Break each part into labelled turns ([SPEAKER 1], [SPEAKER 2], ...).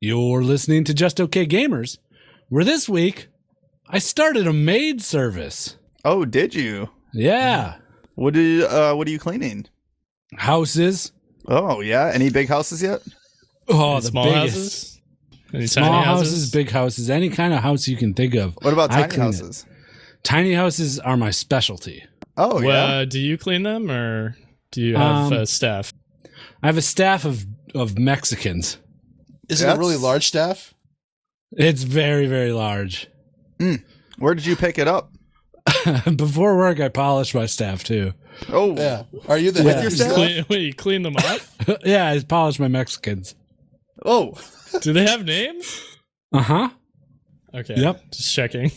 [SPEAKER 1] You're listening to Just Okay Gamers, where this week I started a maid service.
[SPEAKER 2] Oh, did you?
[SPEAKER 1] Yeah.
[SPEAKER 2] What did uh what are you cleaning?
[SPEAKER 1] Houses.
[SPEAKER 2] Oh yeah. Any big houses yet?
[SPEAKER 1] Oh, the
[SPEAKER 3] small
[SPEAKER 1] biggest.
[SPEAKER 3] houses, Any
[SPEAKER 1] Small
[SPEAKER 3] tiny
[SPEAKER 1] houses, big houses, any kind of house you can think of.
[SPEAKER 2] What about
[SPEAKER 1] I
[SPEAKER 2] tiny
[SPEAKER 1] clean it.
[SPEAKER 2] houses?
[SPEAKER 1] Tiny houses are my specialty.
[SPEAKER 2] Oh yeah.
[SPEAKER 3] well, do you clean them or do you have
[SPEAKER 1] Um,
[SPEAKER 3] uh, staff?
[SPEAKER 1] I have a staff of of Mexicans.
[SPEAKER 4] Is it a really
[SPEAKER 2] That's-
[SPEAKER 4] large staff?
[SPEAKER 1] It's very very large.
[SPEAKER 2] Where did you pick it up?
[SPEAKER 1] Before work, I polish my staff too.
[SPEAKER 2] Oh
[SPEAKER 4] Yeah. Are you the
[SPEAKER 1] With
[SPEAKER 4] head
[SPEAKER 2] your
[SPEAKER 4] of
[SPEAKER 2] staff?
[SPEAKER 4] staff?
[SPEAKER 3] Clean, wait, you clean them up?
[SPEAKER 1] yeah, I polish my Mexicans.
[SPEAKER 2] oh.
[SPEAKER 3] do they have names?
[SPEAKER 1] Uh huh.
[SPEAKER 3] Okay.
[SPEAKER 1] Yep.
[SPEAKER 3] Just checking.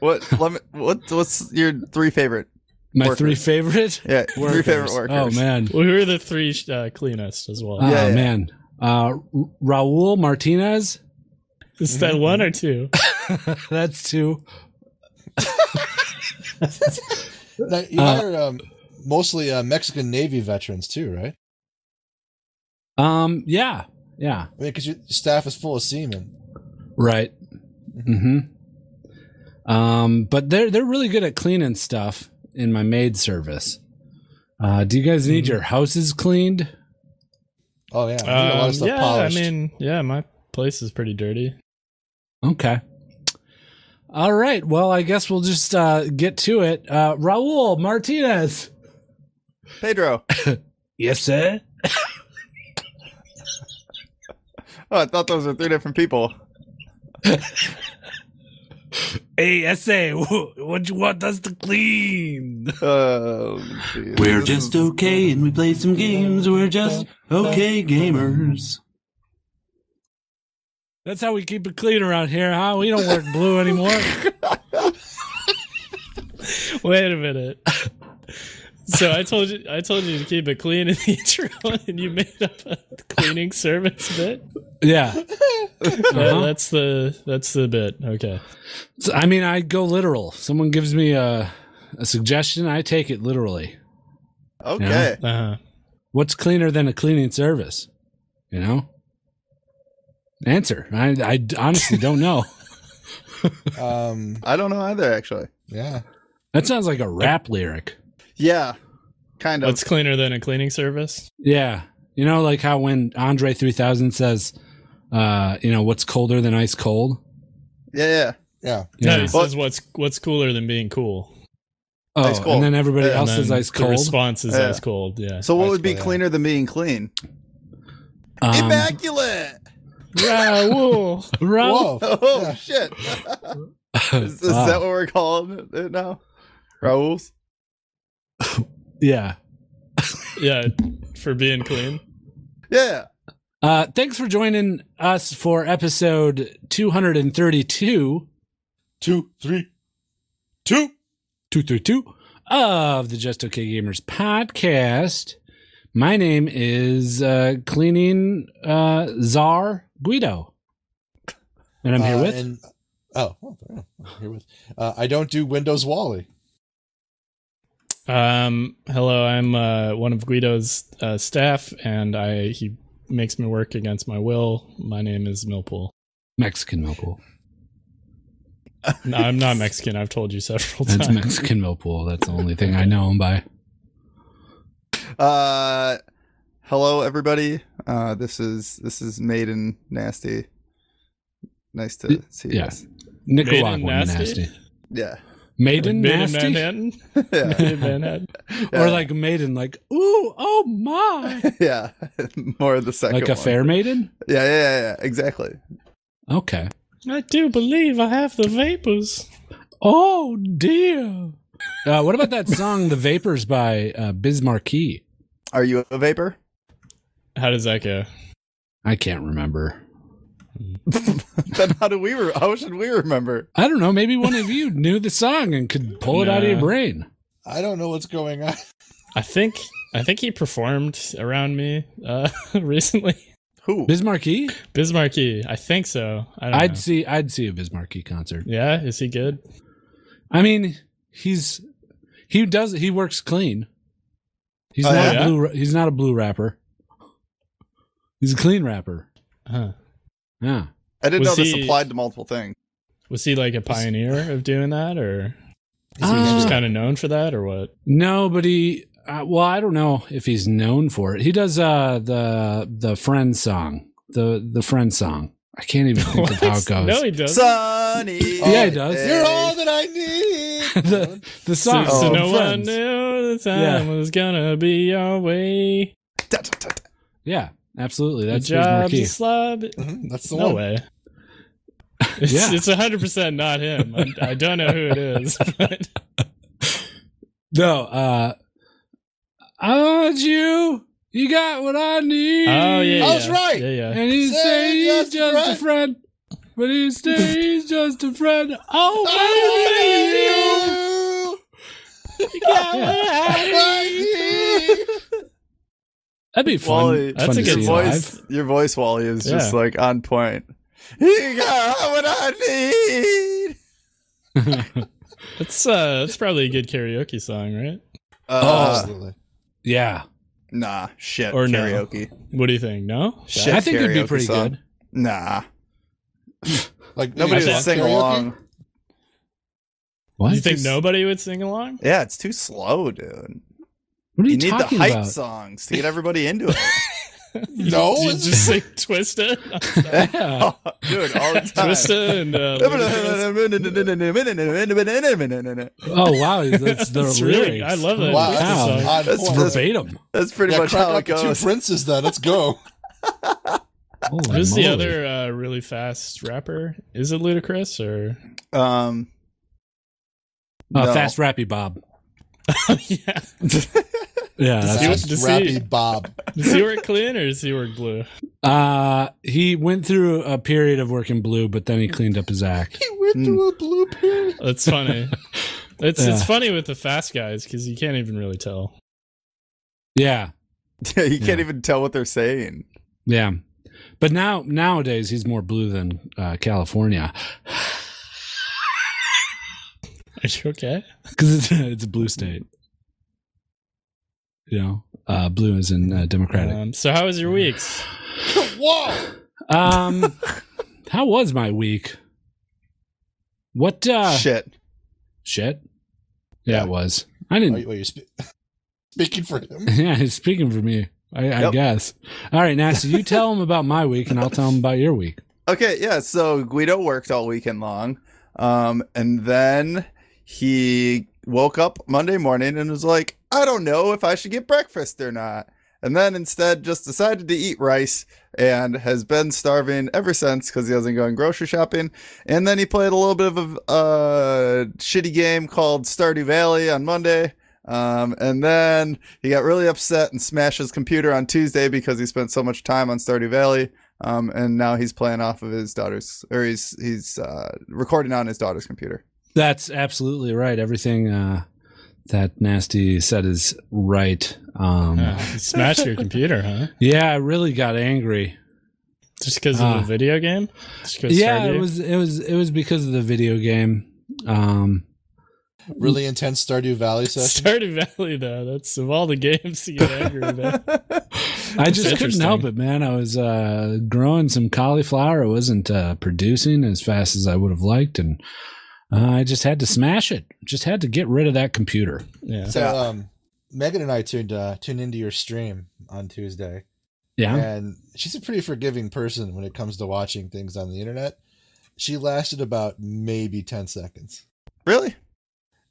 [SPEAKER 2] What let me what what's your three favorite?
[SPEAKER 1] My
[SPEAKER 2] Workers.
[SPEAKER 1] three favorite.
[SPEAKER 2] Yeah, three favorite
[SPEAKER 1] workers.
[SPEAKER 2] workers.
[SPEAKER 1] Oh man.
[SPEAKER 3] Well, who are the three uh, cleanest as well?
[SPEAKER 1] Oh
[SPEAKER 2] Yeah, yeah.
[SPEAKER 1] man. Uh, R- Raul Martinez.
[SPEAKER 3] Is that one or two?
[SPEAKER 1] That's two.
[SPEAKER 4] Now, you
[SPEAKER 1] Uh,
[SPEAKER 4] hire um, mostly uh, Mexican Navy veterans too, right?
[SPEAKER 1] Um. Yeah. Yeah.
[SPEAKER 4] I mean, because your staff is full of seamen.
[SPEAKER 1] Right. Hmm. Um. But they're they're really good at cleaning stuff in my maid service. Uh, do you guys
[SPEAKER 3] Mm-hmm.
[SPEAKER 1] need your houses cleaned?
[SPEAKER 4] Oh yeah, I need a lot
[SPEAKER 3] Um,
[SPEAKER 4] of stuff
[SPEAKER 3] yeah,
[SPEAKER 4] polished.
[SPEAKER 3] I mean, yeah, my place is pretty dirty.
[SPEAKER 1] Okay. All right. Well, I guess we'll just uh, get to it. Uh, Raul Martinez.
[SPEAKER 2] Pedro.
[SPEAKER 1] Yes, sir.
[SPEAKER 2] Oh, I thought those were three different people.
[SPEAKER 1] Hey, essay. What you want us to clean?
[SPEAKER 2] Oh, geez.
[SPEAKER 5] We're
[SPEAKER 2] This
[SPEAKER 5] just
[SPEAKER 2] is-
[SPEAKER 5] okay and we play some games. We're just okay gamers.
[SPEAKER 1] That's how we keep it clean around here, huh? We don't work blue anymore.
[SPEAKER 3] Wait a minute. So I told you, I told you to keep it clean in the intro, and you made up a cleaning service bit.
[SPEAKER 1] yeah.
[SPEAKER 3] Uh,
[SPEAKER 1] Uh-huh.
[SPEAKER 3] that's the that's the bit. Okay.
[SPEAKER 1] So, I mean, I go literal. Someone gives me a, a suggestion, I take it literally.
[SPEAKER 2] Okay.
[SPEAKER 3] Uh huh.
[SPEAKER 1] What's cleaner than a cleaning service? You know? Answer. I, I d- honestly don't know.
[SPEAKER 4] um,
[SPEAKER 2] I don't know either actually.
[SPEAKER 4] yeah.
[SPEAKER 1] That sounds like a rap lyric.
[SPEAKER 2] Yeah. Kind of.
[SPEAKER 3] What's cleaner than a cleaning service?
[SPEAKER 1] Yeah. You know, like how when Andre 3000 says, uh, you know, what's colder than ice cold?
[SPEAKER 2] yeah, yeah.
[SPEAKER 4] Yeah,
[SPEAKER 3] No,
[SPEAKER 1] Yeah.
[SPEAKER 3] he says what's what's cooler than being cool.
[SPEAKER 1] oh,
[SPEAKER 2] ice cold.
[SPEAKER 1] and then everybody
[SPEAKER 2] Yeah,
[SPEAKER 1] else
[SPEAKER 3] And
[SPEAKER 1] says
[SPEAKER 3] then
[SPEAKER 1] ice
[SPEAKER 3] The
[SPEAKER 1] cold.
[SPEAKER 3] response is
[SPEAKER 2] Yeah.
[SPEAKER 3] ice cold. Yeah.
[SPEAKER 2] So what
[SPEAKER 4] Ice
[SPEAKER 2] would be
[SPEAKER 4] cold, yeah.
[SPEAKER 2] cleaner than being clean?
[SPEAKER 1] Um,
[SPEAKER 2] Immaculate.
[SPEAKER 3] Raoul.
[SPEAKER 1] Raoul-
[SPEAKER 4] Whoa.
[SPEAKER 2] Oh
[SPEAKER 4] Yeah.
[SPEAKER 2] shit. is, is
[SPEAKER 1] Wow.
[SPEAKER 2] that what we're calling it now? Raul's?
[SPEAKER 1] yeah.
[SPEAKER 3] yeah, for being clean.
[SPEAKER 2] Yeah.
[SPEAKER 1] Uh, thanks for joining us for episode 232,
[SPEAKER 4] Two, three, two.
[SPEAKER 1] 232 of the Just Okay Gamers podcast. My name is uh, Cleaning uh, Czar Guido. And I'm here
[SPEAKER 4] Uh,
[SPEAKER 1] with.
[SPEAKER 4] And, oh, well, there you go. I'm here with. Uh, I don't do Windows Wally.
[SPEAKER 3] Um, hello, I'm uh, one of Guido's uh, staff, and I he makes me work against my will. My name is Millpool.
[SPEAKER 1] Mexican Millpool.
[SPEAKER 3] No, I'm not Mexican. I've told you several
[SPEAKER 1] That's
[SPEAKER 3] times.
[SPEAKER 1] Mexican Millpool. That's the only thing I know him by.
[SPEAKER 2] Uh hello everybody. Uh this is this is Maiden Nasty. Nice to see you
[SPEAKER 1] yeah.
[SPEAKER 2] guys.
[SPEAKER 1] Nicaraguan nasty.
[SPEAKER 3] Nasty?
[SPEAKER 2] Yeah.
[SPEAKER 1] Maiden
[SPEAKER 3] Made in
[SPEAKER 1] nasty,
[SPEAKER 3] Manhattan.
[SPEAKER 2] Yeah.
[SPEAKER 3] Made in Manhattan.
[SPEAKER 1] or like maiden, like ooh, oh my,
[SPEAKER 2] yeah. More of the second
[SPEAKER 1] like a
[SPEAKER 2] one.
[SPEAKER 1] fair maiden.
[SPEAKER 2] Yeah, yeah, yeah, yeah. Exactly.
[SPEAKER 1] Okay.
[SPEAKER 3] I do believe I have the vapors.
[SPEAKER 1] Oh dear. Uh, what about that song "The Vapors" by uh, Biz Markie?
[SPEAKER 2] Are you a vapor?
[SPEAKER 3] How does that go?
[SPEAKER 1] I can't remember.
[SPEAKER 2] then how do we re- how should we remember?
[SPEAKER 1] I don't know. Maybe one of you knew the song and could pull it out of your
[SPEAKER 3] Nah.
[SPEAKER 1] brain.
[SPEAKER 4] I don't know what's going on.
[SPEAKER 3] I think I think he performed around me uh, recently.
[SPEAKER 2] Who?
[SPEAKER 1] Biz Markie.
[SPEAKER 3] Bismarcky. I think so. I don't
[SPEAKER 1] I'd
[SPEAKER 3] know.
[SPEAKER 1] see. I'd see a Biz Markie concert.
[SPEAKER 3] Yeah, is he good?
[SPEAKER 1] I mean, he's he does he works clean. He's
[SPEAKER 2] Oh,
[SPEAKER 1] not
[SPEAKER 3] yeah?
[SPEAKER 1] a blue. He's not a blue rapper. He's a clean rapper.
[SPEAKER 3] Huh.
[SPEAKER 1] Yeah.
[SPEAKER 2] I didn't
[SPEAKER 3] Was
[SPEAKER 2] know this
[SPEAKER 3] he-
[SPEAKER 2] applied to multiple things.
[SPEAKER 3] Was he like a pioneer of doing that, or is he
[SPEAKER 1] Uh,
[SPEAKER 3] just kind of known for that, or what?
[SPEAKER 1] No, but he. Uh, well, I don't know if he's known for it. He does uh, the the friend song, the the friend song. I can't even think of how it
[SPEAKER 3] What?
[SPEAKER 1] goes.
[SPEAKER 3] No, he doesn't.
[SPEAKER 2] Sonny.
[SPEAKER 1] Yeah, he does.
[SPEAKER 2] Hey.
[SPEAKER 4] You're all that I need.
[SPEAKER 1] the the
[SPEAKER 3] so,
[SPEAKER 1] song.
[SPEAKER 3] so
[SPEAKER 2] Oh,
[SPEAKER 1] from
[SPEAKER 3] no one
[SPEAKER 1] Friends.
[SPEAKER 3] knew the time
[SPEAKER 1] Yeah.
[SPEAKER 3] was gonna be our way.
[SPEAKER 2] Da, da, da, da.
[SPEAKER 1] Yeah, absolutely. That's
[SPEAKER 3] the
[SPEAKER 1] Biz
[SPEAKER 3] job's a
[SPEAKER 1] Marquis.
[SPEAKER 3] slob.
[SPEAKER 2] Mm-hmm,
[SPEAKER 4] Mhm, That's the
[SPEAKER 3] No
[SPEAKER 4] one.
[SPEAKER 3] way. It's,
[SPEAKER 1] Yeah.
[SPEAKER 3] it's 100% not him. I, I don't know who it is. But
[SPEAKER 1] No, uh, I want you. You got what I need.
[SPEAKER 3] oh, yeah.
[SPEAKER 4] I was
[SPEAKER 3] yeah.
[SPEAKER 4] right.
[SPEAKER 3] Yeah, yeah.
[SPEAKER 1] And he
[SPEAKER 4] Say
[SPEAKER 1] say he's
[SPEAKER 4] just
[SPEAKER 1] just a friend. But he say he's just a friend. Oh, I love you.
[SPEAKER 4] I
[SPEAKER 3] Yeah.
[SPEAKER 4] need you. I need
[SPEAKER 1] That'd be fun.
[SPEAKER 2] Wally,
[SPEAKER 1] fun
[SPEAKER 3] That's
[SPEAKER 1] to
[SPEAKER 3] a good
[SPEAKER 1] see
[SPEAKER 2] voice,
[SPEAKER 1] live.
[SPEAKER 2] your voice, Wally, is just
[SPEAKER 3] Yeah.
[SPEAKER 2] like on point. You got what I need.
[SPEAKER 3] That's, uh, that's probably a good karaoke song, right?
[SPEAKER 2] Uh,
[SPEAKER 4] Absolutely.
[SPEAKER 1] Oh. Yeah,
[SPEAKER 2] Nah, shit.
[SPEAKER 3] Or no.
[SPEAKER 2] karaoke.
[SPEAKER 3] What do you think? No?
[SPEAKER 2] Shit
[SPEAKER 1] I think it'd be
[SPEAKER 2] karaoke
[SPEAKER 1] pretty
[SPEAKER 2] song.
[SPEAKER 1] good.
[SPEAKER 2] Nah,
[SPEAKER 4] Like
[SPEAKER 2] nobody
[SPEAKER 4] you know,
[SPEAKER 2] would
[SPEAKER 3] think-
[SPEAKER 2] sing
[SPEAKER 4] karaoke?
[SPEAKER 2] along.
[SPEAKER 1] What?
[SPEAKER 3] You think
[SPEAKER 2] Just-
[SPEAKER 3] nobody would sing along?
[SPEAKER 2] Yeah, it's too slow, dude.
[SPEAKER 1] what are you,
[SPEAKER 2] You need the
[SPEAKER 1] talking
[SPEAKER 2] hype
[SPEAKER 1] about?
[SPEAKER 2] songs to get everybody into it.
[SPEAKER 4] No.
[SPEAKER 3] You just sing Twista?
[SPEAKER 1] Yeah.
[SPEAKER 2] dude, all the time.
[SPEAKER 3] Twista and. Uh, Ludacris.
[SPEAKER 2] That's,
[SPEAKER 1] Oh wow, that's the
[SPEAKER 3] That's really-
[SPEAKER 1] lyrics.
[SPEAKER 3] I love that.
[SPEAKER 4] Wow,
[SPEAKER 1] Wow.
[SPEAKER 4] that's an odd
[SPEAKER 2] That's
[SPEAKER 4] point.
[SPEAKER 2] verbatim.
[SPEAKER 1] verbatim.
[SPEAKER 2] that's pretty
[SPEAKER 4] Yeah,
[SPEAKER 2] much
[SPEAKER 4] crack
[SPEAKER 2] how
[SPEAKER 4] out
[SPEAKER 2] it
[SPEAKER 4] the two
[SPEAKER 2] goes.
[SPEAKER 4] princes then. Let's go.
[SPEAKER 1] Holy
[SPEAKER 3] Who's the
[SPEAKER 1] moly.
[SPEAKER 3] other uh, really fast rapper? Is it Ludacris or?
[SPEAKER 2] Um,
[SPEAKER 1] Uh,
[SPEAKER 2] no.
[SPEAKER 1] Fast Rappy Bob?
[SPEAKER 3] yeah.
[SPEAKER 1] Yeah, that's
[SPEAKER 3] he-
[SPEAKER 1] right.
[SPEAKER 4] That's
[SPEAKER 3] does he-
[SPEAKER 4] Rappy Bob.
[SPEAKER 3] Does he work clean or does he work blue?
[SPEAKER 1] Uh, he went through a period of working blue, but then he cleaned up his act.
[SPEAKER 4] He went through a blue period.
[SPEAKER 3] That's funny. It's
[SPEAKER 1] Hmm. Yeah.
[SPEAKER 3] it's funny with the fast guys because you can't even really tell.
[SPEAKER 1] Yeah,
[SPEAKER 2] Yeah, you can't even tell what they're saying.
[SPEAKER 1] yeah. But now nowadays he's more blue than uh, California
[SPEAKER 3] Are you okay?
[SPEAKER 1] because it's, it's a blue state. You know, uh, blue is in uh, Democratic.
[SPEAKER 3] Um, so how was your weeks?
[SPEAKER 4] Whoa.
[SPEAKER 1] Um, how was my week? What uh,
[SPEAKER 2] Shit.
[SPEAKER 1] shit? Yeah, it was. I didn't.
[SPEAKER 4] Wait, wait, you're spe- speaking for him.
[SPEAKER 1] Yeah, he's speaking for me. I, I
[SPEAKER 2] hmm? Yep.
[SPEAKER 1] guess. All right, Nasty, you tell him about my week, and I'll tell him about your week.
[SPEAKER 2] Okay, yeah, so Guido worked all weekend long. Um, and then he woke up Monday morning and was like, I don't know if I should get breakfast or not. And then instead just decided to eat rice and has been starving ever since because he hasn't gone grocery shopping. And then he played a little bit of a uh, shitty game called Stardew Valley on Monday. Um, and then he got really upset and smashed his computer on Tuesday because he spent so much time on Stardew Valley. Um, and now he's playing off of his daughter's, or he's he's uh, recording on his daughter's computer.
[SPEAKER 1] That's absolutely right. Everything uh, that Nasty said is right. Um,
[SPEAKER 3] Uh, you smashed your computer, huh?
[SPEAKER 1] yeah, I really got angry.
[SPEAKER 3] Just because
[SPEAKER 1] Uh,
[SPEAKER 3] of the video game? Just 'cause
[SPEAKER 1] Yeah,
[SPEAKER 3] Stardew?
[SPEAKER 1] it was it was it was because of the video game. Um,
[SPEAKER 4] Really intense Stardew Valley session.
[SPEAKER 3] Stardew Valley though. That's of all the games to get angry about.
[SPEAKER 1] I just couldn't
[SPEAKER 3] interesting.
[SPEAKER 1] help it, man. I was uh, growing some cauliflower. It wasn't uh, producing as fast as I would have liked, and uh, I just had to smash it. Just had to get rid of that computer.
[SPEAKER 3] Yeah.
[SPEAKER 4] So,
[SPEAKER 2] Yeah.
[SPEAKER 4] um, Megan and I tuned uh, tuned into your stream on Tuesday,
[SPEAKER 1] Yeah.
[SPEAKER 4] and she's a pretty forgiving person when it comes to watching things on the internet. She lasted about maybe ten seconds.
[SPEAKER 2] Really?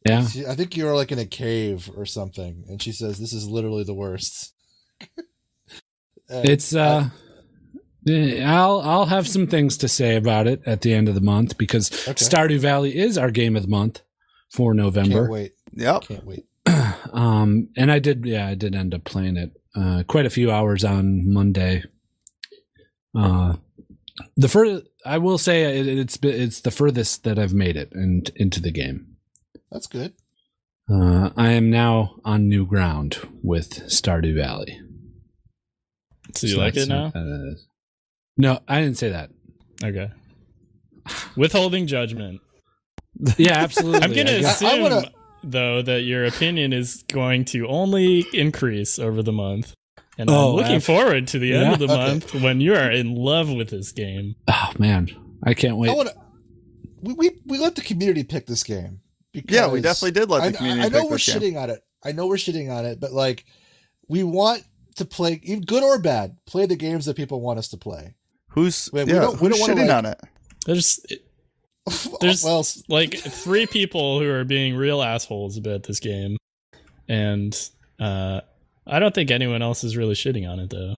[SPEAKER 1] Yeah.
[SPEAKER 4] She, I think you were like in a cave or something, and she says, "This is literally the worst." And
[SPEAKER 1] It's uh eh, I'll I'll have some things to say about it at the end of the month because
[SPEAKER 4] Okay.
[SPEAKER 1] Stardew Valley is our game of the month for
[SPEAKER 4] I can't
[SPEAKER 1] November.
[SPEAKER 4] wait,
[SPEAKER 2] Yep.
[SPEAKER 4] can't wait.
[SPEAKER 1] um and I did yeah, I did end up playing it uh quite a few hours on Monday. Uh the fur I will say it, it's be- it's the furthest that I've made it and into the game.
[SPEAKER 4] That's good.
[SPEAKER 1] Uh, I am now on new ground with Stardew Valley.
[SPEAKER 3] So you
[SPEAKER 1] So
[SPEAKER 3] like
[SPEAKER 1] that's
[SPEAKER 3] it now?
[SPEAKER 1] not bad at it. no, I didn't say that.
[SPEAKER 3] Okay. Withholding judgment.
[SPEAKER 1] Yeah, absolutely.
[SPEAKER 3] I'm
[SPEAKER 1] I
[SPEAKER 3] gonna
[SPEAKER 1] guess-
[SPEAKER 3] assume
[SPEAKER 4] I- I wanna-
[SPEAKER 3] though that your opinion is going to only increase over the month. And
[SPEAKER 1] Oh,
[SPEAKER 3] I'm looking
[SPEAKER 1] F.
[SPEAKER 3] forward to the end
[SPEAKER 1] Yeah.
[SPEAKER 3] of the
[SPEAKER 4] Okay.
[SPEAKER 3] month when you are in love with this game.
[SPEAKER 1] Oh man, I can't wait.
[SPEAKER 4] I want to. We, we we let the community pick this game. Because
[SPEAKER 2] Yeah, we definitely did let
[SPEAKER 4] I,
[SPEAKER 2] the community
[SPEAKER 4] I know
[SPEAKER 2] pick
[SPEAKER 4] we're
[SPEAKER 2] this game.
[SPEAKER 4] shitting on it. I know we're shitting on it, but like, we want to play, even good or bad, play the games that people want us to play.
[SPEAKER 2] Who's
[SPEAKER 4] Wait, we
[SPEAKER 2] yeah,
[SPEAKER 4] don't- we
[SPEAKER 2] who's
[SPEAKER 4] don't wanna,
[SPEAKER 2] shitting
[SPEAKER 4] like-
[SPEAKER 2] on it?
[SPEAKER 3] There's There's-
[SPEAKER 4] well, s-
[SPEAKER 3] like three people who are being real assholes about this game, and uh, I don't think anyone else is really shitting on it though.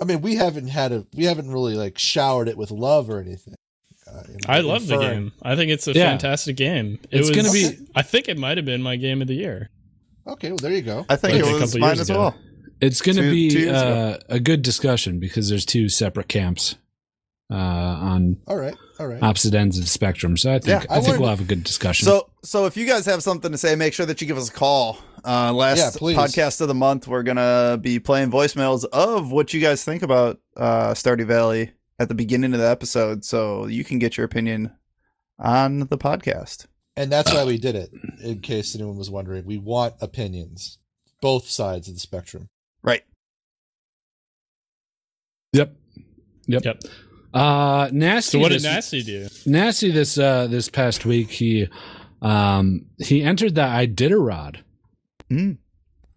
[SPEAKER 4] I mean, we haven't had a, we haven't really like showered it with love or anything. Uh, in-
[SPEAKER 3] I love the
[SPEAKER 4] inferring.
[SPEAKER 3] game. I think it's a
[SPEAKER 1] Yeah.
[SPEAKER 3] fantastic game. It
[SPEAKER 1] it's
[SPEAKER 3] was,
[SPEAKER 1] gonna be
[SPEAKER 3] I think it might have been my game of the year.
[SPEAKER 4] Okay, well, there you go.
[SPEAKER 2] I think
[SPEAKER 3] Like
[SPEAKER 2] it
[SPEAKER 3] a
[SPEAKER 2] was
[SPEAKER 3] couple
[SPEAKER 2] mine
[SPEAKER 3] years
[SPEAKER 2] as
[SPEAKER 3] ago.
[SPEAKER 2] well.
[SPEAKER 1] it's gonna
[SPEAKER 2] Two- two
[SPEAKER 1] be
[SPEAKER 2] years
[SPEAKER 1] uh, a good discussion because there's two separate camps uh, on
[SPEAKER 4] All right, all right.
[SPEAKER 1] opposite ends of the spectrum. So I think
[SPEAKER 2] Yeah,
[SPEAKER 1] I,
[SPEAKER 4] I
[SPEAKER 1] think
[SPEAKER 4] wanted-
[SPEAKER 1] we'll have a good discussion.
[SPEAKER 2] So, so if you guys have something to say, make sure that you give us a call. Uh, last
[SPEAKER 4] Yeah, please.
[SPEAKER 2] podcast of the month, we're gonna be playing voicemails of what you guys think about uh, Stardew Valley at the beginning of the episode, so you can get your opinion on the podcast.
[SPEAKER 4] And that's why we did it, in case anyone was wondering. We want opinions, both sides of the spectrum.
[SPEAKER 2] Right?
[SPEAKER 1] yep, yep.
[SPEAKER 3] Yep.
[SPEAKER 1] Uh, nasty.
[SPEAKER 3] So what did
[SPEAKER 1] this-
[SPEAKER 3] Nasty do?
[SPEAKER 1] Nasty this uh this past week he um he entered the Iditarod.
[SPEAKER 2] Mm.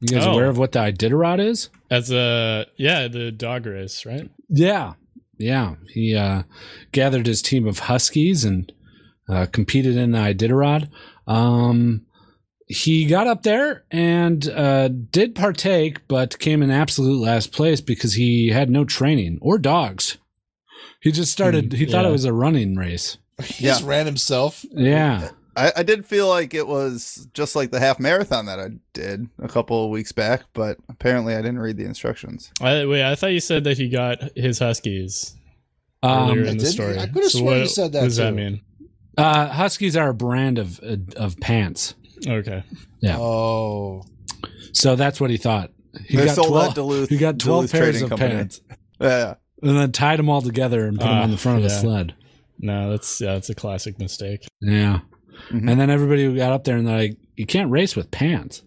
[SPEAKER 1] You guys
[SPEAKER 3] Oh.
[SPEAKER 1] aware of what the Iditarod is?
[SPEAKER 3] As a yeah, the dog race, right?
[SPEAKER 1] Yeah. Yeah. He uh gathered his team of huskies and uh competed in the Iditarod. Um he got up there and uh did partake but came in absolute last place because he had no training or dogs. He just started he thought it
[SPEAKER 3] yeah.
[SPEAKER 1] was a running race.
[SPEAKER 4] He
[SPEAKER 2] Yeah.
[SPEAKER 4] just ran himself.
[SPEAKER 1] Yeah.
[SPEAKER 2] I, I did feel like it was just like the half marathon that I did a couple of weeks back, but apparently I didn't read the instructions.
[SPEAKER 3] I, wait, I thought you said that he got his huskies earlier
[SPEAKER 1] Um,
[SPEAKER 3] in
[SPEAKER 4] I
[SPEAKER 3] the
[SPEAKER 4] did-
[SPEAKER 3] story.
[SPEAKER 4] I could've
[SPEAKER 3] so
[SPEAKER 4] sworn
[SPEAKER 3] what,
[SPEAKER 4] you said that
[SPEAKER 3] What does that
[SPEAKER 4] too.
[SPEAKER 3] mean?
[SPEAKER 1] uh huskies are a brand of uh, of pants.
[SPEAKER 3] Okay.
[SPEAKER 1] Yeah.
[SPEAKER 4] Oh,
[SPEAKER 1] So that's what he thought. He
[SPEAKER 2] They
[SPEAKER 1] got
[SPEAKER 2] sold that
[SPEAKER 1] 12,
[SPEAKER 2] Duluth.
[SPEAKER 1] he got 12
[SPEAKER 2] Duluth
[SPEAKER 1] pairs
[SPEAKER 2] Trading
[SPEAKER 1] of
[SPEAKER 2] Company.
[SPEAKER 1] pants
[SPEAKER 2] Yeah.
[SPEAKER 1] and then tied them all together and put them
[SPEAKER 3] Ah,
[SPEAKER 1] on the front of the
[SPEAKER 3] yeah.
[SPEAKER 1] sled.
[SPEAKER 3] No, that's yeah, that's a classic mistake.
[SPEAKER 1] Yeah.
[SPEAKER 2] Mhm.
[SPEAKER 1] And then everybody got up there and they're like, you can't race with pants.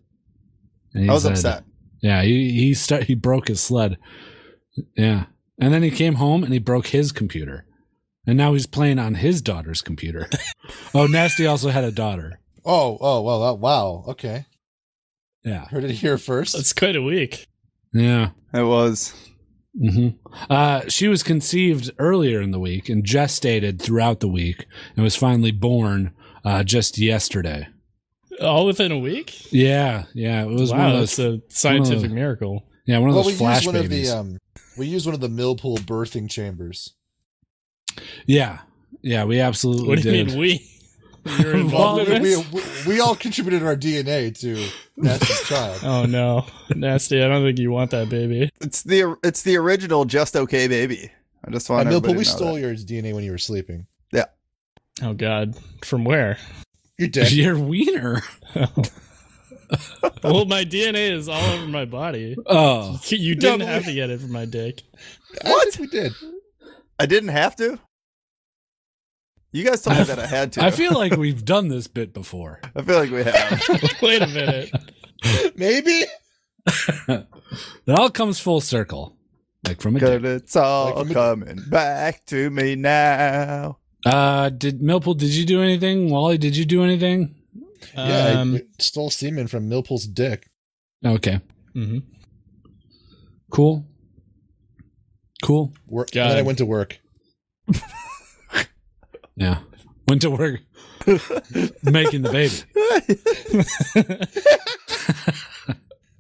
[SPEAKER 1] And he
[SPEAKER 2] I was
[SPEAKER 1] said-
[SPEAKER 2] upset.
[SPEAKER 1] Yeah. He, he, start, he broke his sled. Yeah. And then he came home and he broke his computer. And now he's playing on his daughter's computer. oh, Nasty also had a daughter.
[SPEAKER 4] oh, oh, well, uh, wow. Okay,
[SPEAKER 1] Yeah.
[SPEAKER 4] heard it here first.
[SPEAKER 3] That's quite a week.
[SPEAKER 1] Yeah.
[SPEAKER 2] It was.
[SPEAKER 1] hmm Uh, she was conceived earlier in the week and gestated throughout the week and was finally born uh, just yesterday.
[SPEAKER 3] All within a week?
[SPEAKER 1] Yeah, yeah. It was one
[SPEAKER 3] wow,
[SPEAKER 1] of
[SPEAKER 3] that's
[SPEAKER 1] those.
[SPEAKER 3] a scientific
[SPEAKER 1] one of-
[SPEAKER 3] miracle.
[SPEAKER 1] yeah, one of
[SPEAKER 4] well, we
[SPEAKER 1] those flash
[SPEAKER 4] used one
[SPEAKER 1] babies.
[SPEAKER 4] of the um, we used one of the Millpool birthing chambers.
[SPEAKER 1] yeah, yeah. We absolutely
[SPEAKER 3] What do you
[SPEAKER 1] did.
[SPEAKER 3] mean we? You're
[SPEAKER 1] All
[SPEAKER 4] Well,
[SPEAKER 3] involved
[SPEAKER 1] of
[SPEAKER 4] we,
[SPEAKER 3] in
[SPEAKER 1] us?
[SPEAKER 4] we,
[SPEAKER 3] this?
[SPEAKER 4] we, we all contributed our DNA to Ness's child.
[SPEAKER 3] Oh no, nasty! I don't think you want that baby.
[SPEAKER 2] It's the it's the original Just Okay Baby. I just
[SPEAKER 4] Uh,
[SPEAKER 2] want
[SPEAKER 4] Millpool,
[SPEAKER 2] everybody
[SPEAKER 4] we
[SPEAKER 2] to know
[SPEAKER 4] stole
[SPEAKER 2] that.
[SPEAKER 4] your DNA when you were sleeping.
[SPEAKER 3] Oh god, from where?
[SPEAKER 4] You're dead.
[SPEAKER 1] Your wiener.
[SPEAKER 3] well, my DNA is all over my body.
[SPEAKER 1] Oh,
[SPEAKER 3] You didn't
[SPEAKER 4] but we-
[SPEAKER 3] have to get it from my dick.
[SPEAKER 4] I think we did.
[SPEAKER 2] I didn't have to. You guys told me that I had to.
[SPEAKER 1] I feel like we've done this bit before.
[SPEAKER 2] I feel like we have.
[SPEAKER 3] Wait a minute.
[SPEAKER 4] Maybe.
[SPEAKER 1] It all comes full circle, like from a
[SPEAKER 2] Cause
[SPEAKER 1] dick.
[SPEAKER 2] it's all
[SPEAKER 4] Like from a-
[SPEAKER 2] coming back to me now.
[SPEAKER 1] Uh, did Millpool? Did you do anything? Wally? Did you do anything?
[SPEAKER 4] yeah, I
[SPEAKER 3] um,
[SPEAKER 4] stole semen from Millpool's dick.
[SPEAKER 1] Okay,
[SPEAKER 4] Mm-hmm.
[SPEAKER 3] mhm.
[SPEAKER 1] cool, cool.
[SPEAKER 4] Work,
[SPEAKER 3] God.
[SPEAKER 4] and then I went to work.
[SPEAKER 1] Yeah. Went to work making the baby.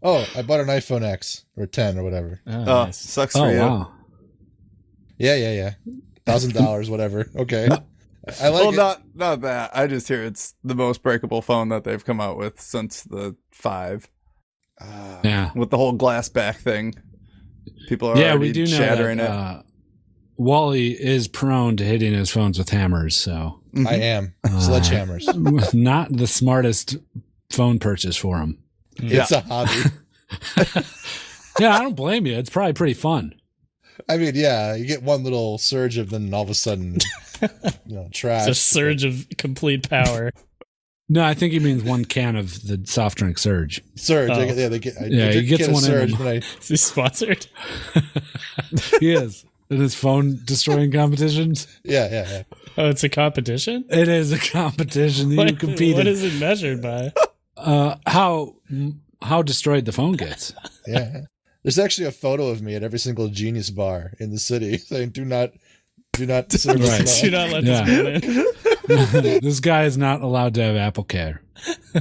[SPEAKER 4] Oh, I bought an iPhone X or 10 or whatever.
[SPEAKER 3] Oh,
[SPEAKER 2] Oh,
[SPEAKER 3] nice.
[SPEAKER 2] sucks for
[SPEAKER 1] Oh
[SPEAKER 2] you.
[SPEAKER 1] wow.
[SPEAKER 4] Yeah, yeah, yeah. Thousand dollars, whatever. Okay. I like
[SPEAKER 2] well,
[SPEAKER 4] it.
[SPEAKER 2] not not that. I just hear it's the most breakable phone that they've come out with since the five,
[SPEAKER 4] Ah,
[SPEAKER 1] Yeah.
[SPEAKER 2] with the whole glass back thing. People are
[SPEAKER 1] Yeah,
[SPEAKER 2] already
[SPEAKER 1] we do know
[SPEAKER 2] shattering
[SPEAKER 1] that uh, Wally is prone to hitting his phones with hammers, so
[SPEAKER 2] it.
[SPEAKER 4] I am.
[SPEAKER 1] Ah.
[SPEAKER 4] Sledgehammers.
[SPEAKER 1] not the smartest phone purchase for him.
[SPEAKER 4] It's a hobby.
[SPEAKER 1] Yeah, I don't blame you. It's probably pretty fun.
[SPEAKER 4] I mean, yeah, you get one little surge of then all of a sudden, you know, trash.
[SPEAKER 3] It's a surge of complete power.
[SPEAKER 1] No, I think he means one can of the soft drink surge.
[SPEAKER 4] Surge. I
[SPEAKER 3] Oh.
[SPEAKER 4] get- yeah, they get. I,
[SPEAKER 1] Yeah,
[SPEAKER 4] I
[SPEAKER 1] he
[SPEAKER 4] did
[SPEAKER 1] gets
[SPEAKER 4] get a
[SPEAKER 1] one in
[SPEAKER 4] surge,
[SPEAKER 1] him.
[SPEAKER 4] but I
[SPEAKER 3] Is this sponsored?
[SPEAKER 1] He is. In his phone destroying competitions.
[SPEAKER 4] yeah, yeah, yeah.
[SPEAKER 3] Oh, it's a competition?
[SPEAKER 1] It is a competition that you
[SPEAKER 3] What-
[SPEAKER 1] compete
[SPEAKER 3] What
[SPEAKER 1] in.
[SPEAKER 3] is it measured by?
[SPEAKER 1] uh, how how destroyed the phone gets.
[SPEAKER 4] yeah. There's actually a photo of me at every single genius bar in the city saying, "Do not, do not serve
[SPEAKER 1] Right.
[SPEAKER 4] us
[SPEAKER 3] Do
[SPEAKER 4] love."
[SPEAKER 3] not let
[SPEAKER 1] Yeah.
[SPEAKER 3] this man in.
[SPEAKER 1] this guy is not allowed to have Apple Care. uh,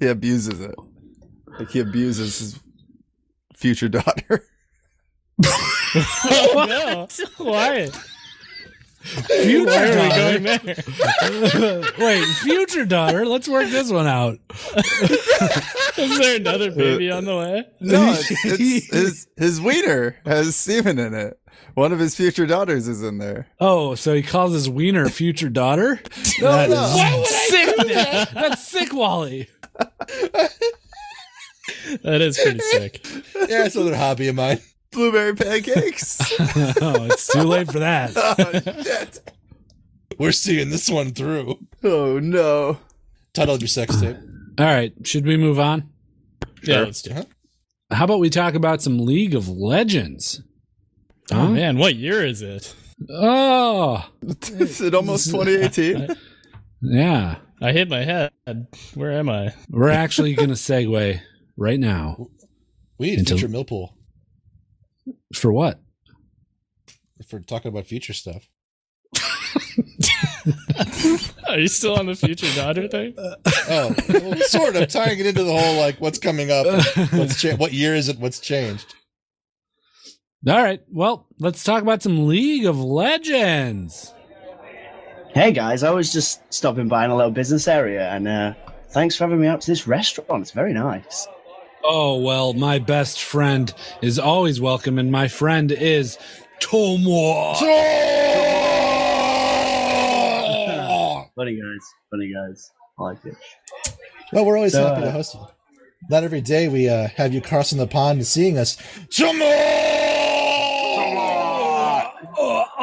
[SPEAKER 2] He abuses it. Like he abuses his future daughter.
[SPEAKER 3] Oh, no. Why?
[SPEAKER 1] Future
[SPEAKER 3] Why are we going
[SPEAKER 1] daughter.
[SPEAKER 3] there?
[SPEAKER 1] Wait, future daughter. Let's work this one out.
[SPEAKER 3] Is there another baby on the way?
[SPEAKER 2] No, it's, it's his his wiener has semen in it. One of his future daughters is in there.
[SPEAKER 1] Oh, so he calls his wiener future daughter?
[SPEAKER 2] No,
[SPEAKER 1] That
[SPEAKER 2] no.
[SPEAKER 1] is
[SPEAKER 2] Why
[SPEAKER 1] sick. That's sick, Wally.
[SPEAKER 3] That is pretty sick.
[SPEAKER 4] Yeah, it's another hobby of mine.
[SPEAKER 2] Blueberry pancakes.
[SPEAKER 1] oh, it's too late for that.
[SPEAKER 2] oh, shit.
[SPEAKER 4] We're seeing this one through.
[SPEAKER 2] Oh, no.
[SPEAKER 4] Titled your sex tape.
[SPEAKER 1] All right, should we move on?
[SPEAKER 3] Yeah, let's do it.
[SPEAKER 1] How about we talk about some League of Legends?
[SPEAKER 3] Oh
[SPEAKER 1] Huh?
[SPEAKER 3] man, what year is it?
[SPEAKER 1] Oh,
[SPEAKER 2] Is it almost 2018?
[SPEAKER 1] yeah.
[SPEAKER 3] I hit my head. Where am I?
[SPEAKER 1] We're actually going to segue right now.
[SPEAKER 4] We need
[SPEAKER 1] Into-
[SPEAKER 4] future Millpool
[SPEAKER 1] For what?
[SPEAKER 4] if we're talking about future stuff.
[SPEAKER 3] Are you still on the future daughter thing?
[SPEAKER 4] Oh, well, sort of tying it into the whole like what's coming up, what's cha- what year is it, what's changed.
[SPEAKER 1] All right. Well, let's talk about some League of Legends.
[SPEAKER 6] Hey guys, I was just stopping by in a little business area and uh, thanks for having me out to this restaurant. It's very nice.
[SPEAKER 1] Oh, well, my best friend is always welcome, and my friend is Tomo.
[SPEAKER 4] well,
[SPEAKER 6] Funny guys, funny guys. I like it.
[SPEAKER 4] we're always
[SPEAKER 6] So,
[SPEAKER 4] happy to
[SPEAKER 6] uh,
[SPEAKER 4] host you. Not every day we uh, have you crossing the pond and seeing us.
[SPEAKER 6] All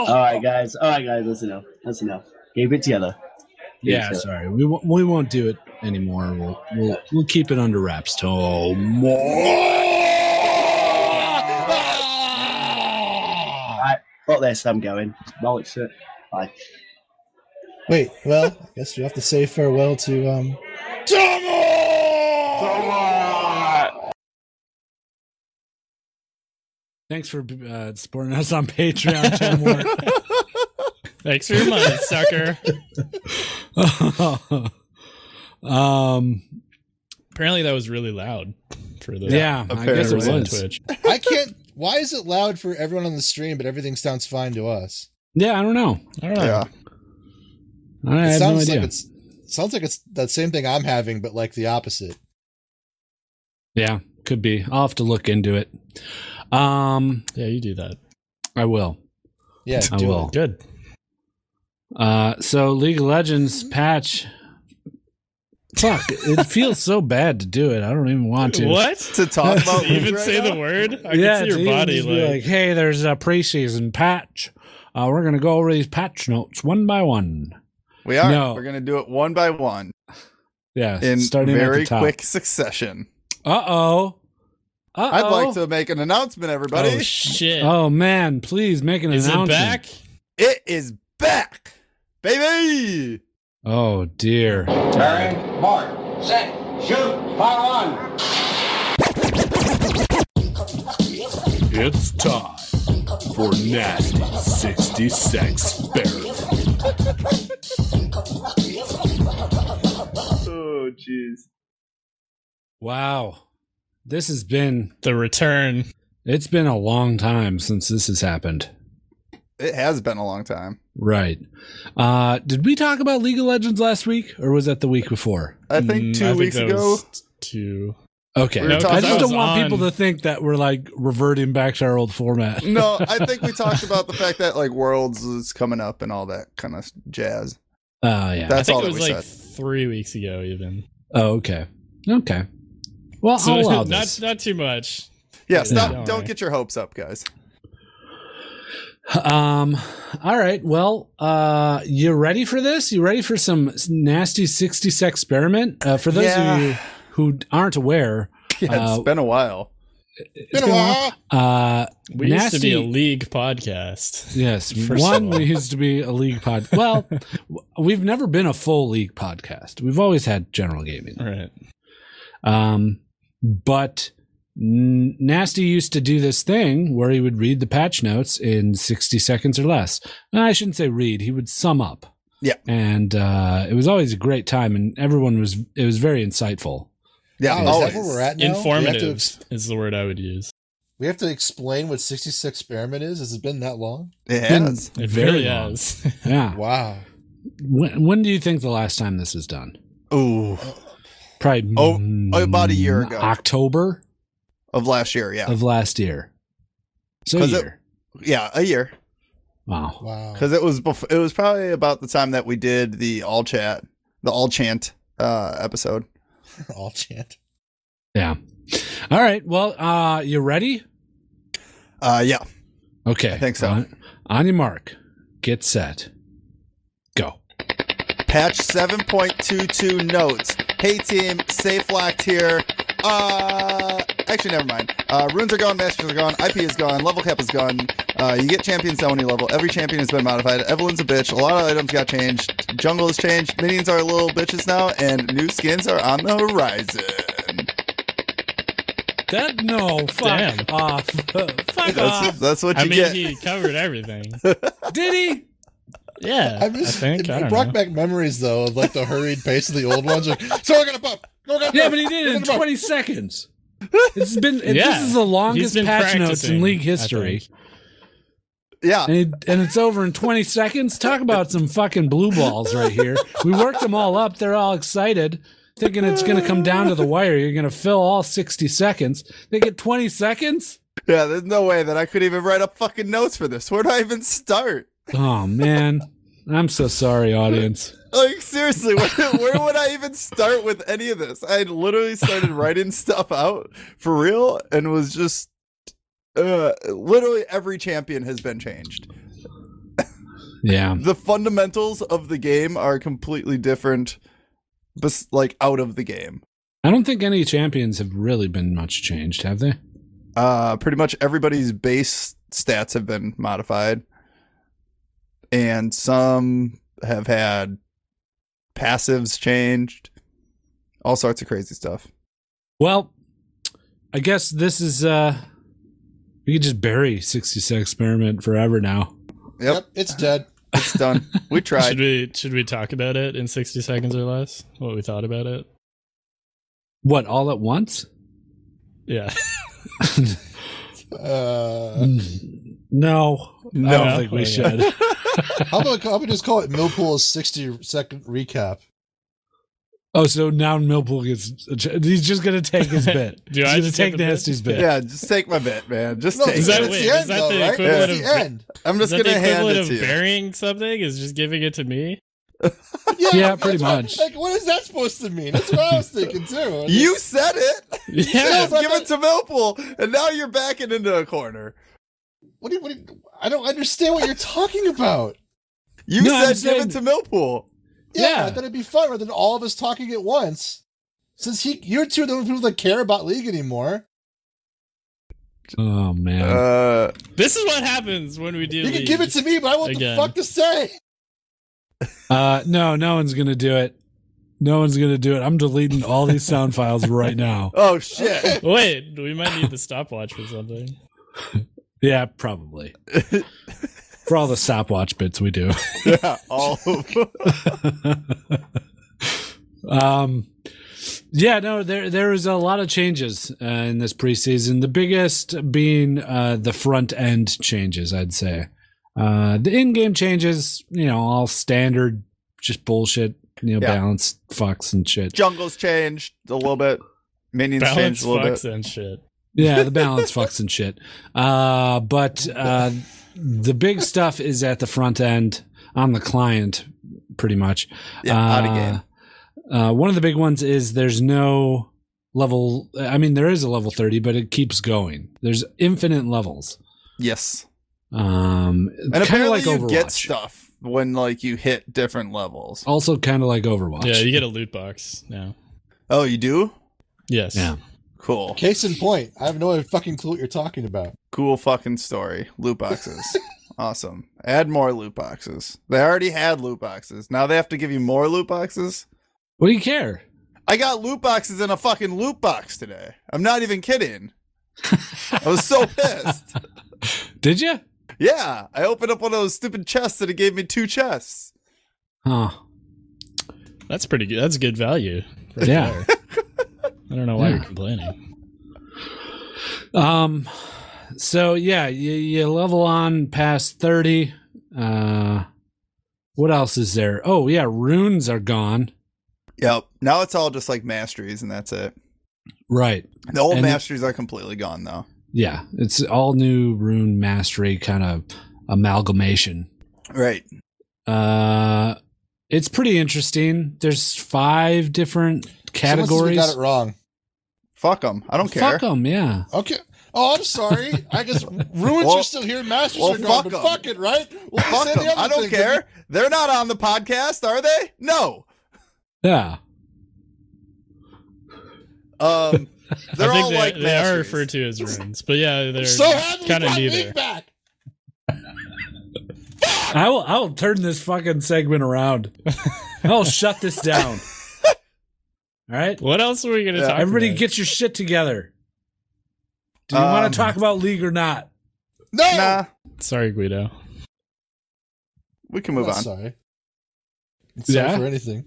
[SPEAKER 6] right, guys. All right, guys. That's enough. That's enough. Keep it together. Keep it
[SPEAKER 1] Yeah,
[SPEAKER 6] together.
[SPEAKER 1] sorry. We, w- we won't do it anymore. We'll, we'll, we'll keep it under wraps. Tomo.
[SPEAKER 6] Fuck this. I'm going. Bollocks it. Bye.
[SPEAKER 4] Wait, well, I guess we have to say farewell to um
[SPEAKER 1] Thanks for uh, supporting us on Patreon, Tomo.
[SPEAKER 3] Thanks for your money, sucker.
[SPEAKER 1] um,
[SPEAKER 3] Apparently that was really loud for the
[SPEAKER 1] yeah, I guess it
[SPEAKER 2] Apparently.
[SPEAKER 3] on
[SPEAKER 1] was.
[SPEAKER 3] Twitch.
[SPEAKER 4] I can't why is it loud for everyone on the stream but everything sounds fine to us?
[SPEAKER 1] Yeah, I don't know.
[SPEAKER 3] I don't know.
[SPEAKER 2] Yeah.
[SPEAKER 1] I
[SPEAKER 4] It
[SPEAKER 1] have no
[SPEAKER 4] sounds
[SPEAKER 1] idea.
[SPEAKER 4] like it's sounds like it's that same thing I'm having, but like the opposite.
[SPEAKER 1] yeah, could be. I'll have to look into it. Um,
[SPEAKER 3] Yeah, you do that.
[SPEAKER 1] I will.
[SPEAKER 4] Yeah,
[SPEAKER 1] I
[SPEAKER 4] do
[SPEAKER 1] will.
[SPEAKER 3] Good.
[SPEAKER 1] Uh, so League of Legends patch. Fuck! it feels so bad to do it. I don't even want to.
[SPEAKER 3] What?
[SPEAKER 2] to talk about
[SPEAKER 3] Did you even
[SPEAKER 2] right
[SPEAKER 3] say
[SPEAKER 2] now?
[SPEAKER 3] the word? I
[SPEAKER 1] yeah,
[SPEAKER 3] can see
[SPEAKER 1] to
[SPEAKER 3] your
[SPEAKER 1] even
[SPEAKER 3] body
[SPEAKER 1] just be
[SPEAKER 3] like,
[SPEAKER 1] hey, there's a preseason patch. Uh, we're gonna go over these patch notes one by one.
[SPEAKER 2] We are.
[SPEAKER 1] No.
[SPEAKER 2] We're going to do it one by one
[SPEAKER 1] Yeah,
[SPEAKER 2] in
[SPEAKER 1] starting at
[SPEAKER 2] very
[SPEAKER 1] the top.
[SPEAKER 2] quick succession.
[SPEAKER 1] Uh oh. Uh
[SPEAKER 2] I'd like to make an announcement, everybody.
[SPEAKER 3] oh shit.
[SPEAKER 1] Oh man, please make an
[SPEAKER 3] is it
[SPEAKER 1] announcement.
[SPEAKER 3] back?
[SPEAKER 2] it is back, baby.
[SPEAKER 1] Oh dear.
[SPEAKER 7] Turn, mark, set, shoot, fire on.
[SPEAKER 8] It's time for Nasty 60 Sex Experiment.
[SPEAKER 2] Oh, jeez.
[SPEAKER 1] Wow. This has been
[SPEAKER 3] The return.
[SPEAKER 1] it's been a long time since this has happened.
[SPEAKER 2] It has been a long time.
[SPEAKER 1] Right. Uh did we talk about League of Legends last week or was that the week before?
[SPEAKER 2] I think
[SPEAKER 3] Mm,
[SPEAKER 2] two
[SPEAKER 3] I
[SPEAKER 2] weeks
[SPEAKER 3] that
[SPEAKER 2] ago.
[SPEAKER 3] was Two.
[SPEAKER 1] Okay.
[SPEAKER 2] We were
[SPEAKER 1] I
[SPEAKER 2] talking-
[SPEAKER 1] just don't
[SPEAKER 3] I was
[SPEAKER 1] want
[SPEAKER 3] on-
[SPEAKER 1] people to think that we're like reverting back to our old format.
[SPEAKER 2] No, I think we talked about the fact that like Worlds is coming up and all that kind of jazz.
[SPEAKER 1] Oh yeah.
[SPEAKER 3] I
[SPEAKER 2] That's all
[SPEAKER 3] think it
[SPEAKER 2] that
[SPEAKER 3] was
[SPEAKER 2] we
[SPEAKER 3] like
[SPEAKER 2] said.
[SPEAKER 3] three weeks ago even.
[SPEAKER 1] oh, okay. Okay. Well,
[SPEAKER 3] So
[SPEAKER 1] I'll allow
[SPEAKER 3] not
[SPEAKER 1] this.
[SPEAKER 3] not too much.
[SPEAKER 2] Yeah, stop.
[SPEAKER 3] Yeah.
[SPEAKER 2] Don't get your hopes up, guys.
[SPEAKER 1] Um, all right. Well, uh, you ready for this? You ready for some nasty 60 sec experiment? Uh, for those
[SPEAKER 2] Yeah.
[SPEAKER 1] of you who aren't aware,
[SPEAKER 2] Yeah, it's
[SPEAKER 1] Uh,
[SPEAKER 2] been a while.
[SPEAKER 1] it's been a while. Uh,
[SPEAKER 3] We used to be a
[SPEAKER 1] Nasty-
[SPEAKER 3] league podcast.
[SPEAKER 1] yes,
[SPEAKER 3] First
[SPEAKER 1] one
[SPEAKER 3] of all.
[SPEAKER 1] we used to be a league pod. Well, w- we've never been a full league podcast. We've always had general gaming.
[SPEAKER 3] Right.
[SPEAKER 1] Um, but N- Nasty used to do this thing where he would read the patch notes in 60 seconds or less. No, I shouldn't say read, he would sum up.
[SPEAKER 2] Yeah.
[SPEAKER 1] And uh, it was always a great time, and everyone was, it was very insightful.
[SPEAKER 2] Yeah,
[SPEAKER 4] Wow,
[SPEAKER 2] always.
[SPEAKER 4] is that where we're at now?
[SPEAKER 3] Informative
[SPEAKER 4] We have, to, ex-
[SPEAKER 3] is the word I would use.
[SPEAKER 4] we have to explain what 66 experiment is. Has it been that long?
[SPEAKER 2] It has.
[SPEAKER 3] It
[SPEAKER 1] Very
[SPEAKER 3] really
[SPEAKER 1] long.
[SPEAKER 3] is.
[SPEAKER 1] Yeah.
[SPEAKER 4] Wow.
[SPEAKER 1] When, when do you think the last time this was done?
[SPEAKER 2] Ooh,
[SPEAKER 1] Probably
[SPEAKER 2] Oh,
[SPEAKER 1] mm,
[SPEAKER 2] about a year ago.
[SPEAKER 1] October
[SPEAKER 2] of last year. Yeah,
[SPEAKER 1] of last year. So a
[SPEAKER 2] 'Cause it-
[SPEAKER 1] year.
[SPEAKER 2] yeah, a year.
[SPEAKER 1] wow.
[SPEAKER 4] Wow.
[SPEAKER 2] because it was before, it was probably about the time that we did the all chat the all chant uh episode
[SPEAKER 4] All chant.
[SPEAKER 1] Yeah. All right. Well, uh, you ready?
[SPEAKER 2] uh yeah
[SPEAKER 1] Okay.
[SPEAKER 2] I think so.
[SPEAKER 1] On, on your mark, get set, go.
[SPEAKER 2] patch 7.22 notes hey team safe locked here uh actually never mind uh runes are gone masters are gone ip is gone level cap is gone uh you get champions to any level every champion has been modified evelyn's a bitch a lot of items got changed jungle has changed minions are little bitches now and new skins are on the horizon
[SPEAKER 1] That no, fuck
[SPEAKER 3] Damn.
[SPEAKER 1] off, fuck
[SPEAKER 2] that's, that's what you
[SPEAKER 3] I mean,
[SPEAKER 2] get
[SPEAKER 3] he covered everything.
[SPEAKER 1] Did he?
[SPEAKER 3] Yeah, i
[SPEAKER 4] I'm just,
[SPEAKER 3] think. I
[SPEAKER 4] it
[SPEAKER 3] don't
[SPEAKER 4] brought
[SPEAKER 3] know.
[SPEAKER 4] back memories though of like the hurried pace of the old ones. Like, so I got a buff. Go get a
[SPEAKER 1] Yeah,
[SPEAKER 4] buff.
[SPEAKER 1] but he did it
[SPEAKER 4] Go
[SPEAKER 1] in
[SPEAKER 4] get a buff."
[SPEAKER 1] 20 seconds. It's been it-
[SPEAKER 3] Yeah.
[SPEAKER 1] this is the
[SPEAKER 3] He's
[SPEAKER 1] longest
[SPEAKER 3] been
[SPEAKER 1] patch notes
[SPEAKER 3] practicing,
[SPEAKER 1] in league
[SPEAKER 3] I
[SPEAKER 1] history,
[SPEAKER 2] yeah
[SPEAKER 1] and it, and it's over in 20 seconds. Talk about some fucking blue balls right here. We worked them all up. They're all excited, thinking it's going to come down to the wire. You're going to fill all 60 seconds. They get 20 seconds.
[SPEAKER 2] Yeah, there's no way that I could even write up fucking notes for this. Where do I even start?
[SPEAKER 1] Oh man, I'm so sorry, audience.
[SPEAKER 2] Like seriously, where, where would I even start with any of this? I literally started writing stuff out for real and was just uh literally every champion has been changed.
[SPEAKER 1] Yeah.
[SPEAKER 2] The fundamentals of the game are completely different bes- like out of the game.
[SPEAKER 1] I don't think any champions have really been much changed, have they?
[SPEAKER 2] Uh pretty much everybody's base stats have been modified and some have had passives changed. All sorts of crazy stuff.
[SPEAKER 1] Well, I guess this is uh we could just bury 66 experiment forever now.
[SPEAKER 2] Yep.
[SPEAKER 4] Yep, it's dead.
[SPEAKER 2] It's done. We
[SPEAKER 3] Should
[SPEAKER 2] tried.
[SPEAKER 3] we should we talk about it in sixty seconds or less? What we thought about it?
[SPEAKER 1] What, all at once?
[SPEAKER 3] Yeah.
[SPEAKER 4] Uh,
[SPEAKER 1] Mm. no. I don't think we should.
[SPEAKER 4] how about how about just call it Millpool's sixty second recap?
[SPEAKER 1] oh, so now Millpool gets a ch- he's just going to take his bit.
[SPEAKER 3] Do
[SPEAKER 1] he's
[SPEAKER 3] I
[SPEAKER 1] going to
[SPEAKER 3] just take
[SPEAKER 1] take
[SPEAKER 3] the bit?
[SPEAKER 1] Nasty's bit.
[SPEAKER 2] yeah, just take my bit, man. Just
[SPEAKER 4] No,
[SPEAKER 2] take
[SPEAKER 3] Is that-
[SPEAKER 2] it.
[SPEAKER 4] it's
[SPEAKER 3] wait,
[SPEAKER 4] the
[SPEAKER 3] is
[SPEAKER 4] end
[SPEAKER 3] that
[SPEAKER 4] though,
[SPEAKER 3] the
[SPEAKER 4] right?
[SPEAKER 3] equivalent
[SPEAKER 4] It's the
[SPEAKER 3] of-
[SPEAKER 4] end.
[SPEAKER 2] I'm
[SPEAKER 3] Is
[SPEAKER 2] just
[SPEAKER 3] that the
[SPEAKER 2] gonna hand
[SPEAKER 3] equivalent
[SPEAKER 2] it
[SPEAKER 3] of
[SPEAKER 2] to you.
[SPEAKER 3] burying something? Is just giving it to me?
[SPEAKER 4] Yeah,
[SPEAKER 1] Yeah, pretty
[SPEAKER 4] that's what-
[SPEAKER 1] much.
[SPEAKER 4] Like, what is that supposed to mean? That's what I was thinking too.
[SPEAKER 2] You said it.
[SPEAKER 3] Yeah.
[SPEAKER 2] Just give it to Millpool, and now you're backing into a corner.
[SPEAKER 4] What do you, what do you, I don't understand what you're talking about.
[SPEAKER 2] You
[SPEAKER 1] No, I'm
[SPEAKER 2] said give
[SPEAKER 1] saying-
[SPEAKER 2] it to Millpool.
[SPEAKER 4] Yeah,
[SPEAKER 1] Yeah.
[SPEAKER 4] that'd be fun rather than all of us talking at once. Since he, you're two of the only people that care about League anymore.
[SPEAKER 1] Oh man.
[SPEAKER 2] Uh,
[SPEAKER 3] This is what happens when we do.
[SPEAKER 4] You can
[SPEAKER 3] league.
[SPEAKER 4] give it to me, but I want
[SPEAKER 3] Again.
[SPEAKER 4] the fuck to say.
[SPEAKER 1] Uh, no, no one's gonna do it. No one's gonna do it. I'm deleting all these sound files right now.
[SPEAKER 2] oh shit.
[SPEAKER 3] Wait, we might need the stopwatch for something.
[SPEAKER 1] Yeah, probably. For all the stopwatch bits we do.
[SPEAKER 2] yeah, all of
[SPEAKER 1] Um, yeah, no, there there was a lot of changes uh, in this preseason. The biggest being uh, the front end changes, I'd say. Uh, the in game changes, you know, all standard, just bullshit, you know,
[SPEAKER 2] Yeah.
[SPEAKER 1] balanced fucks and shit.
[SPEAKER 2] jungles changed a little bit. Minions
[SPEAKER 3] Balance
[SPEAKER 2] changed a little
[SPEAKER 3] fucks
[SPEAKER 2] bit.
[SPEAKER 3] and shit.
[SPEAKER 1] Yeah, the balance fucks and shit. Uh, but uh, the big stuff is at the front end on the client, pretty much.
[SPEAKER 2] Yeah, out of game.
[SPEAKER 1] Uh, one of the big ones is there's no level. I mean, there is a level 30, but it keeps going. There's infinite levels.
[SPEAKER 2] Yes.
[SPEAKER 1] Um, it's
[SPEAKER 2] and
[SPEAKER 1] kind of
[SPEAKER 2] apparently
[SPEAKER 1] like
[SPEAKER 2] you
[SPEAKER 1] Overwatch.
[SPEAKER 2] get stuff when like you hit different levels.
[SPEAKER 1] Also, kind of like Overwatch.
[SPEAKER 3] Yeah, you get a loot box now.
[SPEAKER 2] Oh, you do?
[SPEAKER 3] Yes.
[SPEAKER 1] Yeah.
[SPEAKER 2] Cool.
[SPEAKER 4] Case in point, I have no fucking clue what you're talking about.
[SPEAKER 2] Cool fucking story. Loot boxes. awesome. Add more loot boxes. They already had loot boxes. Now they have to give you more loot boxes.
[SPEAKER 1] What do you care?
[SPEAKER 2] I got loot boxes in a fucking loot box today. I'm not even kidding. I was so pissed.
[SPEAKER 1] Did you?
[SPEAKER 2] Yeah, I opened up one of those stupid chests and it gave me two chests.
[SPEAKER 1] Huh.
[SPEAKER 3] That's pretty good. That's good value.
[SPEAKER 1] Yeah.
[SPEAKER 3] I don't know why
[SPEAKER 1] Yeah.
[SPEAKER 3] you're complaining.
[SPEAKER 1] Um, so yeah, you, you level on past 30. Uh, what else is there? Oh, yeah, runes are gone.
[SPEAKER 2] Yep. Now it's all just like masteries and that's it.
[SPEAKER 1] Right.
[SPEAKER 2] The old
[SPEAKER 1] And-
[SPEAKER 2] masteries are completely gone though.
[SPEAKER 1] Yeah, it's all new rune mastery kind of amalgamation.
[SPEAKER 2] Right.
[SPEAKER 1] Uh, it's pretty interesting. There's five different
[SPEAKER 4] Someone says we
[SPEAKER 1] categories.
[SPEAKER 4] got it wrong.
[SPEAKER 2] Fuck them. I don't care.
[SPEAKER 1] Fuck them, yeah.
[SPEAKER 4] Okay. Oh, I'm sorry. I guess ruins
[SPEAKER 2] Well-
[SPEAKER 4] are still here. Masters
[SPEAKER 2] well,
[SPEAKER 4] are gone.
[SPEAKER 2] fuck
[SPEAKER 4] but
[SPEAKER 2] 'em.
[SPEAKER 4] fuck it, right? We'll just
[SPEAKER 2] Fuck
[SPEAKER 4] say the
[SPEAKER 2] 'em.
[SPEAKER 4] other
[SPEAKER 2] I don't
[SPEAKER 4] thing.
[SPEAKER 2] care. They're not on the podcast, are they? No.
[SPEAKER 1] Yeah.
[SPEAKER 2] Um, they're
[SPEAKER 3] I think
[SPEAKER 2] all
[SPEAKER 3] they,
[SPEAKER 2] like
[SPEAKER 3] they are
[SPEAKER 2] masteries.
[SPEAKER 3] referred to as runes, but yeah, they're
[SPEAKER 4] So happy
[SPEAKER 3] kind of
[SPEAKER 4] you brought me
[SPEAKER 3] neither.
[SPEAKER 4] back.
[SPEAKER 1] I will I will turn this fucking segment around. I'll shut this down. All right?
[SPEAKER 3] What else were we gonna
[SPEAKER 2] Yeah.
[SPEAKER 3] talk?
[SPEAKER 1] Everybody
[SPEAKER 3] about?
[SPEAKER 1] get your shit together. Do you
[SPEAKER 2] Um,
[SPEAKER 1] want to talk about league or not?
[SPEAKER 4] No.
[SPEAKER 2] Nah,
[SPEAKER 3] Sorry, Guido.
[SPEAKER 2] we can move
[SPEAKER 4] I'm
[SPEAKER 2] on.
[SPEAKER 4] Sorry. It's
[SPEAKER 3] Yeah?
[SPEAKER 4] Sorry for anything.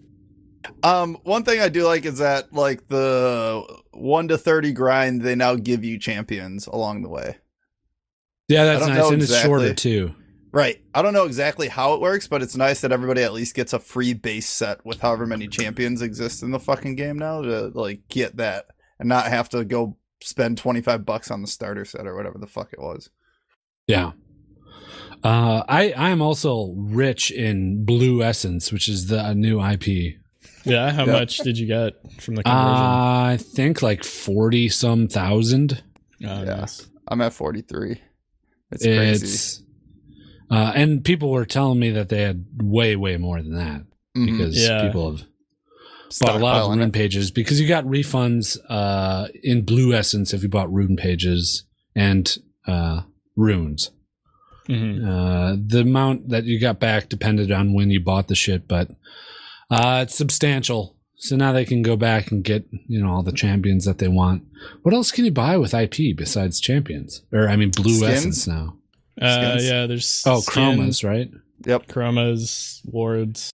[SPEAKER 2] Um, one thing I do like is that like the one to thirty grind, they now give you champions along the way.
[SPEAKER 1] Yeah,
[SPEAKER 2] I
[SPEAKER 1] that's
[SPEAKER 2] don't
[SPEAKER 1] nice.
[SPEAKER 2] know
[SPEAKER 1] And it's shorter
[SPEAKER 2] exactly.
[SPEAKER 1] too.
[SPEAKER 2] Right. I don't know exactly how it works, but it's nice that everybody at least gets a free base set with however many champions exist in the fucking game now to like get that and not have to go spend twenty five bucks on the starter set or whatever the fuck it was.
[SPEAKER 1] Yeah. Uh, I I am also rich in blue essence, which is the a new IP.
[SPEAKER 3] Yeah, how
[SPEAKER 2] Yeah.
[SPEAKER 3] much did you get from the
[SPEAKER 2] Uh,
[SPEAKER 3] conversion?
[SPEAKER 1] Uh, I think like forty some thousand.
[SPEAKER 3] oh,
[SPEAKER 2] yeah.
[SPEAKER 3] nice.
[SPEAKER 2] I'm at forty three. It's
[SPEAKER 1] It's,
[SPEAKER 2] crazy.
[SPEAKER 1] uh, and people were telling me that they had way way more than that
[SPEAKER 2] Mhm.
[SPEAKER 1] because
[SPEAKER 3] Yeah.
[SPEAKER 1] people have bought a lot of
[SPEAKER 2] Stockpiling
[SPEAKER 1] rune
[SPEAKER 2] it.
[SPEAKER 1] pages because you got refunds uh, in blue essence if you bought rune pages and uh, runes.
[SPEAKER 3] Mhm.
[SPEAKER 1] Uh, the amount that you got back depended on when you bought the shit, but uh, it's substantial. So now they can go back and get you know all the champions that they want. What else can you buy with IP besides champions? Or I mean, blue
[SPEAKER 2] Skins?
[SPEAKER 1] essence now.
[SPEAKER 3] Uh,
[SPEAKER 2] Skins?
[SPEAKER 3] yeah, there's
[SPEAKER 1] Oh,
[SPEAKER 3] skins,
[SPEAKER 1] chromas, right?
[SPEAKER 2] Yep.
[SPEAKER 3] chromas, wards.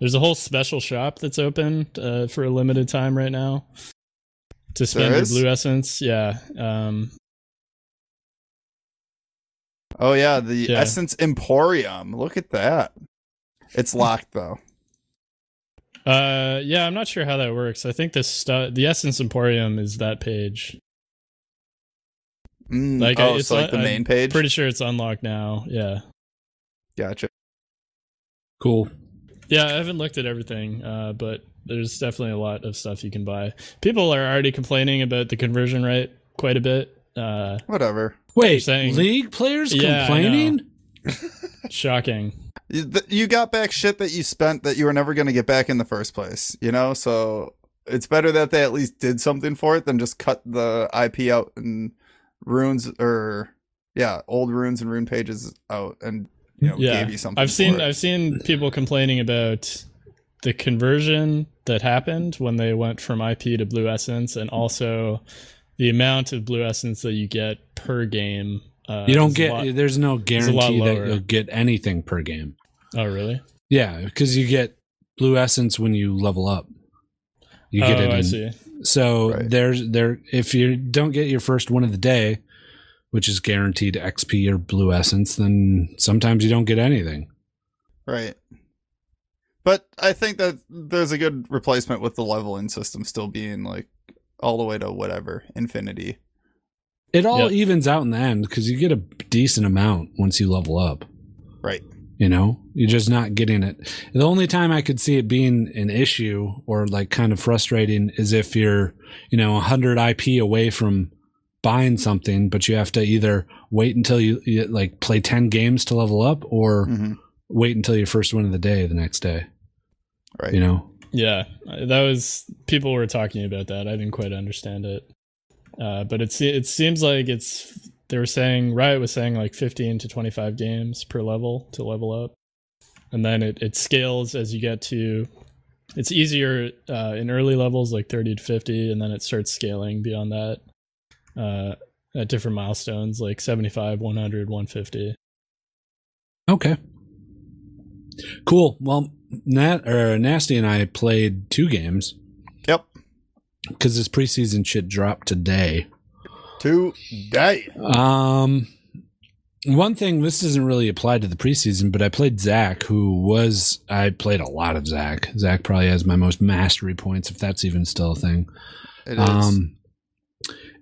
[SPEAKER 3] There's a whole special shop that's open uh, for a limited time right now to spend
[SPEAKER 2] There
[SPEAKER 3] your
[SPEAKER 2] is?
[SPEAKER 3] blue essence. Yeah, um,
[SPEAKER 2] Oh yeah, the
[SPEAKER 3] Yeah.
[SPEAKER 2] Essence Emporium. Look at that. It's locked though.
[SPEAKER 3] uh, yeah. I'm not sure how that works. I think this stu- the essence emporium is that page.
[SPEAKER 2] Mm,
[SPEAKER 3] Like,
[SPEAKER 2] oh,
[SPEAKER 3] it's
[SPEAKER 2] so like
[SPEAKER 3] not-
[SPEAKER 2] the main
[SPEAKER 3] I'm
[SPEAKER 2] page.
[SPEAKER 3] Pretty sure it's unlocked now. Yeah,
[SPEAKER 2] gotcha.
[SPEAKER 1] Cool.
[SPEAKER 3] yeah. I haven't looked at everything, uh, but there's definitely a lot of stuff you can buy. People are already complaining about the conversion rate quite a bit. Uh,
[SPEAKER 2] Whatever.
[SPEAKER 1] Wait,
[SPEAKER 3] saying-
[SPEAKER 1] league players
[SPEAKER 3] Yeah, I know.
[SPEAKER 1] complaining?
[SPEAKER 3] shocking.
[SPEAKER 2] You, th- you got back shit that you spent that you were never going to get back in the first place. You know, so it's better that they at least did something for it than just cut the IP out and runes or yeah, old runes and rune pages out and you know
[SPEAKER 3] Yeah.
[SPEAKER 2] gave you something.
[SPEAKER 3] I've seen
[SPEAKER 2] for it.
[SPEAKER 3] I've seen people complaining about the conversion that happened when they went from IP to Blue Essence, and also the amount of Blue Essence that you get per game. Uh,
[SPEAKER 1] You don't
[SPEAKER 3] is a
[SPEAKER 1] get.
[SPEAKER 3] lot-
[SPEAKER 1] there's no
[SPEAKER 3] a lot
[SPEAKER 1] guarantee that
[SPEAKER 3] lower.
[SPEAKER 1] you'll get anything per game.
[SPEAKER 3] Oh, really?
[SPEAKER 1] Yeah, because you get blue essence when you level up. You get
[SPEAKER 3] oh,
[SPEAKER 1] it.
[SPEAKER 3] I
[SPEAKER 1] in-
[SPEAKER 3] see.
[SPEAKER 1] So
[SPEAKER 2] Right.
[SPEAKER 1] there's there. If you don't get your first one of the day, which is guaranteed XP or blue essence, then sometimes you don't get anything.
[SPEAKER 2] Right. But I think that there's a good replacement with the leveling system still being like all the way to whatever infinity.
[SPEAKER 1] It all
[SPEAKER 3] Yep.
[SPEAKER 1] evens out in the end because you get a decent amount once you level up.
[SPEAKER 2] Right.
[SPEAKER 1] You know, you're just not getting it. The only time I could see it being an issue or like kind of frustrating is if you're, you know, 100 IP away from buying something, but you have to either wait until you, you like play 10 games to level up or
[SPEAKER 2] Mhm.
[SPEAKER 1] wait until your first win of the day the next day,
[SPEAKER 2] Right.
[SPEAKER 1] you know?
[SPEAKER 3] Yeah, that was people were talking about that. I didn't quite understand it, uh, but it se- it seems like it's they were saying Riot was saying like fifteen to twenty five games per level to level up, and then it it scales as you get to. It's easier uh, in early levels like thirty to fifty, and then it starts scaling beyond that uh, at different milestones like 75, 100, 150.
[SPEAKER 1] Okay. Cool. Well, Nat or Nasty and I played two games
[SPEAKER 2] Yep.
[SPEAKER 1] because this preseason shit dropped today.
[SPEAKER 2] Today.
[SPEAKER 1] Um, one thing this doesn't really apply to the preseason, but I played Zach, who was I played a lot of Zach. Zach probably has my most mastery points, if that's even still a thing.
[SPEAKER 2] It is.
[SPEAKER 1] Um,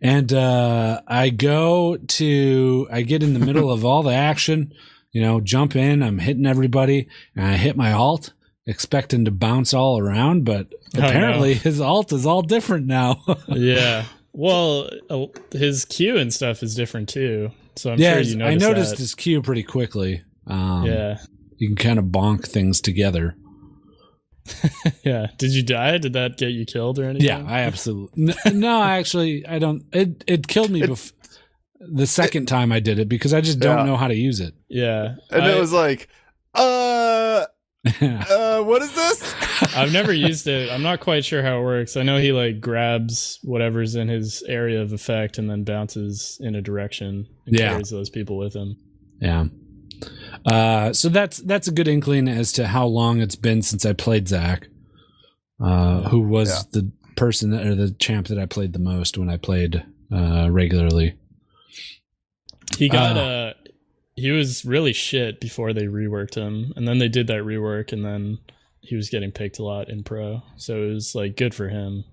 [SPEAKER 1] and uh, I go to, I get in the middle of all the action, you know, jump in, I'm hitting everybody, and I hit my alt, expecting to bounce all around, but
[SPEAKER 3] Oh, no.
[SPEAKER 1] apparently his alt is all different now.
[SPEAKER 3] yeah. Well, uh, his Q and stuff is different too. So I'm
[SPEAKER 1] yeah,
[SPEAKER 3] sure you
[SPEAKER 1] I
[SPEAKER 3] noticed.
[SPEAKER 1] noticed
[SPEAKER 3] that.
[SPEAKER 1] his cue pretty quickly. Um,
[SPEAKER 3] yeah.
[SPEAKER 1] You can kind of bonk things together.
[SPEAKER 3] Yeah. Did you die? Did that get you killed or anything?
[SPEAKER 1] Yeah, I absolutely. n- no, I actually, I don't. It it killed me bef- the second time I did it because I just don't
[SPEAKER 2] Yeah.
[SPEAKER 1] know how to use it.
[SPEAKER 3] Yeah.
[SPEAKER 2] and
[SPEAKER 3] I,
[SPEAKER 2] it was like, uh, uh, what is this?
[SPEAKER 3] I've never used it. I'm not quite sure how it works. I know he like grabs whatever's in his area of effect and then bounces in a direction and
[SPEAKER 1] Yeah.
[SPEAKER 3] carries those people with him.
[SPEAKER 1] Yeah. Uh, so that's that's a good inkling as to how long it's been since I played Zach, uh, who was
[SPEAKER 2] Yeah.
[SPEAKER 1] the person that, or the champ that I played the most when I played uh, regularly.
[SPEAKER 3] He got
[SPEAKER 1] Ah.
[SPEAKER 3] uh he was really shit before they reworked him and then they did that rework and then he was getting picked a lot in pro. So it was like good for him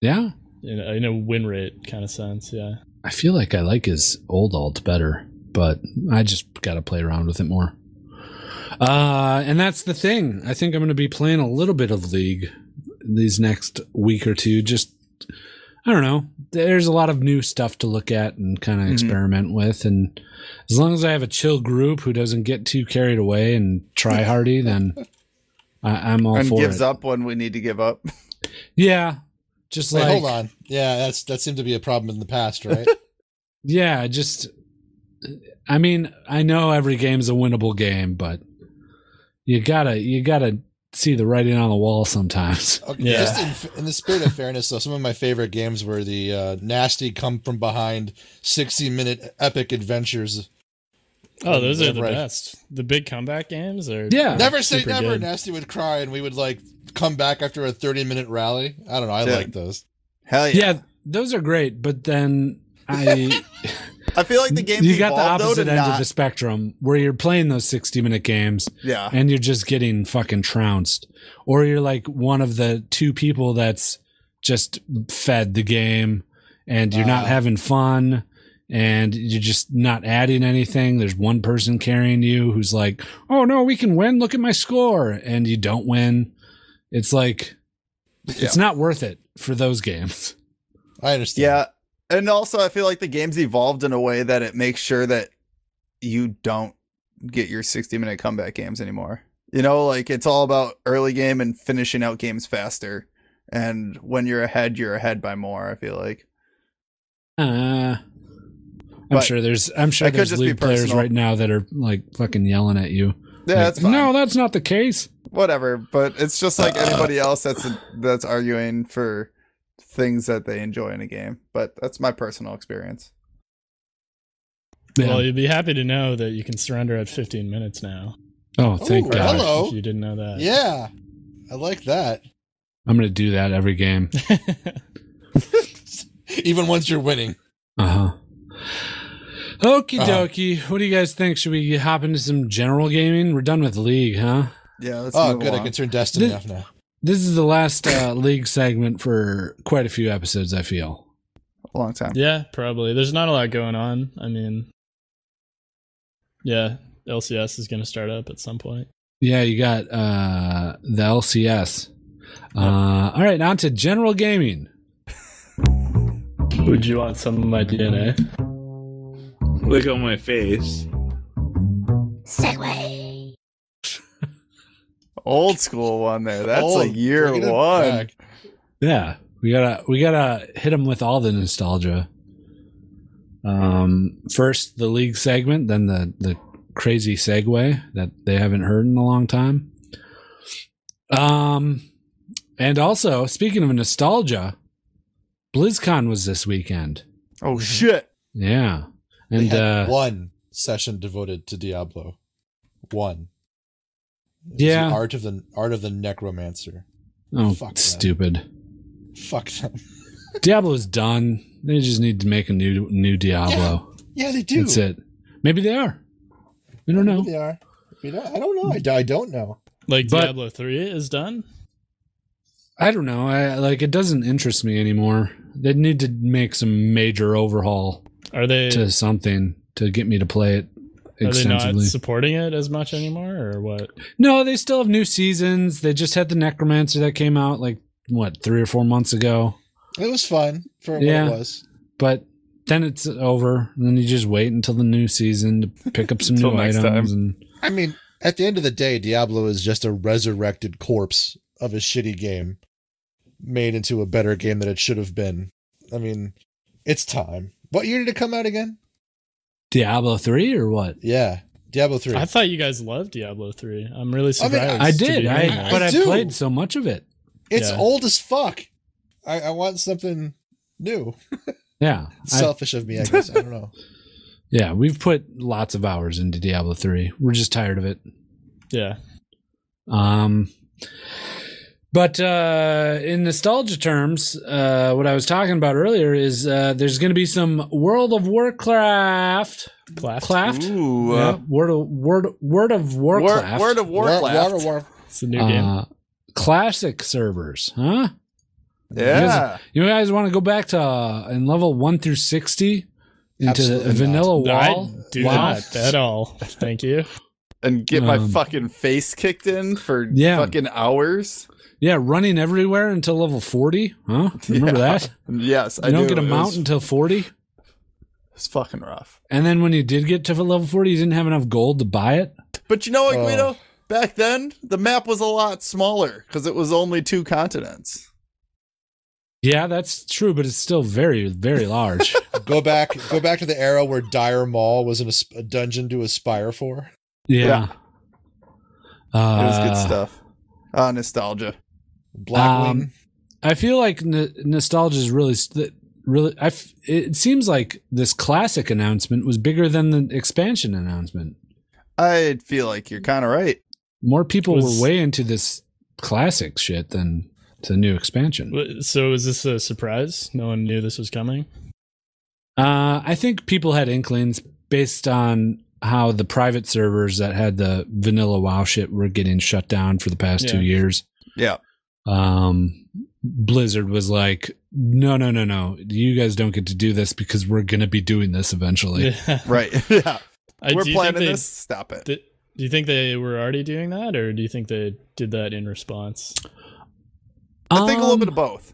[SPEAKER 1] Yeah,
[SPEAKER 3] in a, in a win rate kind of sense, yeah.
[SPEAKER 1] I feel like I like his old alt better, but I just got to play around with it more. Uh, and that's the thing. I think I'm going to be playing a little bit of League these next week or two. Just, I don't know. There's a lot of new stuff to look at and kind of
[SPEAKER 2] Mhm.
[SPEAKER 1] experiment with. And as long as I have a chill group who doesn't get too carried away and try hardy, then I, I'm all
[SPEAKER 2] and
[SPEAKER 1] for
[SPEAKER 2] gives
[SPEAKER 1] it.
[SPEAKER 2] up when we need to give up.
[SPEAKER 1] Yeah. Just
[SPEAKER 4] Wait,
[SPEAKER 1] like,
[SPEAKER 4] hold on. Yeah, that's that seemed to be a problem in the past, right?
[SPEAKER 1] Yeah, I just I mean, I know every game's a winnable game, but you gotta you gotta see the writing on the wall sometimes.
[SPEAKER 4] Okay,
[SPEAKER 3] Yeah.
[SPEAKER 4] Just in, f- in the spirit of fairness, though, some of my favorite games were the uh, nasty come from behind 60 minute epic adventures.
[SPEAKER 3] Oh, those are the
[SPEAKER 4] Whatever I-
[SPEAKER 3] best. The big comeback games are
[SPEAKER 1] Yeah.
[SPEAKER 4] Never say
[SPEAKER 3] super
[SPEAKER 4] never.
[SPEAKER 3] good.
[SPEAKER 4] Nasty would cry, and we would like come back after a 30 minute rally. I don't know. I
[SPEAKER 2] Yeah.
[SPEAKER 4] like those.
[SPEAKER 2] Hell yeah.
[SPEAKER 1] Yeah, those are great, but then I
[SPEAKER 2] I feel like the game's
[SPEAKER 1] you got the
[SPEAKER 2] evolved, though,
[SPEAKER 1] opposite
[SPEAKER 2] to
[SPEAKER 1] end
[SPEAKER 2] not.
[SPEAKER 1] of the spectrum where you're playing those 60 minute games
[SPEAKER 2] yeah.
[SPEAKER 1] and you're just getting fucking trounced or you're like one of the two people that's just fed the game and you're not
[SPEAKER 4] Ah.
[SPEAKER 1] having fun and you're just not adding anything there's one person carrying you who's like oh no we can win look at my score and you don't win it's like it's not worth it for those games
[SPEAKER 4] I understand.
[SPEAKER 2] Yeah. And also, I feel like the game's evolved in a way that it makes sure that you don't get your 60 minute comeback games anymore. You know, like it's all about early game and finishing out games faster. And when you're ahead, you're ahead by more, I feel like.
[SPEAKER 1] uh, i'm
[SPEAKER 2] But
[SPEAKER 1] sure there's i'm sure
[SPEAKER 2] that could
[SPEAKER 1] there's
[SPEAKER 2] just be
[SPEAKER 1] league players
[SPEAKER 2] personal.
[SPEAKER 1] right now that are like fucking yelling at you
[SPEAKER 2] Yeah,
[SPEAKER 1] Like,
[SPEAKER 2] that's fine.
[SPEAKER 1] no that's not the case Uh,
[SPEAKER 2] Whatever. But it's just like anybody else that's that's arguing for things that they enjoy in a game. But that's my personal experience.
[SPEAKER 1] Yeah.
[SPEAKER 3] Well, you'd be happy to know that you can surrender at 15 minutes now.
[SPEAKER 1] Oh, thank
[SPEAKER 4] Ooh,
[SPEAKER 1] God.
[SPEAKER 4] Hello.
[SPEAKER 3] If you didn't know that.
[SPEAKER 4] Yeah. I like that.
[SPEAKER 1] I'm going to do that every game.
[SPEAKER 4] Even once you're winning.
[SPEAKER 1] Uh huh. Okie
[SPEAKER 4] Uh-huh.
[SPEAKER 1] dokie. What do you guys think? Should we hop into some general gaming? We're done with League, huh?
[SPEAKER 2] Yeah, let's
[SPEAKER 4] oh,
[SPEAKER 2] move
[SPEAKER 4] good. I
[SPEAKER 2] along.
[SPEAKER 4] can turn Destiny
[SPEAKER 1] This-
[SPEAKER 4] off now.
[SPEAKER 1] This is the last uh, League segment for quite a few episodes, I feel.
[SPEAKER 2] A long time.
[SPEAKER 3] yeah, probably. There's not a lot going on. I mean, yeah, LCS is going to start up at some point.
[SPEAKER 1] Yeah, you got uh, the LCS. Uh, all right, on to general gaming.
[SPEAKER 3] Would you want some of my DNA?
[SPEAKER 9] Look on my face.
[SPEAKER 10] Segway.
[SPEAKER 2] Old school one there. That's
[SPEAKER 4] Oh,
[SPEAKER 2] like year
[SPEAKER 4] bringing it
[SPEAKER 2] one.
[SPEAKER 4] back.
[SPEAKER 1] Yeah, we gotta we gotta hit them with all the nostalgia. Um, first the league segment, then the the crazy segue that they haven't heard in a long time. Um, and also speaking of nostalgia, BlizzCon was this weekend.
[SPEAKER 2] Oh shit.
[SPEAKER 1] Yeah,
[SPEAKER 4] They
[SPEAKER 1] and
[SPEAKER 4] had
[SPEAKER 1] uh,
[SPEAKER 4] one session devoted to Diablo. One. It was the
[SPEAKER 1] Yeah.
[SPEAKER 4] art of the art of the necromancer.
[SPEAKER 1] oh,
[SPEAKER 4] fuck that.
[SPEAKER 1] stupid.
[SPEAKER 4] Fuck them.
[SPEAKER 1] Diablo's done. They just need to make a new new Diablo.
[SPEAKER 4] Yeah, they do.
[SPEAKER 1] That's it. Maybe they are. We don't know.
[SPEAKER 4] They are. We don't- I don't know. I, I don't know.
[SPEAKER 3] Like
[SPEAKER 1] But-
[SPEAKER 3] Diablo 3 is done?
[SPEAKER 1] I don't know. I like it doesn't interest me anymore. They need to make some major overhaul
[SPEAKER 3] Are they
[SPEAKER 1] to something to get me to play it
[SPEAKER 3] are they not
[SPEAKER 1] extensively.
[SPEAKER 3] supporting it as much anymore or what?
[SPEAKER 1] no, they still have new seasons. They just had the Necromancer that came out like what three or four months ago,
[SPEAKER 4] It was fun for what
[SPEAKER 1] Yeah.
[SPEAKER 4] it was.
[SPEAKER 1] but then it's over. And then you just wait until the new season to pick up some new
[SPEAKER 2] Till next
[SPEAKER 1] items.
[SPEAKER 2] time.
[SPEAKER 1] And
[SPEAKER 4] I mean, at the end of the day, Diablo is just a resurrected corpse of a shitty game made into a better game than it should have been. I mean, it's time. What year did it come out again?
[SPEAKER 1] Diablo three or what?
[SPEAKER 4] Yeah, Diablo 3.
[SPEAKER 3] I thought you guys loved Diablo 3. I'm really
[SPEAKER 4] I mean,
[SPEAKER 3] surprised.
[SPEAKER 1] I
[SPEAKER 3] to
[SPEAKER 1] did.
[SPEAKER 3] be
[SPEAKER 1] I,
[SPEAKER 3] honest.
[SPEAKER 1] but I,
[SPEAKER 4] I do.
[SPEAKER 1] played so much of it.
[SPEAKER 4] it's
[SPEAKER 3] yeah.
[SPEAKER 4] old as fuck. I, I want something new.
[SPEAKER 1] Yeah, I
[SPEAKER 4] Selfish of me, I guess. I don't know.
[SPEAKER 1] Yeah, we've put lots of hours into Diablo 3. We're just tired of it.
[SPEAKER 3] yeah.
[SPEAKER 1] Um but uh in nostalgia terms, uh what I was talking about earlier is uh there's going to be some World of Warcraft
[SPEAKER 3] Claft.
[SPEAKER 1] Claft?
[SPEAKER 2] Ooh.
[SPEAKER 1] Yeah,
[SPEAKER 2] Uh,
[SPEAKER 1] word of word word of
[SPEAKER 2] wor-
[SPEAKER 1] Warcraft.
[SPEAKER 2] word of
[SPEAKER 4] War,
[SPEAKER 2] Warcraft.
[SPEAKER 4] War, War-
[SPEAKER 3] It's a new game.
[SPEAKER 1] uh, classic servers, huh?
[SPEAKER 2] yeah.
[SPEAKER 1] You guys want to go back to uh, in level 1 through 60 into
[SPEAKER 4] Absolutely not.
[SPEAKER 1] vanilla
[SPEAKER 3] I
[SPEAKER 1] wall?
[SPEAKER 3] do
[SPEAKER 1] Oh, WoW?
[SPEAKER 3] not at all. Thank you.
[SPEAKER 2] And get my
[SPEAKER 1] Um,
[SPEAKER 2] fucking face kicked in for
[SPEAKER 1] Yeah.
[SPEAKER 2] fucking hours.
[SPEAKER 1] Yeah, running everywhere until level 40, huh? Remember
[SPEAKER 2] Yeah.
[SPEAKER 1] that?
[SPEAKER 2] Yes, I
[SPEAKER 1] you don't
[SPEAKER 2] do.
[SPEAKER 1] get a
[SPEAKER 2] It was-
[SPEAKER 1] mount until 40
[SPEAKER 2] It's fucking rough.
[SPEAKER 1] and then when you did get to level 40 you didn't have enough gold to buy it
[SPEAKER 2] But you know what,
[SPEAKER 4] Oh.
[SPEAKER 2] Guido? Back then, the map was a lot smaller because it was only two continents.
[SPEAKER 1] yeah that's true but it's still very very large
[SPEAKER 4] Go back, go back to the era where Dire Mall was in a, sp- a dungeon to aspire for.
[SPEAKER 1] yeah,
[SPEAKER 2] It was good
[SPEAKER 1] Uh,
[SPEAKER 2] stuff. Ah, nostalgia.
[SPEAKER 4] Blackwing.
[SPEAKER 1] Um, i feel like n- nostalgia is really st- really I f- it seems like this classic announcement was bigger than the expansion announcement
[SPEAKER 2] I feel like you're kind of right.
[SPEAKER 1] more people
[SPEAKER 3] Was-
[SPEAKER 1] were way into this classic shit than the new expansion
[SPEAKER 3] Wh- So is this a surprise? No one knew this was coming.
[SPEAKER 1] Uh, I think people had inklings based on how the private servers that had the vanilla WoW shit were getting shut down for the past two
[SPEAKER 3] Yeah.
[SPEAKER 1] years.
[SPEAKER 2] Yeah.
[SPEAKER 1] Um, Blizzard was like, no, no, no, no. You guys don't get to do this because we're going to be doing this eventually.
[SPEAKER 3] Yeah.
[SPEAKER 2] Right. yeah.
[SPEAKER 3] I-
[SPEAKER 2] We're
[SPEAKER 3] do you think
[SPEAKER 2] planning
[SPEAKER 3] they-
[SPEAKER 2] this. Stop it.
[SPEAKER 3] th- do you think they were already doing that, or do you think they did that in response?
[SPEAKER 2] I think a little
[SPEAKER 1] Um,
[SPEAKER 2] bit of both.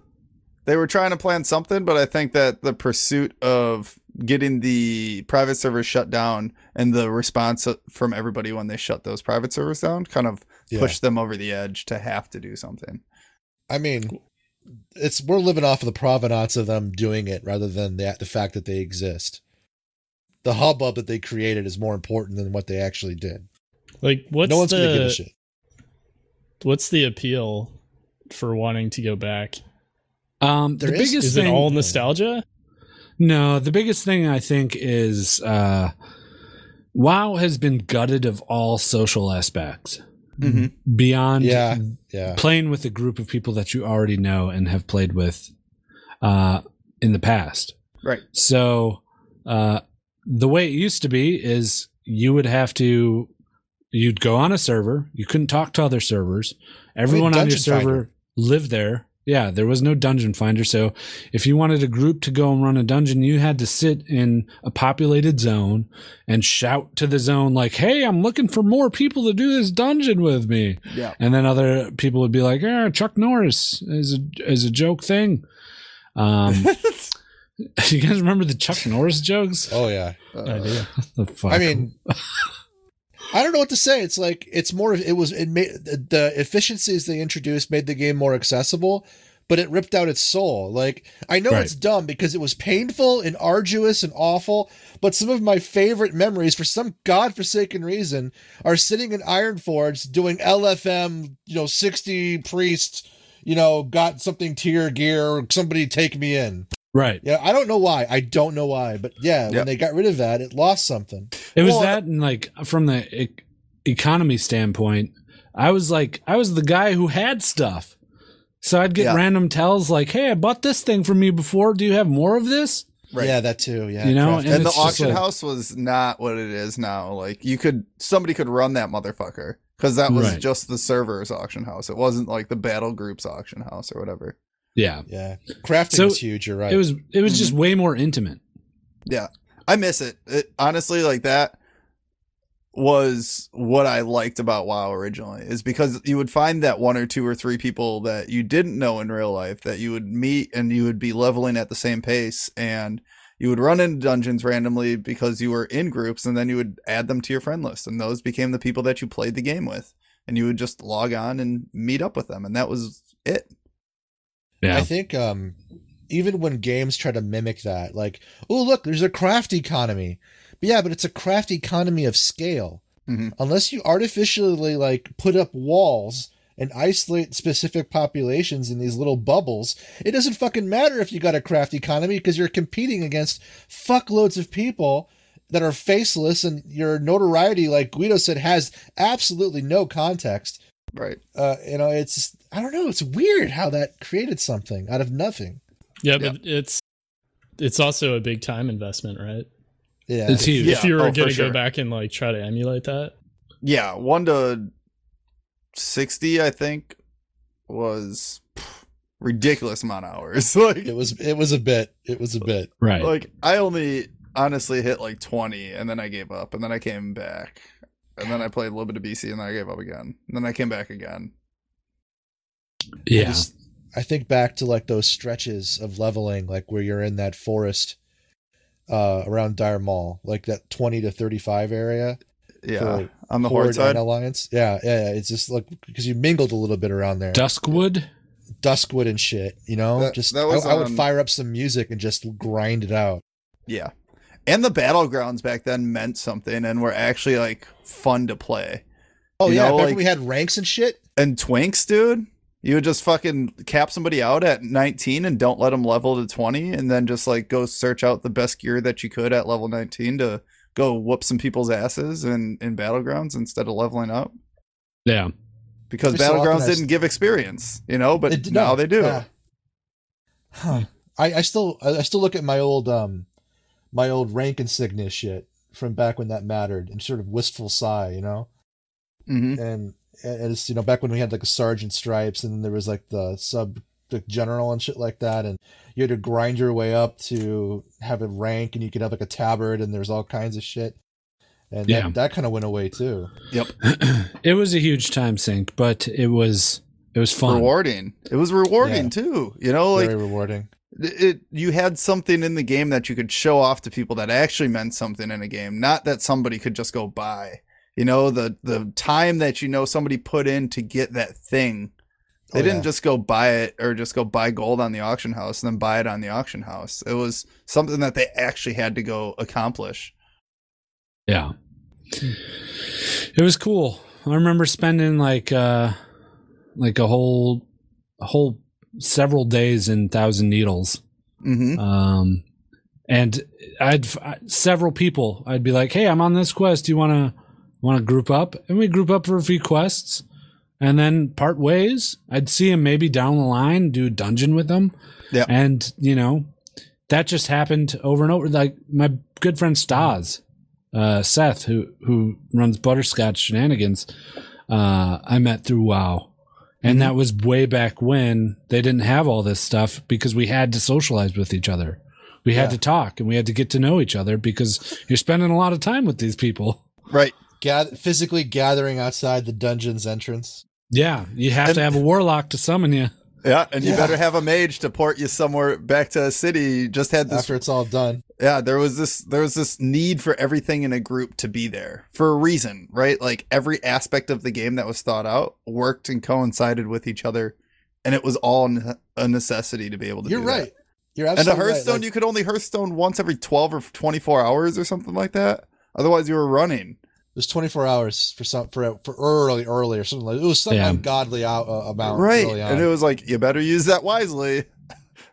[SPEAKER 2] They were trying to plan something, but I think that the pursuit of getting the private servers shut down and the response from everybody when they shut those private servers down kind of
[SPEAKER 4] Yeah.
[SPEAKER 2] pushed them over the edge to have to do something.
[SPEAKER 4] I mean, it's we're living off of the provenance of them doing it rather than the, the fact that they exist. The hubbub that they created is more important than what they actually did.
[SPEAKER 3] Like, what's
[SPEAKER 4] no one's
[SPEAKER 3] the
[SPEAKER 4] gonna give a shit.
[SPEAKER 3] what's the appeal for wanting to go back?
[SPEAKER 1] um, the
[SPEAKER 4] There is-
[SPEAKER 1] biggest
[SPEAKER 3] Is
[SPEAKER 1] thing,
[SPEAKER 3] it all nostalgia?
[SPEAKER 1] No, the biggest thing I think is uh, WoW has been gutted of all social aspects
[SPEAKER 2] Mm-hmm.
[SPEAKER 1] beyond
[SPEAKER 4] Yeah, yeah.
[SPEAKER 1] playing with a group of people that you already know and have played with uh, in the past.
[SPEAKER 2] Right.
[SPEAKER 1] So uh, the way it used to be is you would have to you'd go on a server, you couldn't talk to other servers. Everyone on your
[SPEAKER 4] dungeon
[SPEAKER 1] server
[SPEAKER 4] finder.
[SPEAKER 1] lived there. Yeah, there was no dungeon finder. So if you wanted a group to go and run a dungeon, you had to sit in a populated zone and shout to the zone like, "Hey, I'm looking for more people to do this dungeon with me."
[SPEAKER 2] Yeah.
[SPEAKER 1] And then other people would be like, "Ah, Chuck Norris is a is a joke thing." Um, You guys remember the Chuck Norris jokes?
[SPEAKER 4] Oh yeah.
[SPEAKER 3] I do.
[SPEAKER 1] the fuck?
[SPEAKER 4] I mean, I don't know what to say. It's like it's more. of It was it made the- the efficiencies they introduced made the game more accessible, but it ripped out its soul. Like I know
[SPEAKER 1] Right.
[SPEAKER 4] it's dumb because it was painful and arduous and awful. But some of my favorite memories, for some godforsaken reason, are sitting in Ironforge doing LFM. You know, sixty priests. You know, got something tier gear. Somebody take me in.
[SPEAKER 1] right.
[SPEAKER 4] Yeah, I don't know why. I don't know why, but yeah,
[SPEAKER 2] Yep.
[SPEAKER 4] when they got rid of that, it lost something.
[SPEAKER 1] It was
[SPEAKER 4] Well,
[SPEAKER 1] that, and like from the e- economy standpoint, I was like, I was the guy who had stuff. So I'd get
[SPEAKER 2] Yeah.
[SPEAKER 1] random tells like, "Hey, I bought this thing from you before. Do you have more of this?"
[SPEAKER 2] Right.
[SPEAKER 4] Yeah, that too. Yeah.
[SPEAKER 1] You know,
[SPEAKER 4] craft-
[SPEAKER 1] And
[SPEAKER 2] and the
[SPEAKER 1] it's just
[SPEAKER 2] auction
[SPEAKER 1] like-
[SPEAKER 2] house was not what it is now. Like you could somebody could run that motherfucker because that was
[SPEAKER 1] Right.
[SPEAKER 2] just the server's auction house. It wasn't like the battle group's auction house or whatever.
[SPEAKER 1] Yeah,
[SPEAKER 4] yeah. Crafting
[SPEAKER 1] So,
[SPEAKER 4] is huge. You're right. Mm-hmm.
[SPEAKER 1] it was. It was
[SPEAKER 2] Mm-hmm.
[SPEAKER 1] just way more intimate.
[SPEAKER 2] I miss it. it. Honestly, like that was what I liked about WoW originally is because you would find that one or two or three people that you didn't know in real life that you would meet and you would be leveling at the same pace and you would run into dungeons randomly because you were in groups and then you would add them to your friend list and those became the people that you played the game with and you would just log on and meet up with them and that was it.
[SPEAKER 1] Yeah,
[SPEAKER 4] I think um, even when games try to mimic that, like, oh look, there's a craft economy. But yeah, but it's a craft economy of scale.
[SPEAKER 11] Mm-hmm.
[SPEAKER 2] Mhm.
[SPEAKER 4] Unless you artificially like put up walls and isolate specific populations in these little bubbles, it doesn't fucking matter if you got a craft economy because you're competing against fuckloads of people that are faceless and your notoriety, like Guido said, has absolutely no context
[SPEAKER 2] Right.
[SPEAKER 4] uh, you know, it's just- I don't know. It's weird how that created something out of nothing.
[SPEAKER 3] Yeah, but it's it's also a big time investment, right?
[SPEAKER 4] Yeah,
[SPEAKER 1] it's huge.
[SPEAKER 2] Yeah.
[SPEAKER 3] if you were
[SPEAKER 2] oh, for
[SPEAKER 3] gonna
[SPEAKER 2] sure.
[SPEAKER 3] go back and like try to emulate that,
[SPEAKER 2] yeah, one to sixty, I think, was pff, ridiculous amount of hours. like,
[SPEAKER 4] it was it was a bit. It was a bit.
[SPEAKER 1] Right.
[SPEAKER 2] like I only honestly hit like twenty, and then I gave up, and then I came back, and then I played a little bit of BC, and then I gave up again, and then I came back again.
[SPEAKER 4] I,
[SPEAKER 1] yeah.
[SPEAKER 4] just- I think back to like those stretches of leveling, like where you're in that forest uh around Dire Mall, like that twenty to thirty five area.
[SPEAKER 2] Yeah,
[SPEAKER 4] for
[SPEAKER 2] on the
[SPEAKER 4] Horde
[SPEAKER 2] horde side.
[SPEAKER 4] and Alliance. Yeah, yeah. It's just like because you mingled a little bit around there,
[SPEAKER 1] Duskwood.
[SPEAKER 4] Duskwood and shit. You know,
[SPEAKER 2] That-
[SPEAKER 4] just
[SPEAKER 2] that was
[SPEAKER 4] I, I would
[SPEAKER 2] on-
[SPEAKER 4] fire up some music and just grind it out.
[SPEAKER 2] Yeah. And the battlegrounds back then meant something and were actually like fun to play.
[SPEAKER 4] Oh
[SPEAKER 2] You
[SPEAKER 4] yeah,
[SPEAKER 2] know,
[SPEAKER 4] back
[SPEAKER 2] like-
[SPEAKER 4] when we had ranks and shit.
[SPEAKER 2] And twinks, dude, you would just fucking cap somebody out at 19 and don't let them level to 20 and then just like go search out the best gear that you could at level 19 to go whoop some people's asses in, in battlegrounds instead of leveling up
[SPEAKER 1] Yeah.
[SPEAKER 2] because
[SPEAKER 4] Every so often
[SPEAKER 2] battlegrounds
[SPEAKER 4] I
[SPEAKER 2] didn't
[SPEAKER 4] s-
[SPEAKER 2] give experience, you know, but
[SPEAKER 4] They did
[SPEAKER 2] now
[SPEAKER 4] not.
[SPEAKER 2] they do.
[SPEAKER 4] Yeah. Huh. I, I still I I still look at my old um my old rank insignia shit from back when that mattered and sort of wistful sigh, you know?
[SPEAKER 2] hmm
[SPEAKER 4] And and it's you know, back when we had like a sergeant stripes and then there was like the sub the general and shit like that and you had to grind your way up to have a rank and you could have like a tabard and there's all kinds of shit. And
[SPEAKER 1] Yeah.
[SPEAKER 4] that, that kind of went away too.
[SPEAKER 1] it was a huge time sink, but it was it was fun.
[SPEAKER 2] Rewarding. It was rewarding
[SPEAKER 4] Yeah.
[SPEAKER 2] too, you know, like
[SPEAKER 4] Very rewarding.
[SPEAKER 2] it you had something in the game that you could show off to people that actually meant something in a game not that somebody could just go buy you know the the time that you know somebody put in to get that thing they
[SPEAKER 4] Oh,
[SPEAKER 2] didn't
[SPEAKER 4] yeah.
[SPEAKER 2] just go buy it or just go buy gold on the auction house and then buy it on the auction house it was something that they actually had to go accomplish
[SPEAKER 1] Yeah.
[SPEAKER 2] Hmm.
[SPEAKER 1] It was cool. I remember spending like uh like a whole a whole several days in Thousand Needles.
[SPEAKER 2] mm-hmm.
[SPEAKER 1] Um and I'd f- several people I'd be like, "Hey, I'm on this quest. Do you want to want to group up?" And we group up for a few quests and then part ways. I'd see him maybe down the line do a dungeon with them.
[SPEAKER 2] Yep.
[SPEAKER 1] And, you know, that just happened over and over. Like my good friend Stas, uh, Seth, who who runs Butterscotch Shenanigans, uh, I met through WoW. And that was way back when they didn't have all this stuff because we had to socialize with each other. We had
[SPEAKER 4] Yeah.
[SPEAKER 1] to talk and we had to get to know each other because you're spending a lot of time with these people.
[SPEAKER 2] right
[SPEAKER 4] Gath- physically gathering outside the dungeon's entrance.
[SPEAKER 1] Yeah, you have
[SPEAKER 2] And-
[SPEAKER 1] to have a warlock to summon you.
[SPEAKER 2] Yeah, and you
[SPEAKER 4] Yeah.
[SPEAKER 2] better have a mage to port you somewhere back to a city. You just had this
[SPEAKER 4] after it's all done.
[SPEAKER 2] yeah there was this there was this need for everything in a group to be there for a reason right like every aspect of the game that was thought out worked and coincided with each other and it was all ne- a necessity to be able to
[SPEAKER 4] You're
[SPEAKER 2] do that.
[SPEAKER 4] right. You're
[SPEAKER 2] and the
[SPEAKER 4] absolutely
[SPEAKER 2] hearthstone
[SPEAKER 4] right. Like,
[SPEAKER 2] you could only hearthstone once every 12 or 24 hours or something like that otherwise you were running
[SPEAKER 4] there's 24 hours for some for for early early or something like it was some
[SPEAKER 1] Yeah.
[SPEAKER 4] ungodly out, uh, amount
[SPEAKER 2] right
[SPEAKER 4] early on.
[SPEAKER 2] and it was like you better use that wisely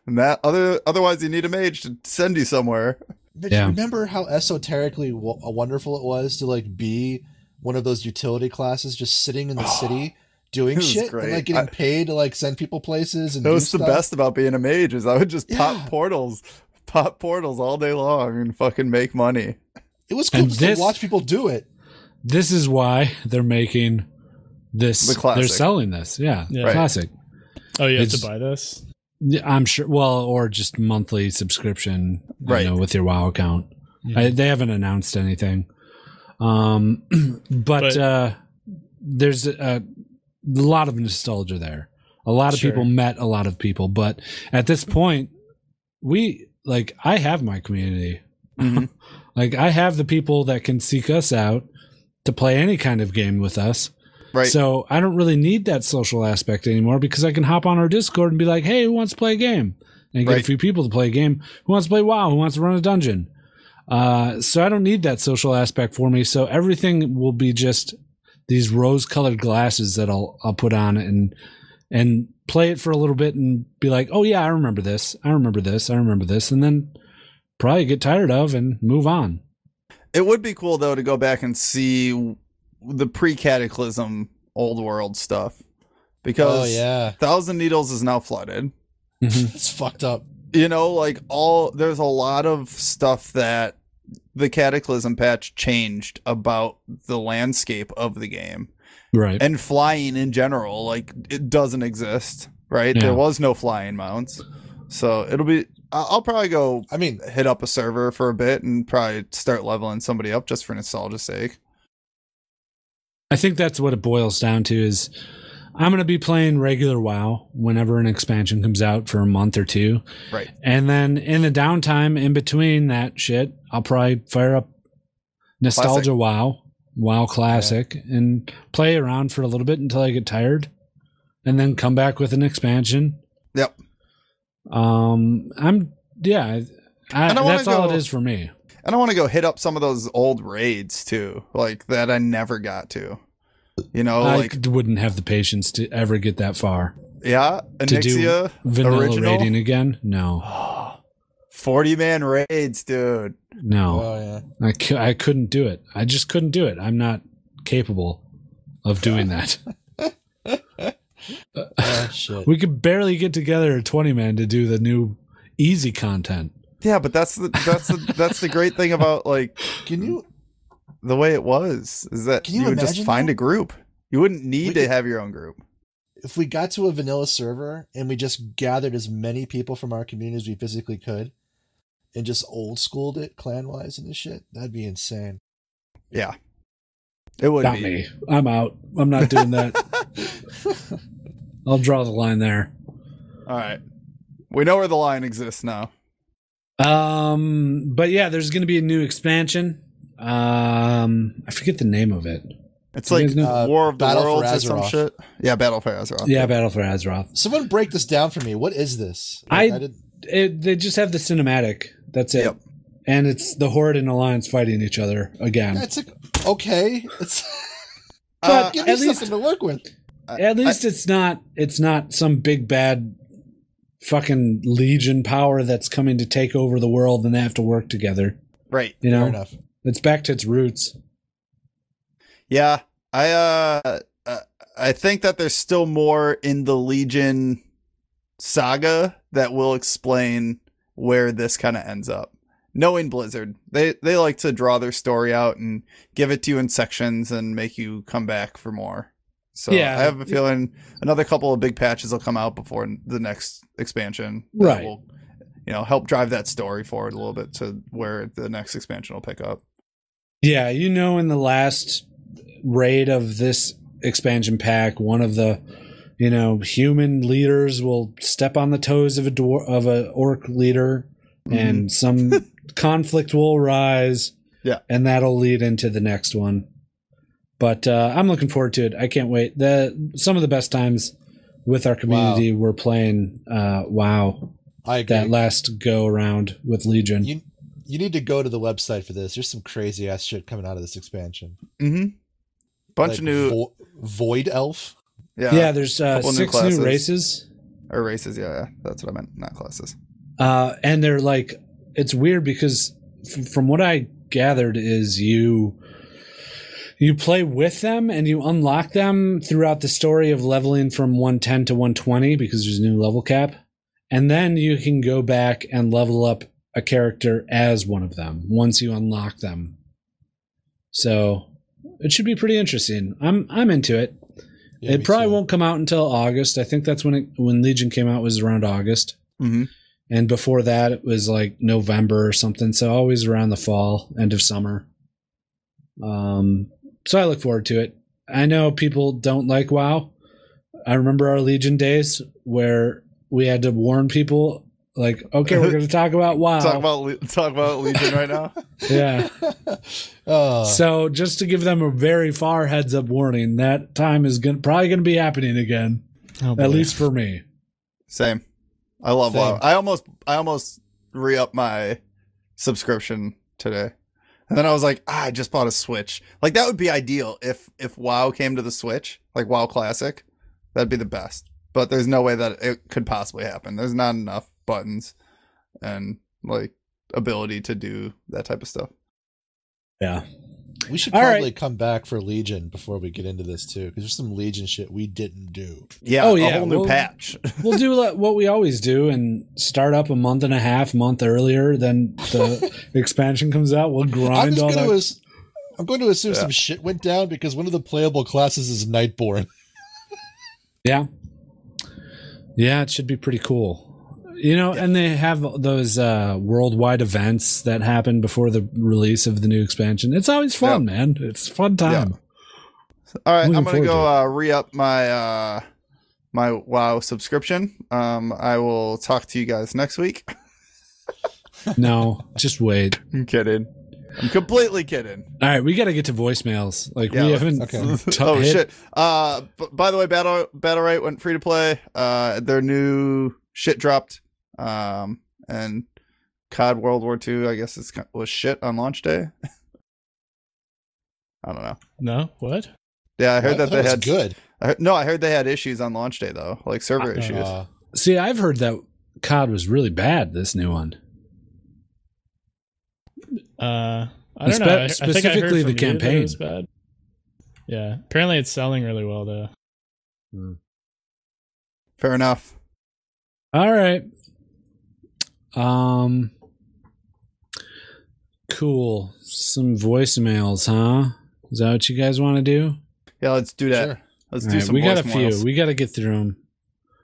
[SPEAKER 2] and that other otherwise you need a mage to send you somewhere
[SPEAKER 4] But
[SPEAKER 1] Yeah.
[SPEAKER 4] you remember how esoterically w- wonderful it was to like be one of those utility classes, just sitting in the city
[SPEAKER 2] it
[SPEAKER 4] doing
[SPEAKER 2] was
[SPEAKER 4] shit and
[SPEAKER 2] great.
[SPEAKER 4] like getting
[SPEAKER 2] I-
[SPEAKER 4] paid to like send people places and
[SPEAKER 2] That
[SPEAKER 4] do
[SPEAKER 2] was the
[SPEAKER 4] stuff.
[SPEAKER 2] best about being a mage is I would just
[SPEAKER 4] Yeah.
[SPEAKER 2] pop portals, pop portals all day long and fucking make money.
[SPEAKER 4] It was cool
[SPEAKER 1] And
[SPEAKER 4] just
[SPEAKER 1] this-
[SPEAKER 4] to watch people do it.
[SPEAKER 1] This is why they're making this.
[SPEAKER 2] The classic.
[SPEAKER 1] They're selling this. Yeah,
[SPEAKER 3] Yeah.
[SPEAKER 2] Right.
[SPEAKER 1] classic.
[SPEAKER 3] Oh, you have
[SPEAKER 1] It's-
[SPEAKER 3] to buy this.
[SPEAKER 1] Yeah, I'm sure. Well, or just monthly subscription, you
[SPEAKER 2] Right.
[SPEAKER 1] know, with your WoW account. I, they haven't announced anything. Um, but,
[SPEAKER 3] But-
[SPEAKER 1] uh, there's a, a lot of nostalgia there. A lot of
[SPEAKER 3] Sure.
[SPEAKER 1] people met a lot of people, but at this point, we like I have my community.
[SPEAKER 2] Mhm.
[SPEAKER 1] like I have the people that can seek us out to play any kind of game with us.
[SPEAKER 2] Right.
[SPEAKER 1] So I don't really need that social aspect anymore because I can hop on our Discord and be like, hey, who wants to play a game? And get a
[SPEAKER 2] Right.
[SPEAKER 1] few people to play a game. Who wants to play WoW? Who wants to run a dungeon? Uh, so I don't need that social aspect for me. So everything will be just these rose-colored glasses that I'll I'll put on and and play it for a little bit and be like, oh yeah, I remember this. I remember this. I remember this. And then probably get tired of and move on.
[SPEAKER 2] it would be cool though to go back and see the pre-cataclysm old world stuff
[SPEAKER 4] Oh
[SPEAKER 2] because
[SPEAKER 4] yeah,
[SPEAKER 2] Thousand Needles is now flooded.
[SPEAKER 4] it's fucked up.
[SPEAKER 2] You know, like all there's a lot of stuff that the cataclysm patch changed about the landscape of the game.
[SPEAKER 1] Right.
[SPEAKER 2] and flying in general like it doesn't exist right
[SPEAKER 1] Yeah.
[SPEAKER 2] there was no flying mounts so it'll be I- i'll probably go
[SPEAKER 4] I mean,
[SPEAKER 2] hit up a server for a bit and probably start leveling somebody up just for nostalgia's sake
[SPEAKER 1] I think that's what it boils down to is I'm going to be playing regular WoW whenever an expansion comes out for a month or two.
[SPEAKER 2] Right.
[SPEAKER 1] And then in the downtime in between that shit, I'll probably fire up Nostalgia
[SPEAKER 2] Classic.
[SPEAKER 1] WoW, WoW Classic, and play around for a little bit until I get tired and then come back with an expansion.
[SPEAKER 2] Yep.
[SPEAKER 1] Um, I'm, yeah, I,
[SPEAKER 2] And I wanna
[SPEAKER 1] that's all
[SPEAKER 2] go-
[SPEAKER 1] it is for me.
[SPEAKER 2] and i want to go hit up some of those old raids too like that i never got to you know
[SPEAKER 1] I
[SPEAKER 2] like
[SPEAKER 1] wouldn't have the patience to ever get that far.
[SPEAKER 2] yeah
[SPEAKER 1] do
[SPEAKER 2] anixia
[SPEAKER 1] Vanilla
[SPEAKER 2] Original?
[SPEAKER 1] rating again? No.
[SPEAKER 2] 40 man raids dude
[SPEAKER 1] No,
[SPEAKER 4] oh yeah.
[SPEAKER 1] I, cou- I couldn't do it. I just couldn't do it. I'm not capable of doing that.
[SPEAKER 4] Oh, shit.
[SPEAKER 1] We could barely get together a 20 man to do the new easy content.
[SPEAKER 2] yeah but that's the that's the that's the great thing about like
[SPEAKER 4] Can you
[SPEAKER 2] the way it was is that
[SPEAKER 4] Can
[SPEAKER 2] you,
[SPEAKER 4] you
[SPEAKER 2] would just
[SPEAKER 4] imagine
[SPEAKER 2] find
[SPEAKER 4] that?
[SPEAKER 2] a group. You wouldn't need
[SPEAKER 4] We
[SPEAKER 2] to
[SPEAKER 4] could-
[SPEAKER 2] have your own group.
[SPEAKER 4] if we got to a vanilla server and we just gathered as many people from our community as we physically could and just old schooled it clan wise and this shit, that'd be insane.
[SPEAKER 2] Yeah, it would
[SPEAKER 1] Not
[SPEAKER 2] be.
[SPEAKER 1] me. I'm out. I'm not doing that. I'll draw the line there.
[SPEAKER 2] All right, we know where the line exists now.
[SPEAKER 1] Um, but yeah, there's going to be a new expansion. Um, I forget the name of it.
[SPEAKER 2] It's
[SPEAKER 1] You
[SPEAKER 2] like
[SPEAKER 1] guys know-
[SPEAKER 4] Uh,
[SPEAKER 2] War of the
[SPEAKER 4] Battle for
[SPEAKER 2] Worlds or some
[SPEAKER 4] Azeroth.
[SPEAKER 2] shit. Yeah, Battle for Azeroth.
[SPEAKER 1] Yeah, Battle for Azeroth.
[SPEAKER 4] Someone break this down for me. What is this?
[SPEAKER 1] I-
[SPEAKER 4] didn't-
[SPEAKER 1] it, they just have the cinematic. That's it.
[SPEAKER 2] Yep.
[SPEAKER 1] And it's the Horde and Alliance fighting each other again.
[SPEAKER 4] that's a, okay. It's
[SPEAKER 2] Uh,
[SPEAKER 4] God, give me
[SPEAKER 1] at least-
[SPEAKER 4] something to work with.
[SPEAKER 1] At least it's not it's not some big bad fucking legion power that's coming to take over the world and they have to work together.
[SPEAKER 2] right.
[SPEAKER 1] You
[SPEAKER 4] Fair
[SPEAKER 1] know,
[SPEAKER 4] enough.
[SPEAKER 1] it's back to its roots.
[SPEAKER 2] Yeah, I uh, uh, I think that there's still more in the Legion saga that will explain where this kind of ends up. Knowing Blizzard, they they like to draw their story out and give it to you in sections and make you come back for more. So
[SPEAKER 1] Yeah.
[SPEAKER 2] I have a feeling another couple of big patches will come out before the next expansion. that
[SPEAKER 1] Right.
[SPEAKER 2] Will, you know, help drive that story forward a little bit to where the next expansion will pick up.
[SPEAKER 1] Yeah, you know, in the last raid of this expansion pack, one of the you know, human leaders will step on the toes of a dwar- of a orc leader,
[SPEAKER 4] Mm-hmm.
[SPEAKER 1] and some conflict will arise.
[SPEAKER 2] Yeah.
[SPEAKER 1] and that'll lead into the next one. But uh, I'm looking forward to it. I can't wait. The some of the best times with our community were playing uh, WoW
[SPEAKER 4] I agree.
[SPEAKER 1] that last go around with Legion.
[SPEAKER 4] you you need to go to the website for this. There's some crazy ass shit coming out of this expansion.
[SPEAKER 2] hmm Bunch
[SPEAKER 4] Like
[SPEAKER 2] of new,
[SPEAKER 4] Vo- void elf.
[SPEAKER 2] yeah,
[SPEAKER 1] yeah, there's uh,
[SPEAKER 2] couple new
[SPEAKER 1] six new,
[SPEAKER 2] classes.
[SPEAKER 1] races,
[SPEAKER 2] or races. Yeah, yeah, that's what I meant. Not classes.
[SPEAKER 1] uh, and they're like it's weird because f- from what I gathered is you you play with them and you unlock them throughout the story of leveling from 110 to 120 because there's a new level cap, and then you can go back and level up a character as one of them once you unlock them. So it should be pretty interesting. I'm I'm into it.
[SPEAKER 4] Yeah,
[SPEAKER 1] it
[SPEAKER 4] me
[SPEAKER 1] probably
[SPEAKER 4] too.
[SPEAKER 1] won't come out until August. I think that's when it, when Legion came out was around August,
[SPEAKER 2] Mm-hmm.
[SPEAKER 1] and before that it was like November or something. So always around the fall, end of summer. Um, so I look forward to it. I know people don't like WoW. I remember our Legion days where we had to warn people, like, okay, we're going to talk about Uh, WoW.
[SPEAKER 2] Talk about Le- talk about Legion right now.
[SPEAKER 1] yeah.
[SPEAKER 4] Uh,
[SPEAKER 1] So just to give them a very far heads up warning, that time is gonna, probably going to be happening again,
[SPEAKER 3] Oh, boy.
[SPEAKER 1] at least for me.
[SPEAKER 2] Same. I love
[SPEAKER 4] Same.
[SPEAKER 2] WoW. I almost I almost re up my subscription today. And then I was like, ah, I just bought a Switch. Like that would be ideal if if WoW came to the Switch, like WoW Classic. That'd be the best. But there's no way that it could possibly happen. There's not enough buttons and like ability to do that type of stuff.
[SPEAKER 1] Yeah.
[SPEAKER 4] we should
[SPEAKER 1] All right.
[SPEAKER 4] probably come back for Legion before we get into this too, because there's some Legion shit we didn't do.
[SPEAKER 2] Yeah,
[SPEAKER 1] Oh,
[SPEAKER 2] a
[SPEAKER 1] yeah,
[SPEAKER 2] whole new
[SPEAKER 1] well-
[SPEAKER 2] patch.
[SPEAKER 1] we'll do like what we always do and start up a month and a half, month earlier than the expansion comes out. We'll
[SPEAKER 4] I'm
[SPEAKER 1] grind
[SPEAKER 4] just
[SPEAKER 1] all
[SPEAKER 4] going
[SPEAKER 1] that.
[SPEAKER 4] to as- I'm going to assume
[SPEAKER 2] Yeah.
[SPEAKER 4] some shit went down because one of the playable classes is Nightborn.
[SPEAKER 1] yeah, yeah, it should be pretty cool. You know, and they have those uh, worldwide events that happen before the release of the new expansion. It's always fun, man. It's a fun time.
[SPEAKER 2] All right,
[SPEAKER 1] Looking
[SPEAKER 2] I'm gonna
[SPEAKER 1] forward
[SPEAKER 2] go
[SPEAKER 1] to
[SPEAKER 2] uh, re up my uh, my WoW subscription. Um, I will talk to you guys next week.
[SPEAKER 1] No, just wait.
[SPEAKER 2] I'm kidding. I'm completely kidding.
[SPEAKER 1] All right, we got to get to voicemails. Like
[SPEAKER 2] Yeah,
[SPEAKER 1] we
[SPEAKER 2] let's-
[SPEAKER 1] haven't.
[SPEAKER 4] okay.
[SPEAKER 1] t-
[SPEAKER 2] oh
[SPEAKER 1] hit-
[SPEAKER 2] shit! Uh, b- by the way, battle battle right went free to play. Uh, their new shit dropped. Um, and COD World War II, I guess it's was shit on launch day. I don't know.
[SPEAKER 3] no, what?
[SPEAKER 2] Yeah, I heard
[SPEAKER 4] I
[SPEAKER 2] that
[SPEAKER 4] thought
[SPEAKER 2] they
[SPEAKER 4] it was
[SPEAKER 2] had
[SPEAKER 4] good.
[SPEAKER 2] I heard, no, I heard they had issues on launch day though, like server issues.
[SPEAKER 4] Uh,
[SPEAKER 1] See, I've heard that COD was really bad. This new one.
[SPEAKER 3] Uh, I
[SPEAKER 1] And
[SPEAKER 3] don't know. I- I,
[SPEAKER 1] spe-
[SPEAKER 3] think I heard
[SPEAKER 1] specifically
[SPEAKER 3] from
[SPEAKER 1] the
[SPEAKER 3] you that it
[SPEAKER 1] campaign.
[SPEAKER 3] was bad. Yeah, apparently it's selling really well though.
[SPEAKER 2] Fair enough.
[SPEAKER 1] All right. Um cool. Some voicemails, huh? Is that what you guys want to do?
[SPEAKER 2] Yeah, let's do that.
[SPEAKER 4] Sure.
[SPEAKER 2] Let's
[SPEAKER 1] All
[SPEAKER 2] do
[SPEAKER 1] right,
[SPEAKER 2] some.
[SPEAKER 1] we got a few.
[SPEAKER 2] voicemails.
[SPEAKER 1] We got to get through them.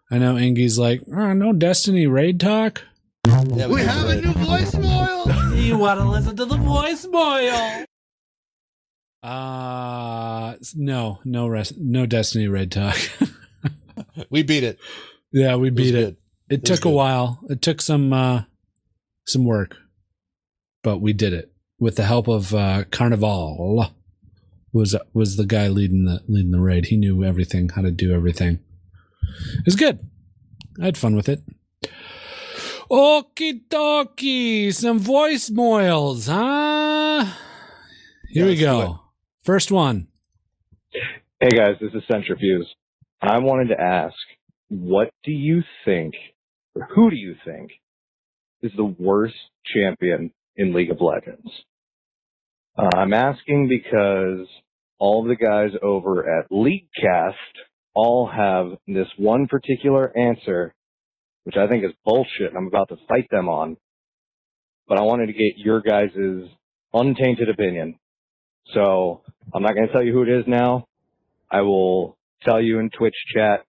[SPEAKER 1] I know Ingy's like, oh, no Destiny raid talk.
[SPEAKER 4] Yeah, we, have it.
[SPEAKER 2] voicemail.
[SPEAKER 5] You want to listen to the voicemail?
[SPEAKER 1] Uh s- no, no rest, no Destiny raid talk.
[SPEAKER 4] We beat it.
[SPEAKER 1] yeah, we beat it.
[SPEAKER 4] was
[SPEAKER 1] It, took a
[SPEAKER 4] good.
[SPEAKER 1] while. It took some uh some work. But we did it with the help of uh Carnival. Was was the guy leading the leading the raid. He knew everything, how to do everything. It was good. I had fun with it. Okie dokie, some voicemails, huh? Here we
[SPEAKER 4] let's do
[SPEAKER 1] go. First one.
[SPEAKER 10] Hey guys, this is Centrifuge. I wanted to ask, what do you think, or who do you think, is the worst champion in League of Legends? Uh, I'm asking because all the guys over at LeagueCast all have this one particular answer, which I think is bullshit, and I'm about to fight them on. But I wanted to get your guys' untainted opinion. So I'm not going to tell you who it is now. I will tell you in Twitch chat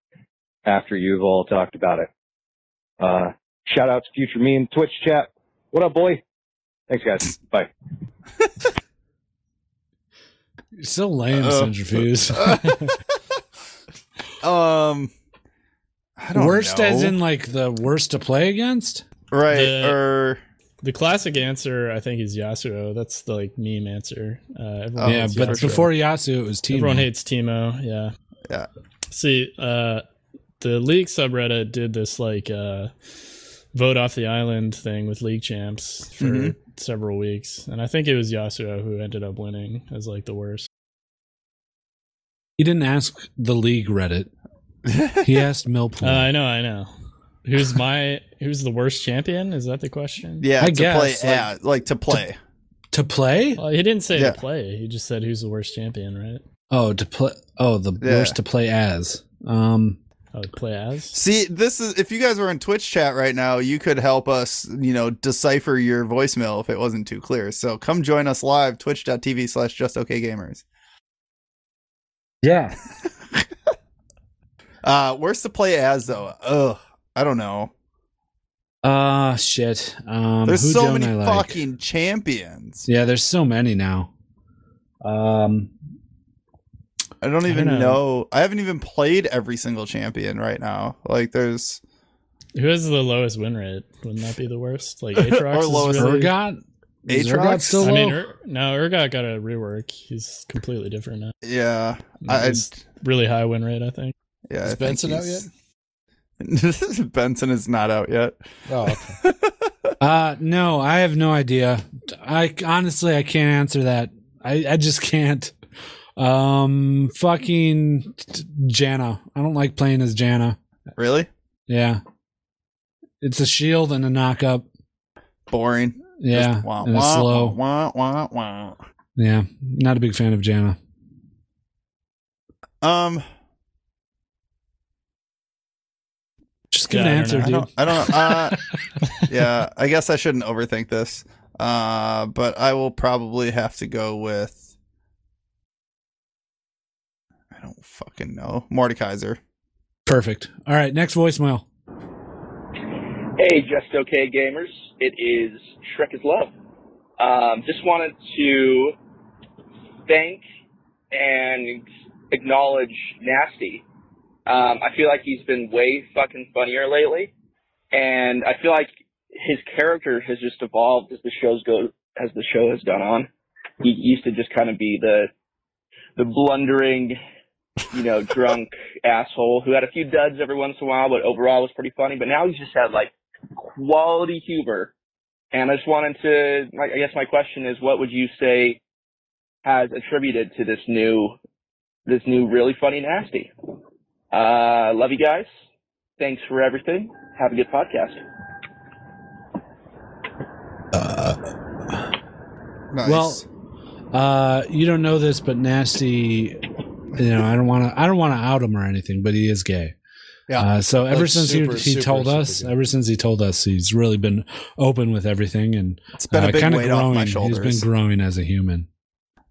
[SPEAKER 10] after you've all talked about it. Uh, shout out to future me in Twitch chat. What up, boy? Thanks, guys. Bye.
[SPEAKER 1] You're so lame,
[SPEAKER 2] Uh,
[SPEAKER 1] Centrifuge.
[SPEAKER 2] um, I don't
[SPEAKER 1] worst
[SPEAKER 2] know.
[SPEAKER 1] as in like the worst to play against?
[SPEAKER 2] right
[SPEAKER 3] the-
[SPEAKER 2] or
[SPEAKER 3] The classic answer, I think, is Yasuo. That's the like meme answer. Uh, everyone
[SPEAKER 1] yeah,
[SPEAKER 3] hates
[SPEAKER 1] but
[SPEAKER 3] Yasuo.
[SPEAKER 1] before Yasu, it was Team.
[SPEAKER 3] everyone hates Teemo. Yeah.
[SPEAKER 2] Yeah.
[SPEAKER 3] See, uh, the League subreddit did this like uh, vote off the island thing with League champs for
[SPEAKER 2] Mhm.
[SPEAKER 3] several weeks, and I think it was Yasuo who ended up winning as like the worst.
[SPEAKER 1] He didn't ask the league Reddit. He asked Millpool.
[SPEAKER 3] Uh, I know, I know. Who's my? who's the worst champion? Is that the question?
[SPEAKER 2] yeah
[SPEAKER 1] I
[SPEAKER 2] to play
[SPEAKER 1] guess, like-
[SPEAKER 2] yeah like to play
[SPEAKER 1] to play?
[SPEAKER 3] Well, he didn't say
[SPEAKER 2] Yeah.
[SPEAKER 3] to play. He just said who's the worst champion, right?
[SPEAKER 1] Oh, to play. Oh, the
[SPEAKER 2] Yeah.
[SPEAKER 1] worst to play as. Um,
[SPEAKER 3] Oh, play as.
[SPEAKER 2] See, this is if you guys were in Twitch chat right now, you could help us, you know, decipher your voicemail if it wasn't too clear. So come join us live, twitch.tv slash just okay gamers.
[SPEAKER 1] yeah.
[SPEAKER 2] Uh worst to play as though. Ugh. I don't know.
[SPEAKER 1] Ah, shit. Um,
[SPEAKER 2] There's
[SPEAKER 1] who
[SPEAKER 2] so
[SPEAKER 1] don't
[SPEAKER 2] many
[SPEAKER 1] I like?
[SPEAKER 2] fucking champions.
[SPEAKER 1] Yeah, there's so many now. Um,
[SPEAKER 2] I don't even
[SPEAKER 3] dunno.
[SPEAKER 2] know. I haven't even played every single champion right now. Like there's
[SPEAKER 3] Who has the lowest win rate? Wouldn't that be the worst? Like Aatrox
[SPEAKER 2] Or
[SPEAKER 3] is
[SPEAKER 2] lowest-
[SPEAKER 3] really-
[SPEAKER 1] Urgot. Is
[SPEAKER 2] Aatrox?
[SPEAKER 1] Urgot still
[SPEAKER 3] I
[SPEAKER 1] low?
[SPEAKER 3] mean, Ur- no, Urgot got a rework. He's completely different now.
[SPEAKER 2] yeah. I
[SPEAKER 3] He's really high win rate, I think.
[SPEAKER 4] Is
[SPEAKER 2] yeah. I think
[SPEAKER 4] Benson out
[SPEAKER 2] he's- Benson is not out yet.
[SPEAKER 4] Oh, okay.
[SPEAKER 1] Uh, no, I have no idea. I honestly, I can't answer that. I, I just can't. Um, fucking t- Janna. I don't like playing as Janna.
[SPEAKER 2] Really?
[SPEAKER 1] Yeah. It's a shield and a knock up.
[SPEAKER 2] Boring.
[SPEAKER 1] Yeah.
[SPEAKER 2] Just wah,
[SPEAKER 1] and it's
[SPEAKER 2] wah,
[SPEAKER 1] slow.
[SPEAKER 2] wah, wah, wah, wah.
[SPEAKER 1] Yeah. Not a big fan of Janna.
[SPEAKER 2] Um
[SPEAKER 1] Just give
[SPEAKER 3] Yeah, I
[SPEAKER 1] an
[SPEAKER 3] don't
[SPEAKER 1] answer,
[SPEAKER 3] know.
[SPEAKER 2] I
[SPEAKER 1] dude.
[SPEAKER 2] don't. I don't. Uh, yeah, I guess I shouldn't overthink this. Uh, but I will probably have to go with. I don't fucking know. Mordekaiser.
[SPEAKER 1] Perfect. All right. Next voicemail.
[SPEAKER 12] Hey, just okay gamers. It is Shrek is Love. Um, just wanted to thank and acknowledge Nasty. Um, I feel like he's been way fucking funnier lately, and I feel like his character has just evolved as the shows go as the show has gone on. He used to just kind of be the the blundering, you know, drunk asshole who had a few duds every once in a while, but overall was pretty funny. But now he's just had like quality humor. And I just wanted to, like, I guess my question is, what would you say has attributed to this new, this new really funny nasty? Uh, love you guys. Thanks for everything. Have a good podcast.
[SPEAKER 2] Nice.
[SPEAKER 1] Well, uh, you don't know this, but nasty. You know, I don't want to. I don't want to out him or anything, but he is gay.
[SPEAKER 4] Yeah.
[SPEAKER 1] Uh, so ever
[SPEAKER 4] That's
[SPEAKER 1] since
[SPEAKER 4] super,
[SPEAKER 1] he, he
[SPEAKER 4] super,
[SPEAKER 1] told
[SPEAKER 4] super
[SPEAKER 1] us,
[SPEAKER 4] gay.
[SPEAKER 1] ever since he told us, he's really been open with everything and
[SPEAKER 2] it's been a
[SPEAKER 1] uh,
[SPEAKER 2] big
[SPEAKER 1] kinda
[SPEAKER 2] weight
[SPEAKER 1] growing.
[SPEAKER 2] off my
[SPEAKER 1] he's
[SPEAKER 2] shoulders.
[SPEAKER 1] been growing as a human.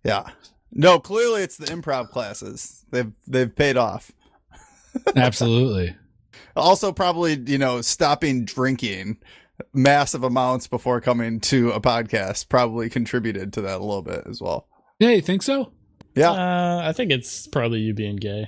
[SPEAKER 2] yeah. No, clearly it's the improv classes. They've they've paid off.
[SPEAKER 1] Absolutely.
[SPEAKER 2] Also, probably you know stopping drinking massive amounts before coming to a podcast probably contributed to that a little bit as well.
[SPEAKER 1] Yeah, you think so?
[SPEAKER 2] Yeah.
[SPEAKER 3] Uh, I think it's probably you being gay.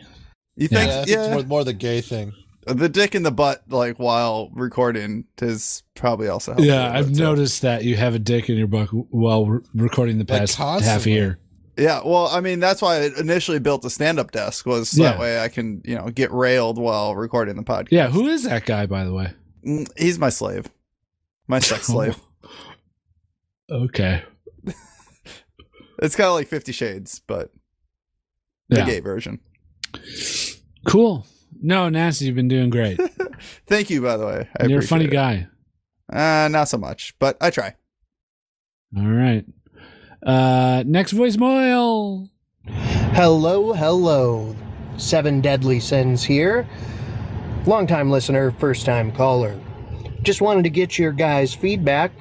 [SPEAKER 2] You
[SPEAKER 1] Yeah.
[SPEAKER 2] think?
[SPEAKER 4] yeah, I think
[SPEAKER 2] yeah.
[SPEAKER 4] It's more, more the gay thing.
[SPEAKER 2] the dick in the butt like while recording is probably also helpful
[SPEAKER 1] yeah, I've
[SPEAKER 2] but, uh,
[SPEAKER 1] noticed that you have a dick in your butt while re- recording the
[SPEAKER 4] Like,
[SPEAKER 1] past half
[SPEAKER 4] constantly.
[SPEAKER 1] year.
[SPEAKER 2] yeah well i mean that's why i initially built a stand-up desk was so that
[SPEAKER 1] Yeah.
[SPEAKER 2] way i can you know get railed while recording the podcast
[SPEAKER 1] Yeah, who is that guy, by the way?
[SPEAKER 2] Mm, he's my slave my sex slave
[SPEAKER 1] okay.
[SPEAKER 2] it's kind of like 50 shades but the
[SPEAKER 1] Yeah.
[SPEAKER 2] gay version
[SPEAKER 1] Cool. No, nasty. You've been doing great.
[SPEAKER 2] thank you by the way I
[SPEAKER 1] You're a funny
[SPEAKER 2] appreciate it.
[SPEAKER 1] guy.
[SPEAKER 2] uh not so much but i try
[SPEAKER 1] All right. Uh, next voicemail.
[SPEAKER 11] Hello, hello. Seven Deadly Sins here. Longtime listener, first time caller. Just wanted to get your guys' feedback.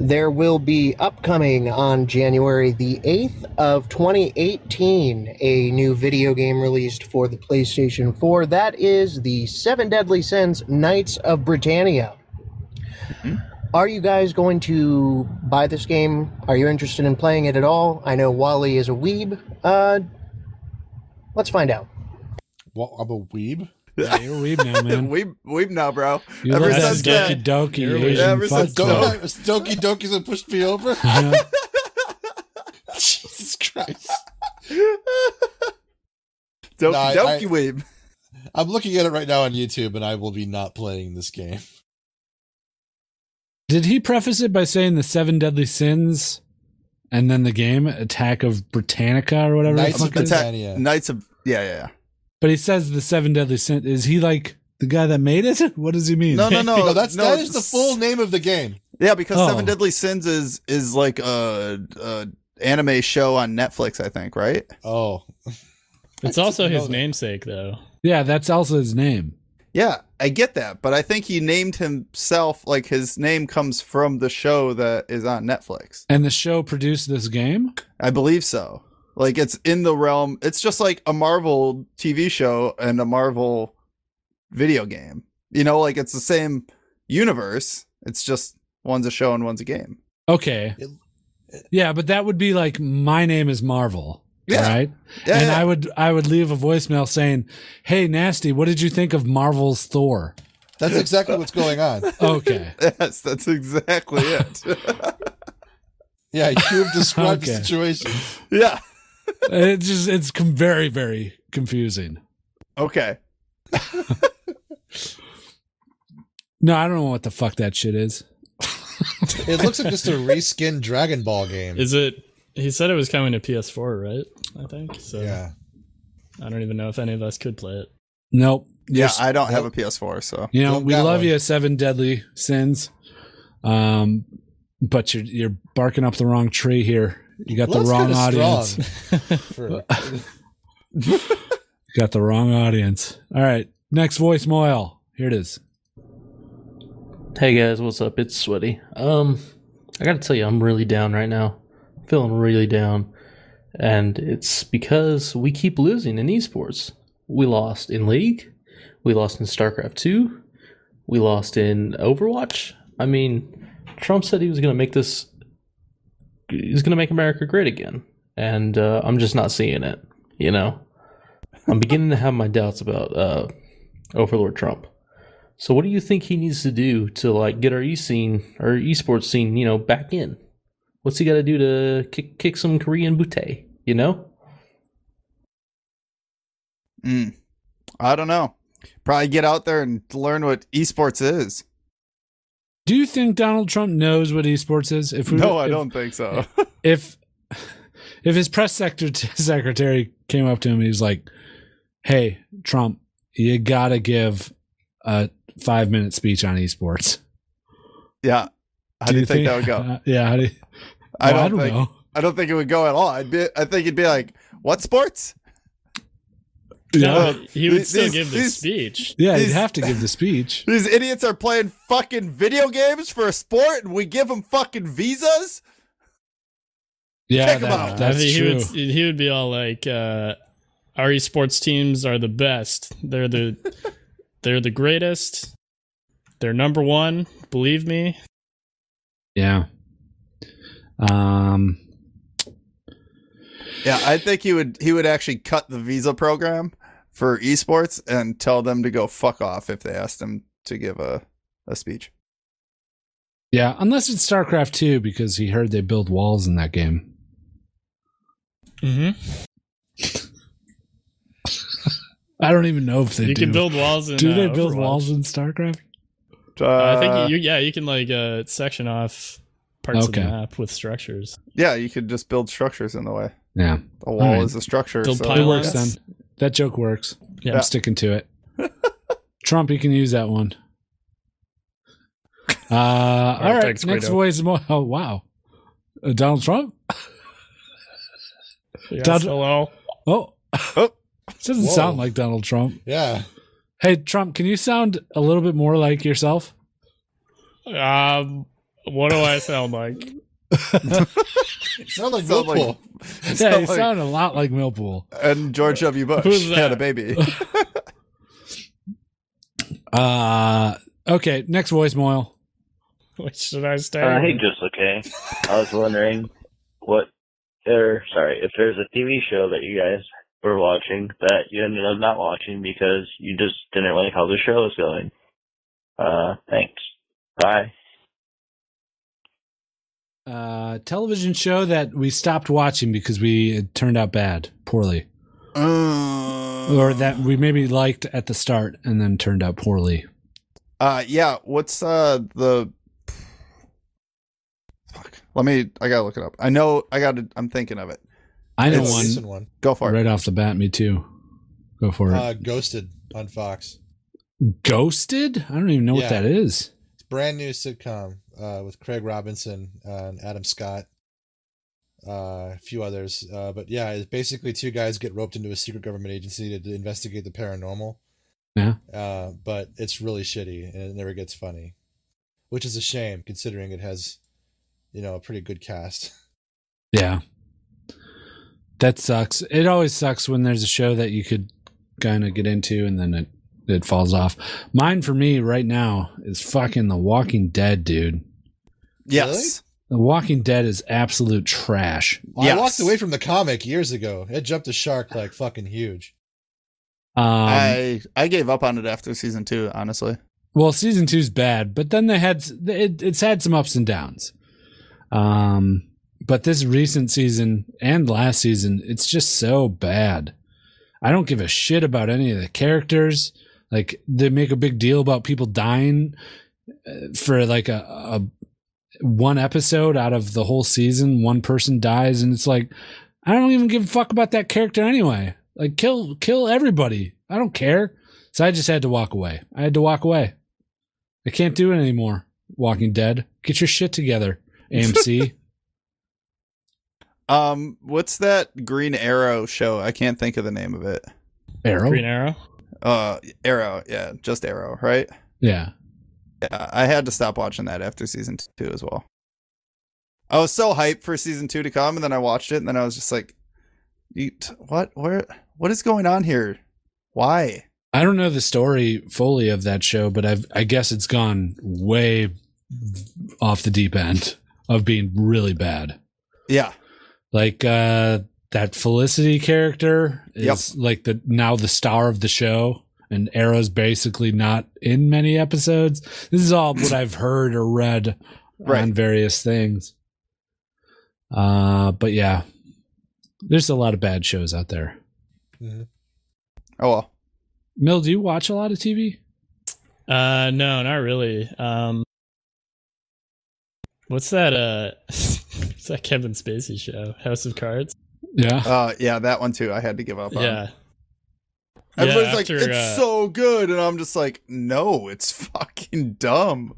[SPEAKER 11] There will be upcoming on January the 8th of 2018 a new video game released for the PlayStation 4. That is the Seven Deadly Sins Knights of Britannia. Are you guys going to buy this game? Are you interested in playing it at all? I know Wally is a weeb. Uh, Let's find out.
[SPEAKER 4] Well, I'm a weeb.
[SPEAKER 1] Yeah, you're weeb now, man.
[SPEAKER 2] weeb, weeb now, bro.
[SPEAKER 1] You
[SPEAKER 2] Ever
[SPEAKER 1] love that
[SPEAKER 2] since then-
[SPEAKER 1] Doki Doki
[SPEAKER 2] Ever
[SPEAKER 1] Asian
[SPEAKER 2] since
[SPEAKER 1] fuck
[SPEAKER 2] then-
[SPEAKER 1] talk.
[SPEAKER 4] Doki Doki's gonna push me over.
[SPEAKER 1] Yeah.
[SPEAKER 4] Jesus Christ.
[SPEAKER 2] Doki,
[SPEAKER 4] No, I-
[SPEAKER 2] Doki
[SPEAKER 4] I-
[SPEAKER 2] Weeb.
[SPEAKER 4] I'm looking at it right now on YouTube, and I will be not playing this game.
[SPEAKER 1] Did he preface it by saying the seven deadly sins and then the game Attack of Britannica or whatever? the
[SPEAKER 4] Knights of
[SPEAKER 1] fuck it is?
[SPEAKER 4] Britannia.
[SPEAKER 2] Attack, Knights of yeah, yeah,
[SPEAKER 1] But he says the seven deadly sins. Is he like the guy that made it? What does he mean?
[SPEAKER 2] No, no, no.
[SPEAKER 4] No, that's
[SPEAKER 2] no,
[SPEAKER 4] that is the full name of the game.
[SPEAKER 2] Yeah, because
[SPEAKER 1] Oh.
[SPEAKER 2] Seven Deadly Sins is is like a, a anime show on Netflix, I think, right?
[SPEAKER 4] Oh,
[SPEAKER 3] It's also his namesake, though.
[SPEAKER 1] Yeah, that's also his name.
[SPEAKER 2] Yeah, I get that, but I think he named himself like his name comes from the show that is on Netflix.
[SPEAKER 1] And the show produced this game?
[SPEAKER 2] I believe so. Like it's in the realm. It's just like a Marvel TV show and a Marvel video game. You know, like it's the same universe. It's just one's a show and one's a game.
[SPEAKER 1] Okay. Yeah, but that would be like my name is Marvel.
[SPEAKER 2] Yeah.
[SPEAKER 1] Right?
[SPEAKER 2] Yeah,
[SPEAKER 1] and
[SPEAKER 2] yeah.
[SPEAKER 1] I would I would leave a voicemail saying, Hey Nasty, what did you think of Marvel's Thor?
[SPEAKER 4] That's exactly what's going on.
[SPEAKER 1] Okay.
[SPEAKER 2] Yes, that's exactly it.
[SPEAKER 4] Yeah, you have described
[SPEAKER 1] Okay.
[SPEAKER 4] the situation.
[SPEAKER 2] yeah.
[SPEAKER 1] it just it's com- very, very confusing.
[SPEAKER 2] Okay.
[SPEAKER 1] No, I don't know what the fuck that shit is.
[SPEAKER 4] It looks like just a reskinned Dragon Ball game.
[SPEAKER 3] Is it? He said it was coming to PS4, right? I think so.
[SPEAKER 4] yeah,
[SPEAKER 3] I don't even know if any of us could play it.
[SPEAKER 1] Nope.
[SPEAKER 2] Yeah,
[SPEAKER 1] Yes.
[SPEAKER 2] I don't have a PS4, so
[SPEAKER 1] You know,
[SPEAKER 4] Don't
[SPEAKER 1] we
[SPEAKER 4] got
[SPEAKER 1] love
[SPEAKER 4] one.
[SPEAKER 1] you, Seven Deadly Sins. Um, but you're you're barking up the wrong tree here. You got
[SPEAKER 4] Well,
[SPEAKER 1] the
[SPEAKER 4] that's
[SPEAKER 1] wrong
[SPEAKER 4] kinda
[SPEAKER 1] audience.
[SPEAKER 4] strong for-
[SPEAKER 1] You got the wrong audience. All right, next voice, Moyle. Here it is.
[SPEAKER 13] Hey guys, what's up? It's Sweaty. Um, I gotta tell you, I'm really down right now. Feeling really down. And it's because we keep losing in esports. We lost in League. We lost in StarCraft 2. We lost in Overwatch. I mean, Trump said he was gonna make this. He's gonna make America great again. And uh, I'm just not seeing it, you know? I'm beginning to have my doubts about uh, Overlord Trump. So what do you think he needs to do to like get our e scene our esports scene, you know, back in? What's he got to do to kick kick some Korean butte? You know,
[SPEAKER 2] Mm. I don't know. Probably get out there and learn what esports is.
[SPEAKER 1] Do you think Donald Trump knows what esports is? If
[SPEAKER 2] No, I
[SPEAKER 1] if-
[SPEAKER 2] don't think so.
[SPEAKER 1] If if his press secretary, secretary came up to him, he's like, "Hey, Trump, you gotta give a five minute speech on esports."
[SPEAKER 2] yeah. How do, you think, that would go?
[SPEAKER 1] Uh, yeah, how do you,
[SPEAKER 2] I
[SPEAKER 1] Well,
[SPEAKER 2] don't,
[SPEAKER 1] I don't
[SPEAKER 2] think,
[SPEAKER 1] know.
[SPEAKER 2] I don't think it would go at all. I'd be, I think it'd be like, what sports?
[SPEAKER 3] No,
[SPEAKER 2] Uh,
[SPEAKER 3] but he would
[SPEAKER 2] these-
[SPEAKER 3] still
[SPEAKER 2] these-
[SPEAKER 3] give the
[SPEAKER 2] these-
[SPEAKER 3] speech.
[SPEAKER 1] Yeah, he'd
[SPEAKER 2] These-
[SPEAKER 1] have to give the speech.
[SPEAKER 2] These idiots are playing fucking video games for a sport, and we give them fucking visas.
[SPEAKER 1] Yeah,
[SPEAKER 2] Check 'em
[SPEAKER 1] that-
[SPEAKER 2] out.
[SPEAKER 1] that's
[SPEAKER 3] I mean,
[SPEAKER 1] true.
[SPEAKER 3] He would, he would be all like, uh, "Our esports teams are the best. They're the they're the greatest. They're number one. Believe me."
[SPEAKER 1] yeah. Um.
[SPEAKER 2] Yeah, I think he would. He would actually cut the visa program for esports and tell them to go fuck off if they asked him to give a a speech.
[SPEAKER 1] Yeah, unless it's StarCraft 2 because he heard they build walls in that game.
[SPEAKER 3] Mm-hmm.
[SPEAKER 1] I don't even know if they
[SPEAKER 3] You
[SPEAKER 1] do.
[SPEAKER 3] can build walls. In,
[SPEAKER 1] do they
[SPEAKER 3] uh,
[SPEAKER 1] build
[SPEAKER 3] Overwatch.
[SPEAKER 1] walls in StarCraft?
[SPEAKER 3] Uh, I
[SPEAKER 2] Uh,
[SPEAKER 3] think you, yeah, you can like uh, section off parts
[SPEAKER 1] Okay.
[SPEAKER 3] of the map with structures.
[SPEAKER 2] yeah, you could just build structures in the way.
[SPEAKER 1] Yeah.
[SPEAKER 2] A wall
[SPEAKER 1] Alright.
[SPEAKER 2] is a structure.
[SPEAKER 3] Build
[SPEAKER 2] so-
[SPEAKER 1] It
[SPEAKER 3] pylons.
[SPEAKER 1] works then. That joke works.
[SPEAKER 3] Yeah.
[SPEAKER 1] I'm sticking to it. Trump, you can use that one. Uh, all right,
[SPEAKER 3] thanks,
[SPEAKER 1] next
[SPEAKER 3] Guido.
[SPEAKER 1] voice. Mo- oh, wow. Uh, Donald Trump?
[SPEAKER 3] Yes,
[SPEAKER 1] Does-
[SPEAKER 3] hello.
[SPEAKER 1] Oh.
[SPEAKER 2] Oh.
[SPEAKER 1] doesn't
[SPEAKER 4] Whoa.
[SPEAKER 1] sound like Donald Trump.
[SPEAKER 4] yeah.
[SPEAKER 1] Hey, Trump, can you sound a little bit more like yourself?
[SPEAKER 3] Um, what do I sound like?
[SPEAKER 4] Sound like
[SPEAKER 2] Sound like-
[SPEAKER 4] Millpool.
[SPEAKER 1] Yeah, you
[SPEAKER 2] like-
[SPEAKER 1] sound a lot like Millpool.
[SPEAKER 2] And George W. Bush
[SPEAKER 3] Who's that?
[SPEAKER 2] had a baby.
[SPEAKER 1] Uh, okay, next voice, Moyle.
[SPEAKER 3] What should I stay?
[SPEAKER 14] Uh, hey,
[SPEAKER 3] with?
[SPEAKER 14] just okay. er, I was wondering what, or sorry, if there's a TV show that you guys were watching that you ended up not watching because you just didn't like how the show was going. Uh, thanks. Bye.
[SPEAKER 1] Uh, television show that we stopped watching because we it turned out bad, poorly,
[SPEAKER 2] Mm.
[SPEAKER 1] or that we maybe liked at the start and then turned out poorly.
[SPEAKER 2] Uh, yeah. What's uh the? Fuck. Let me. I gotta look it up. I know. I got. to I'm thinking of it.
[SPEAKER 1] I know
[SPEAKER 2] It's-
[SPEAKER 1] one,
[SPEAKER 2] Go for it.
[SPEAKER 1] right off the bat. Me too. Go for it.
[SPEAKER 4] Uh, Ghosted on Fox.
[SPEAKER 1] Ghosted? I don't even know
[SPEAKER 4] Yeah.
[SPEAKER 1] what that is.
[SPEAKER 4] It's a brand new sitcom uh, with Craig Robinson uh, and Adam Scott, uh, a few others. Uh, but yeah, it's basically two guys get roped into a secret government agency to, to investigate the paranormal.
[SPEAKER 1] Yeah.
[SPEAKER 4] Uh, but it's really shitty and it never gets funny, which is a shame considering it has, you know, a pretty good cast.
[SPEAKER 1] Yeah. That sucks. It always sucks when there's a show that you could kind of get into and then it it falls off. Mine for me right now is fucking The Walking Dead, dude.
[SPEAKER 2] Yes.
[SPEAKER 1] The Walking Dead is absolute trash.
[SPEAKER 4] I walked away from the comic years ago. It jumped a shark like fucking huge.
[SPEAKER 1] Um,
[SPEAKER 2] I I gave up on it after season two. Honestly.
[SPEAKER 1] Well, season two's bad, but then they had it, it's had some ups and downs. Um, but this recent season and last season, it's just so bad. I don't give a shit about any of the characters. Like they make a big deal about people dying uh, for like a, a one episode out of the whole season. One person dies, and it's like I don't even give a fuck about that character anyway. Like kill kill everybody. I don't care. So I just had to walk away. I had to walk away. I can't do it anymore. Walking Dead, get your shit together, AMC.
[SPEAKER 2] Um. What's that Green Arrow show? I can't think of the name of it.
[SPEAKER 1] Arrow? Green
[SPEAKER 3] Arrow.
[SPEAKER 2] Uh, Arrow. Yeah, just Arrow, right?
[SPEAKER 1] yeah.
[SPEAKER 2] Yeah, I had to stop watching that after season two as well. I was so hyped for season two to come, and then I watched it, and then I was just like, "You- t- "What? Where? What is going on here? Why?"
[SPEAKER 1] I don't know the story fully of that show, but I've, I guess it's gone way off the deep end of being really bad.
[SPEAKER 2] Yeah.
[SPEAKER 1] Like uh, that Felicity character is like the now the star of the show, and Arrow's basically not in many episodes. This is all what I've heard or read on various things. Uh, but yeah, there's a lot of bad shows out there.
[SPEAKER 2] Oh well.
[SPEAKER 1] Mill, do you watch a lot of TV?
[SPEAKER 3] Uh, no, not really. Um, what's that? Uh, what's that Kevin Spacey show? House of Cards.
[SPEAKER 1] Yeah.
[SPEAKER 2] Uh, yeah, that one too. I had to give up on.
[SPEAKER 3] Yeah.
[SPEAKER 2] Everybody's
[SPEAKER 3] Yeah,
[SPEAKER 2] like,
[SPEAKER 3] after,
[SPEAKER 2] "It's
[SPEAKER 3] uh,
[SPEAKER 2] so good," and I'm just like, "No, it's fucking dumb."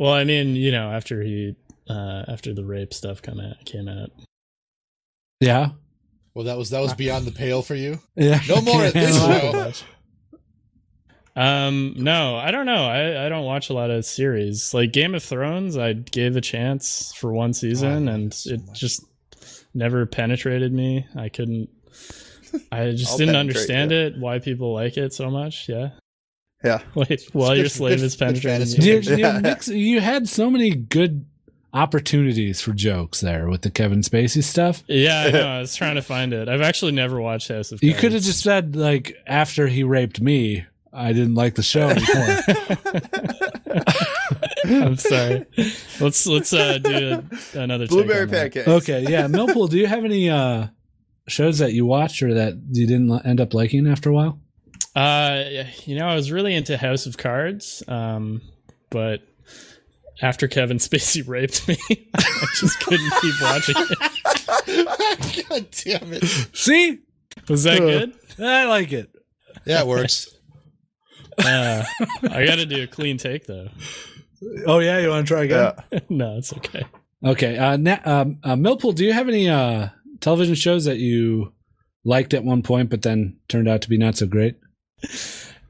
[SPEAKER 3] Well, I mean, you know, after he, uh, after the rape stuff come out, came out.
[SPEAKER 1] Yeah.
[SPEAKER 4] Well, that was that was beyond the pale for you.
[SPEAKER 1] Yeah.
[SPEAKER 4] No more at this show.
[SPEAKER 3] Um, no, I don't know. I, I don't watch a lot of series like Game of Thrones. I gave a chance for one season, and it just never penetrated me. I couldn't. I just
[SPEAKER 13] I'll
[SPEAKER 3] didn't
[SPEAKER 13] penetrate
[SPEAKER 3] understand it. Why people like it so much? Yeah.
[SPEAKER 2] Yeah.
[SPEAKER 3] Wait, while your
[SPEAKER 1] It's good-
[SPEAKER 3] slave
[SPEAKER 1] good-
[SPEAKER 3] is
[SPEAKER 1] good
[SPEAKER 3] penetrating.
[SPEAKER 1] fantasy.
[SPEAKER 3] you.
[SPEAKER 1] Dude, dude, Nick's- you had so many good opportunities for jokes there with the Kevin Spacey stuff.
[SPEAKER 3] Yeah, I know. I was trying to find it. I've actually never watched House of.
[SPEAKER 1] You
[SPEAKER 3] Cards.
[SPEAKER 1] could have just said like after he raped me, I didn't like the show anymore.
[SPEAKER 3] I'm sorry. Let's let's uh, do a, another take
[SPEAKER 2] Blueberry
[SPEAKER 3] on that.
[SPEAKER 2] pancakes.
[SPEAKER 1] okay, yeah, Millpool, do you have any uh shows that you watched or that you didn't li- end up liking after a while?
[SPEAKER 3] Uh, you know, I was really into House of Cards, um, but after Kevin Spacey raped me, I just couldn't keep watching it.
[SPEAKER 4] God damn it.
[SPEAKER 1] See?
[SPEAKER 3] Was that
[SPEAKER 4] Uh,
[SPEAKER 3] good?
[SPEAKER 1] I like it.
[SPEAKER 4] Yeah, it works.
[SPEAKER 3] Uh, I got to do a clean take though.
[SPEAKER 1] Oh yeah, you want to try again?
[SPEAKER 3] no, it's okay.
[SPEAKER 1] Okay, uh, na- um, uh, Millpool, do you have any uh television shows that you liked at one point but then turned out to be not so great?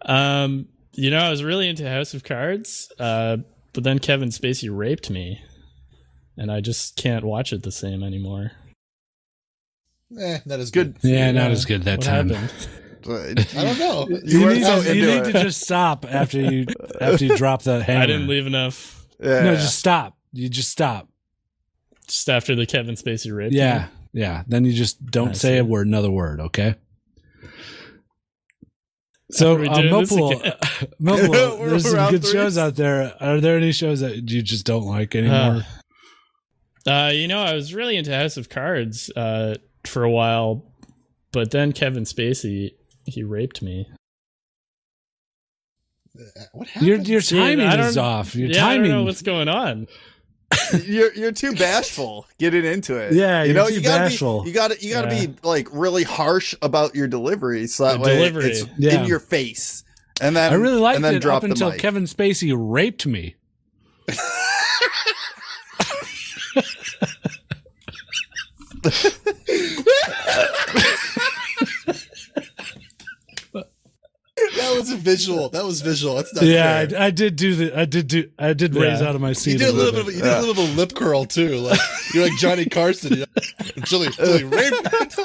[SPEAKER 3] Um, you know, I was really into House of Cards, uh, but then Kevin Spacey raped me, and I just can't watch it the same anymore.
[SPEAKER 4] Eh, not as good.
[SPEAKER 1] Yeah, not as good that
[SPEAKER 3] What
[SPEAKER 1] time.
[SPEAKER 3] happened?
[SPEAKER 4] I don't know.
[SPEAKER 1] You,
[SPEAKER 4] were
[SPEAKER 1] need,
[SPEAKER 4] so
[SPEAKER 1] to, you
[SPEAKER 4] into
[SPEAKER 1] need
[SPEAKER 4] it.
[SPEAKER 1] to just stop after you after you drop the hammer.
[SPEAKER 3] I didn't leave enough.
[SPEAKER 1] No, just stop. You just stop.
[SPEAKER 3] Just after the Kevin Spacey rape.
[SPEAKER 1] Yeah, Yeah. Then you just don't say a word, another word, okay? So,
[SPEAKER 3] Are we
[SPEAKER 1] uh,
[SPEAKER 3] doing this
[SPEAKER 1] Mopal,
[SPEAKER 3] again?
[SPEAKER 1] Mopal,
[SPEAKER 3] We're
[SPEAKER 1] there's some
[SPEAKER 3] round
[SPEAKER 1] good
[SPEAKER 3] threes?
[SPEAKER 1] shows out there. Are there any shows that you just don't like anymore?
[SPEAKER 3] Uh, you know, I was really into House of Cards uh, for a while, but then Kevin Spacey he raped me.
[SPEAKER 4] What
[SPEAKER 1] your your timing
[SPEAKER 3] I don't-
[SPEAKER 1] is off. Your
[SPEAKER 3] yeah, I don't
[SPEAKER 1] timing.
[SPEAKER 3] know what's going on?
[SPEAKER 2] you're you're too bashful getting into it.
[SPEAKER 1] Yeah,
[SPEAKER 2] you
[SPEAKER 1] you're
[SPEAKER 2] know
[SPEAKER 1] too
[SPEAKER 2] you gotta
[SPEAKER 1] bashful.
[SPEAKER 2] be you gotta you gotta
[SPEAKER 1] Yeah.
[SPEAKER 2] be like really harsh about your delivery, so that
[SPEAKER 1] The
[SPEAKER 2] way
[SPEAKER 1] delivery.
[SPEAKER 2] it's
[SPEAKER 1] Yeah.
[SPEAKER 2] in your face. And then
[SPEAKER 1] I really liked
[SPEAKER 2] and then
[SPEAKER 1] it
[SPEAKER 2] drop
[SPEAKER 1] up
[SPEAKER 2] the
[SPEAKER 1] until
[SPEAKER 2] mic.
[SPEAKER 1] Kevin Spacey raped me.
[SPEAKER 4] That was a visual. That was visual. That's not
[SPEAKER 1] yeah,
[SPEAKER 4] fair.
[SPEAKER 1] I, I did do the. I did do. I did raise out of my seat.
[SPEAKER 4] You did a little bit. Of, you did a little bit of lip curl too. Like you're like Johnny Carson. You're like, Julie, Julie Raymond.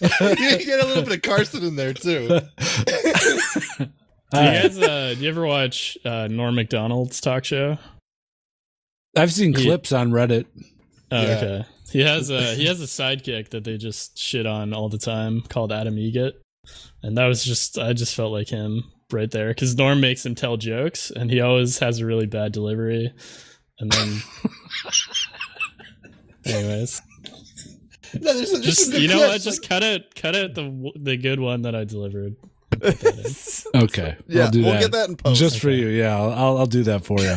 [SPEAKER 4] you get a little bit of Carson in there too.
[SPEAKER 3] Do
[SPEAKER 4] All
[SPEAKER 3] you
[SPEAKER 4] right.
[SPEAKER 3] guys, uh, do you ever watch uh, Norm Macdonald's talk show?
[SPEAKER 1] I've seen
[SPEAKER 3] He-
[SPEAKER 1] clips on Reddit.
[SPEAKER 3] Oh, okay. He has a he has a sidekick that they just shit on all the time called Adam Egit, and that was just I just felt like him right there because Norm makes him tell jokes, and he always has a really bad delivery, and then. Anyways,
[SPEAKER 4] No, there's, there's
[SPEAKER 3] just
[SPEAKER 4] some good
[SPEAKER 3] you know
[SPEAKER 4] clips.
[SPEAKER 3] what? Just cut out cut out the w- the good one that I delivered.
[SPEAKER 1] Okay,
[SPEAKER 3] Yeah,
[SPEAKER 1] I'll do
[SPEAKER 3] we'll
[SPEAKER 1] that.
[SPEAKER 3] get that in post.
[SPEAKER 1] just for you. Yeah, I'll, I'll I'll do that for you.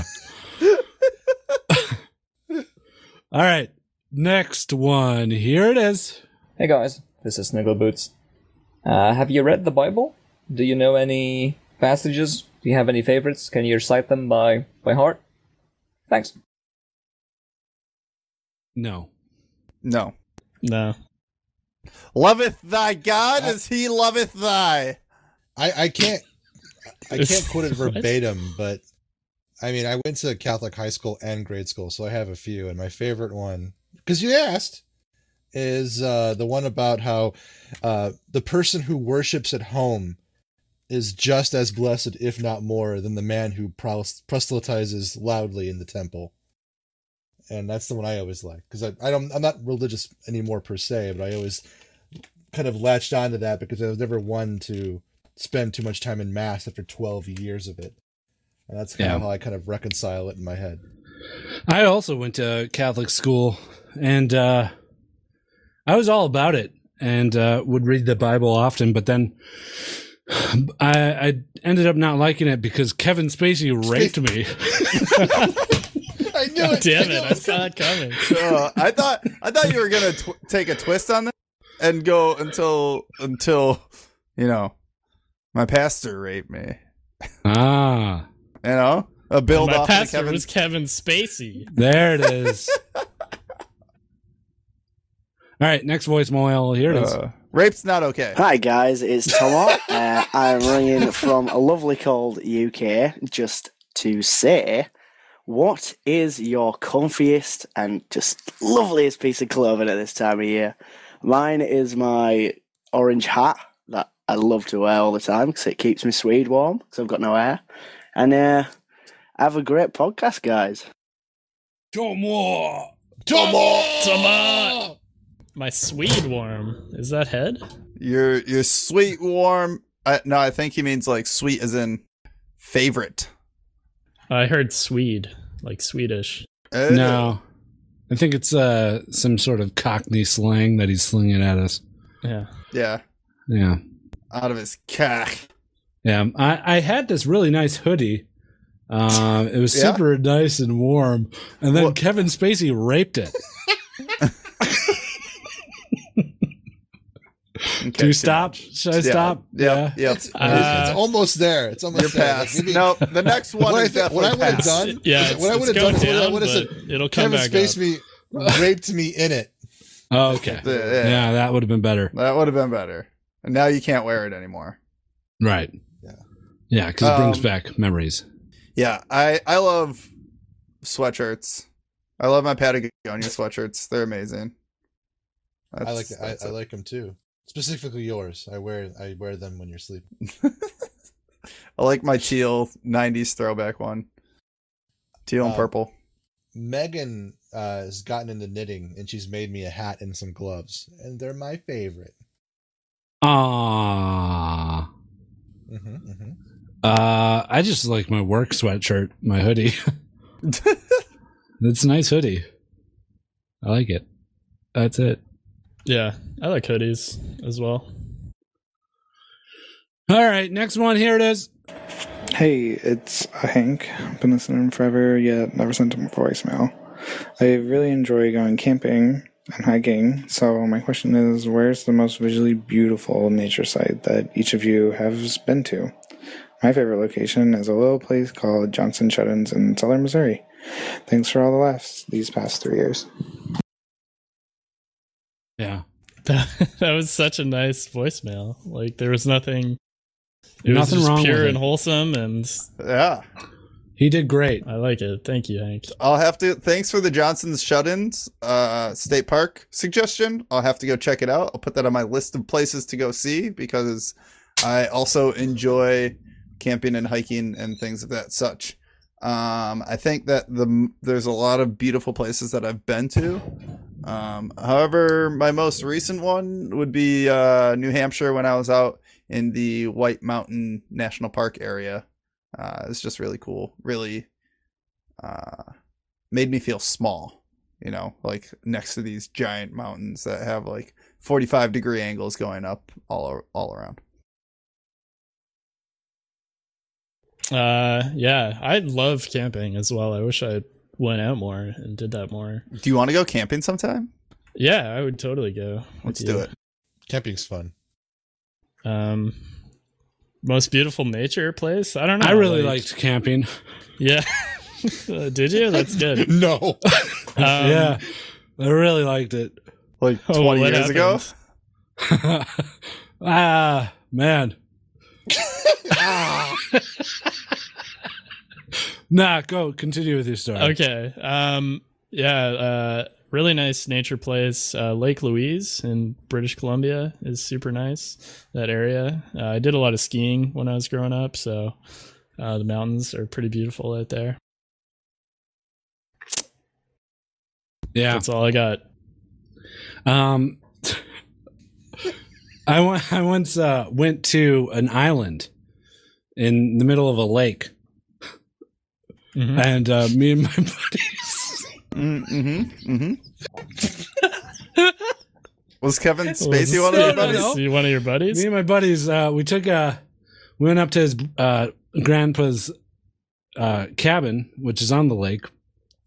[SPEAKER 1] All right, next one. Here it is.
[SPEAKER 15] Hey guys, this is Snuggle Boots. Uh, have you read the Bible? Do you know any passages? Do you have any favorites? Can you recite them by by heart? Thanks.
[SPEAKER 1] No.
[SPEAKER 2] No.
[SPEAKER 3] No.
[SPEAKER 2] Loveth thy God as he loveth thy.
[SPEAKER 4] I, I can't I can't quote it verbatim, but I mean, I went to Catholic high school and grade school, so I have a few. And my favorite one, because you asked, is uh, the one about how uh, the person who worships at home is just as blessed, if not more, than the man who pros- proselytizes loudly in the temple. And that's the one I always like because I, I don't I'm not religious anymore per se, but I always kind of latched onto that because I was never one to spend too much time in mass after 12 years of it. And that's kind
[SPEAKER 1] Yeah.
[SPEAKER 4] of how I kind of reconcile it in my head.
[SPEAKER 1] I also went to Catholic school, and uh, I was all about it, and uh, would read the Bible often. But then I, I ended up not liking it because Kevin Spacey raped me.
[SPEAKER 4] I knew
[SPEAKER 3] it. Damn it! I saw it coming.
[SPEAKER 2] Uh, I thought I thought you were gonna tw- take a twist on that and go until until you know my pastor raped me.
[SPEAKER 1] Ah,
[SPEAKER 2] you know a build
[SPEAKER 3] My
[SPEAKER 2] off of
[SPEAKER 3] pastor
[SPEAKER 2] Kevin's
[SPEAKER 3] was Kevin Spacey.
[SPEAKER 1] There it is. All right, next voicemail. Here it is.
[SPEAKER 2] Uh, rape's not okay.
[SPEAKER 16] Hi guys, it's Tomo. uh, I'm ringing from a lovely cold UK just to say, what is your comfiest and just loveliest piece of clothing at this time of year? Mine is my orange hat that I love to wear all the time because it keeps me swede warm because I've got no hair. And uh, have a great podcast, guys.
[SPEAKER 1] Tomo.
[SPEAKER 4] Tomo.
[SPEAKER 3] Tomo. My Swede warm is that head?
[SPEAKER 2] You're you're sweet warm. Uh, no, I think he means like sweet as in favorite.
[SPEAKER 3] I heard Swede, like Swedish.
[SPEAKER 2] Eh?
[SPEAKER 1] No, I think it's uh, some sort of Cockney slang that he's slinging at us.
[SPEAKER 3] Yeah.
[SPEAKER 2] Yeah.
[SPEAKER 1] Yeah.
[SPEAKER 2] Out of his cock.
[SPEAKER 1] Yeah, I, I had this really nice hoodie. Um, it was
[SPEAKER 2] Yeah?
[SPEAKER 1] super nice and warm, and then Kevin Spacey raped it. Do you stop? Should I stop?
[SPEAKER 2] Yep. Yep.
[SPEAKER 4] it's,
[SPEAKER 2] Uh,
[SPEAKER 4] it's almost there. It's almost
[SPEAKER 2] You're
[SPEAKER 4] there.
[SPEAKER 2] past. No, the next one
[SPEAKER 4] what I
[SPEAKER 2] is
[SPEAKER 4] thi- what I
[SPEAKER 2] definitely
[SPEAKER 4] would have
[SPEAKER 2] past.
[SPEAKER 4] done.
[SPEAKER 2] Yeah,
[SPEAKER 4] is-
[SPEAKER 2] it's-
[SPEAKER 4] what I
[SPEAKER 2] it's
[SPEAKER 4] would have
[SPEAKER 2] going
[SPEAKER 4] done is what I
[SPEAKER 2] down,
[SPEAKER 4] would have said.
[SPEAKER 2] but it'll come
[SPEAKER 4] Kevin
[SPEAKER 2] back
[SPEAKER 4] Spacey raped me in it.
[SPEAKER 1] Oh, okay.
[SPEAKER 2] Yeah.
[SPEAKER 1] Yeah, that would have been better.
[SPEAKER 2] That would have been better. And now you can't wear it anymore.
[SPEAKER 1] Right. Yeah, because it brings
[SPEAKER 2] Um,
[SPEAKER 1] back memories.
[SPEAKER 2] Yeah, I I love sweatshirts. I love my Patagonia sweatshirts. They're amazing.
[SPEAKER 4] I
[SPEAKER 2] That's-
[SPEAKER 4] like I,
[SPEAKER 2] that's
[SPEAKER 4] I
[SPEAKER 2] it.
[SPEAKER 4] like them too. Specifically yours. I wear I wear them when you're sleeping.
[SPEAKER 2] I like my teal '90s throwback one. Teal and
[SPEAKER 4] Uh,
[SPEAKER 2] purple.
[SPEAKER 4] Megan uh, has gotten into knitting, and she's made me a hat and some gloves, and they're my favorite.
[SPEAKER 1] Ah.
[SPEAKER 4] hmm hmm
[SPEAKER 1] Uh, I just like my work sweatshirt, my hoodie. it's a nice hoodie. I like it. That's it.
[SPEAKER 3] Yeah, I like hoodies as well.
[SPEAKER 1] All right, next one. Here it is.
[SPEAKER 17] Hey, it's uh, Hank. I've been listening forever, yet never sent him a voicemail. I really enjoy going camping and hiking, so my question is where's the most visually beautiful nature site that each of you has been to? My favorite location is a little place called Johnson Shut-ins in southern Missouri. Thanks for all the laughs these past three years.
[SPEAKER 1] Yeah.
[SPEAKER 3] that was such a nice voicemail. Like there was nothing it was
[SPEAKER 1] Nothing
[SPEAKER 3] just
[SPEAKER 1] wrong
[SPEAKER 3] pure
[SPEAKER 1] with it.
[SPEAKER 3] and wholesome and
[SPEAKER 2] Yeah.
[SPEAKER 1] He did great.
[SPEAKER 3] I like it. Thank you, Hank.
[SPEAKER 2] I'll have to. Thanks for the Johnson's shut-ins, uh, state park suggestion. I'll have to go check it out. I'll put that on my list of places to go see because I also enjoy camping and hiking and things of that such. Um, I think that the there's a lot of beautiful places that I've been to. Um, however, my most recent one would be uh, New Hampshire when I was out in the White Mountain National Park area. Uh, it's just really cool. Really uh, made me feel small, you know, like next to these giant mountains that have like 45 degree angles going up all all around.
[SPEAKER 3] Uh yeah, I love camping as well. I wish I went out more and did that more.
[SPEAKER 2] Do you want to go camping sometime?
[SPEAKER 3] Yeah, I would totally go.
[SPEAKER 2] Let's
[SPEAKER 3] with
[SPEAKER 2] do
[SPEAKER 3] you.
[SPEAKER 2] it.
[SPEAKER 4] Camping's fun.
[SPEAKER 3] Um most beautiful nature place? I don't know.
[SPEAKER 1] I really liked camping.
[SPEAKER 3] Yeah. Uh, did you? That's good. Um,
[SPEAKER 4] no.
[SPEAKER 1] yeah, Um, I really liked it.
[SPEAKER 2] Like
[SPEAKER 3] Oh, 20 what years ago?
[SPEAKER 1] ago. ah, man.
[SPEAKER 3] Ah.
[SPEAKER 1] nah, go continue with your story.
[SPEAKER 3] Okay. Um, yeah. Uh, really nice nature place. Uh, Lake Louise in British Columbia is super nice. That area. Uh, I did a lot of skiing when I was growing up, so uh, the mountains are pretty beautiful out there.
[SPEAKER 1] Yeah.
[SPEAKER 3] That's all I got.
[SPEAKER 1] Um, I on- I once uh, went to an island in the middle of a lake,
[SPEAKER 3] Mm-hmm.
[SPEAKER 1] and uh, me and my buddies.
[SPEAKER 2] Mm-hmm. Mm-hmm. Was Kevin
[SPEAKER 1] Was
[SPEAKER 2] Spacey
[SPEAKER 1] this-
[SPEAKER 2] one of your
[SPEAKER 1] No, no,
[SPEAKER 2] buddies?
[SPEAKER 1] no.
[SPEAKER 3] You one of your buddies?
[SPEAKER 1] Me and my buddies, uh, we took uh we went up to his uh, grandpa's uh, cabin, which is on the lake,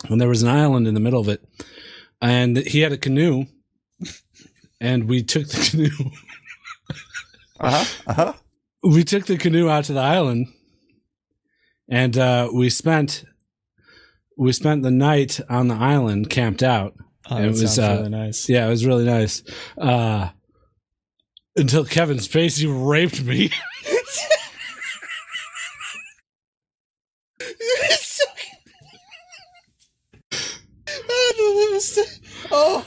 [SPEAKER 1] and there was an island in the middle of it, and he had a canoe, and we took the canoe.
[SPEAKER 2] uh huh. Uh huh.
[SPEAKER 1] We took the canoe out to the island, and uh, we spent we spent the night on the island, camped out.
[SPEAKER 3] Oh,
[SPEAKER 1] And
[SPEAKER 3] that sounds really
[SPEAKER 1] nice. Yeah, it was really nice. Uh, until Kevin Spacey raped me.
[SPEAKER 4] It was- oh,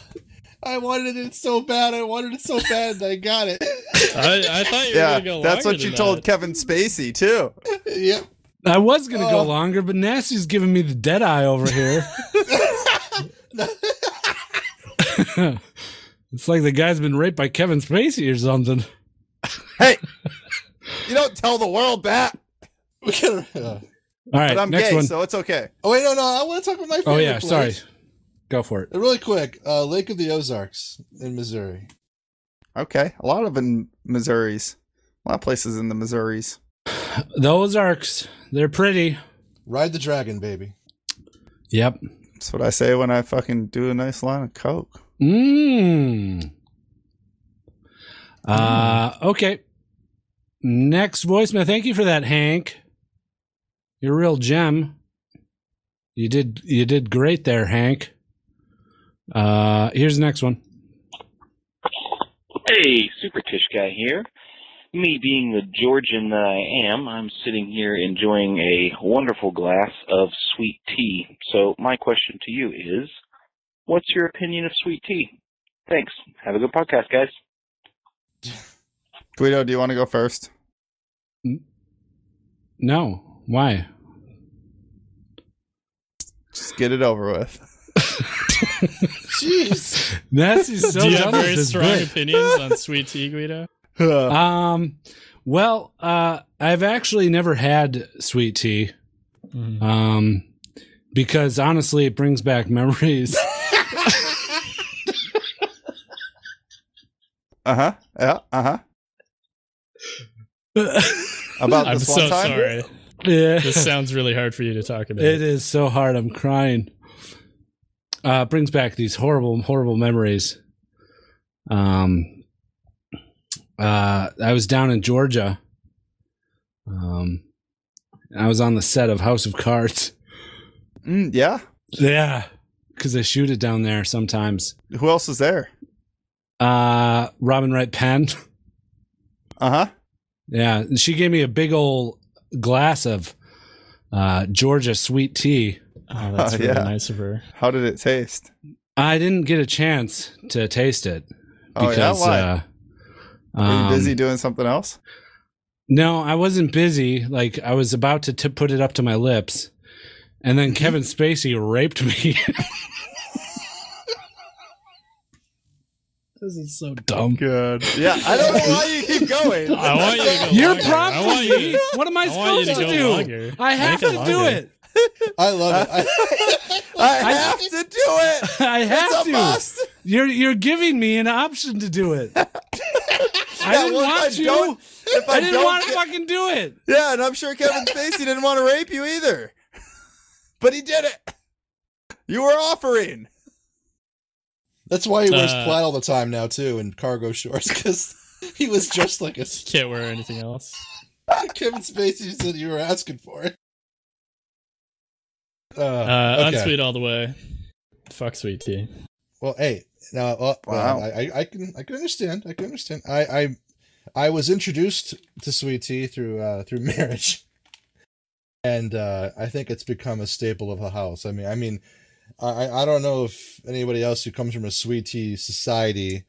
[SPEAKER 4] I wanted it so bad. I wanted it so bad, and I got it.
[SPEAKER 3] I, I thought you
[SPEAKER 2] Yeah,
[SPEAKER 3] were going to go
[SPEAKER 2] that's
[SPEAKER 3] longer
[SPEAKER 2] what you
[SPEAKER 3] than
[SPEAKER 2] told
[SPEAKER 3] that.
[SPEAKER 2] Kevin Spacey too.
[SPEAKER 4] yep.
[SPEAKER 1] I was gonna go
[SPEAKER 4] Oh.
[SPEAKER 1] longer, but Nasty's giving me the dead eye over here. it's like the guy's been raped by Kevin Spacey or something.
[SPEAKER 2] Hey, you don't tell the world that.
[SPEAKER 4] We gotta- uh,
[SPEAKER 1] All right,
[SPEAKER 2] but I'm
[SPEAKER 1] next
[SPEAKER 2] gay,
[SPEAKER 1] one.
[SPEAKER 2] so it's okay.
[SPEAKER 4] oh wait, no, no. I want to talk about my. Favorite
[SPEAKER 1] oh yeah,
[SPEAKER 4] place.
[SPEAKER 1] sorry. Go for it.
[SPEAKER 4] Uh, Really quick, uh, Lake of the Ozarks in Missouri.
[SPEAKER 2] Okay, a lot of in Missouri's, a lot of places in the Missouri's.
[SPEAKER 1] The Ozarks, they're pretty.
[SPEAKER 4] Ride the dragon, baby.
[SPEAKER 1] Yep.
[SPEAKER 2] That's what I say when I fucking do a nice line of coke.
[SPEAKER 1] Mmm. Uh, okay. Next voicemail. Thank you for that, Hank. You're a real gem. You did you did great there, Hank. Uh, here's the next one.
[SPEAKER 14] Hey, Super Tish Guy here. Me being the Georgian that I am, I'm sitting here enjoying a wonderful glass of sweet tea. So, my question to you is what's your opinion of sweet tea? Thanks. Have a good podcast, guys.
[SPEAKER 2] Guido, do you want to go first?
[SPEAKER 1] No, why?
[SPEAKER 2] Just get it over with.
[SPEAKER 4] Jeez.
[SPEAKER 1] Nasty's so
[SPEAKER 3] Do you
[SPEAKER 1] dumb
[SPEAKER 3] have
[SPEAKER 1] at
[SPEAKER 3] very
[SPEAKER 1] this
[SPEAKER 3] strong
[SPEAKER 1] bit.
[SPEAKER 3] opinions on sweet tea, Guido?
[SPEAKER 1] um, well, uh, I've actually never had sweet tea, um, because honestly, it brings back memories.
[SPEAKER 2] Uh huh. Yeah. Uh
[SPEAKER 1] huh.
[SPEAKER 2] About
[SPEAKER 3] I'm
[SPEAKER 2] this
[SPEAKER 3] so
[SPEAKER 2] one time?
[SPEAKER 3] sorry.
[SPEAKER 1] Yeah.
[SPEAKER 3] This sounds really hard for you to talk about.
[SPEAKER 1] It is so hard. I'm crying. Uh, it brings back these horrible, horrible memories. Um, uh, I was down in Georgia. Um, I was on the set of House of Cards.
[SPEAKER 2] Mm, yeah.
[SPEAKER 1] Yeah, because they shoot it down there sometimes.
[SPEAKER 2] Who else is there?
[SPEAKER 1] Uh, Robin Wright Penn.
[SPEAKER 2] Uh huh.
[SPEAKER 1] Yeah, and she gave me a big old glass of uh, Georgia sweet tea.
[SPEAKER 3] Oh,
[SPEAKER 2] that's really Yeah. nice
[SPEAKER 3] of her.
[SPEAKER 2] How did it taste?
[SPEAKER 1] I didn't get a chance to taste it
[SPEAKER 2] Oh, yeah?
[SPEAKER 1] because
[SPEAKER 2] Why?
[SPEAKER 1] uh,
[SPEAKER 2] Were you
[SPEAKER 1] um,
[SPEAKER 2] busy doing something else?
[SPEAKER 1] No, I wasn't busy. Like I was about to t- put it up to my lips, and then Kevin Spacey raped me. this is so dumb.
[SPEAKER 2] Good. Yeah, I don't know why you keep going.
[SPEAKER 1] I want you to go
[SPEAKER 2] You're
[SPEAKER 1] longer. I
[SPEAKER 2] prompting
[SPEAKER 1] want you-
[SPEAKER 2] me.
[SPEAKER 1] What am I
[SPEAKER 2] I want you
[SPEAKER 1] supposed to,
[SPEAKER 2] to go
[SPEAKER 1] do?
[SPEAKER 2] longer.
[SPEAKER 1] I have
[SPEAKER 2] Make
[SPEAKER 1] to
[SPEAKER 2] it
[SPEAKER 1] do
[SPEAKER 2] longer.
[SPEAKER 1] it.
[SPEAKER 4] I love it.
[SPEAKER 2] I have to do it.
[SPEAKER 1] I have
[SPEAKER 2] it's a
[SPEAKER 1] to.
[SPEAKER 2] Must.
[SPEAKER 1] You're you're giving me an option to do it. I
[SPEAKER 2] Yeah,
[SPEAKER 1] didn't
[SPEAKER 2] well, if
[SPEAKER 1] want
[SPEAKER 2] I
[SPEAKER 1] you.
[SPEAKER 2] don't- if I
[SPEAKER 1] didn't
[SPEAKER 2] don't
[SPEAKER 1] want to
[SPEAKER 2] get-
[SPEAKER 1] fucking do it.
[SPEAKER 2] Yeah, and I'm sure Kevin Spacey didn't want to rape you either, but he did it. You were offering.
[SPEAKER 4] That's why he wears
[SPEAKER 3] Uh,
[SPEAKER 4] plaid all the time now too, and cargo shorts because he was dressed like a.
[SPEAKER 3] Can't wear anything else.
[SPEAKER 4] Kevin Spacey said you were asking for it. Uh,
[SPEAKER 3] Uh,
[SPEAKER 4] okay.
[SPEAKER 3] Unsweet all the way. Fuck sweet tea.
[SPEAKER 4] Well, hey, now uh, well,
[SPEAKER 2] Wow.
[SPEAKER 4] I, I, I can I can understand. I can understand. I I, I was introduced to sweet tea through uh, through marriage, and uh, I think it's become a staple of the house. I mean, I mean, I I I don't know if anybody else who comes from a sweet tea society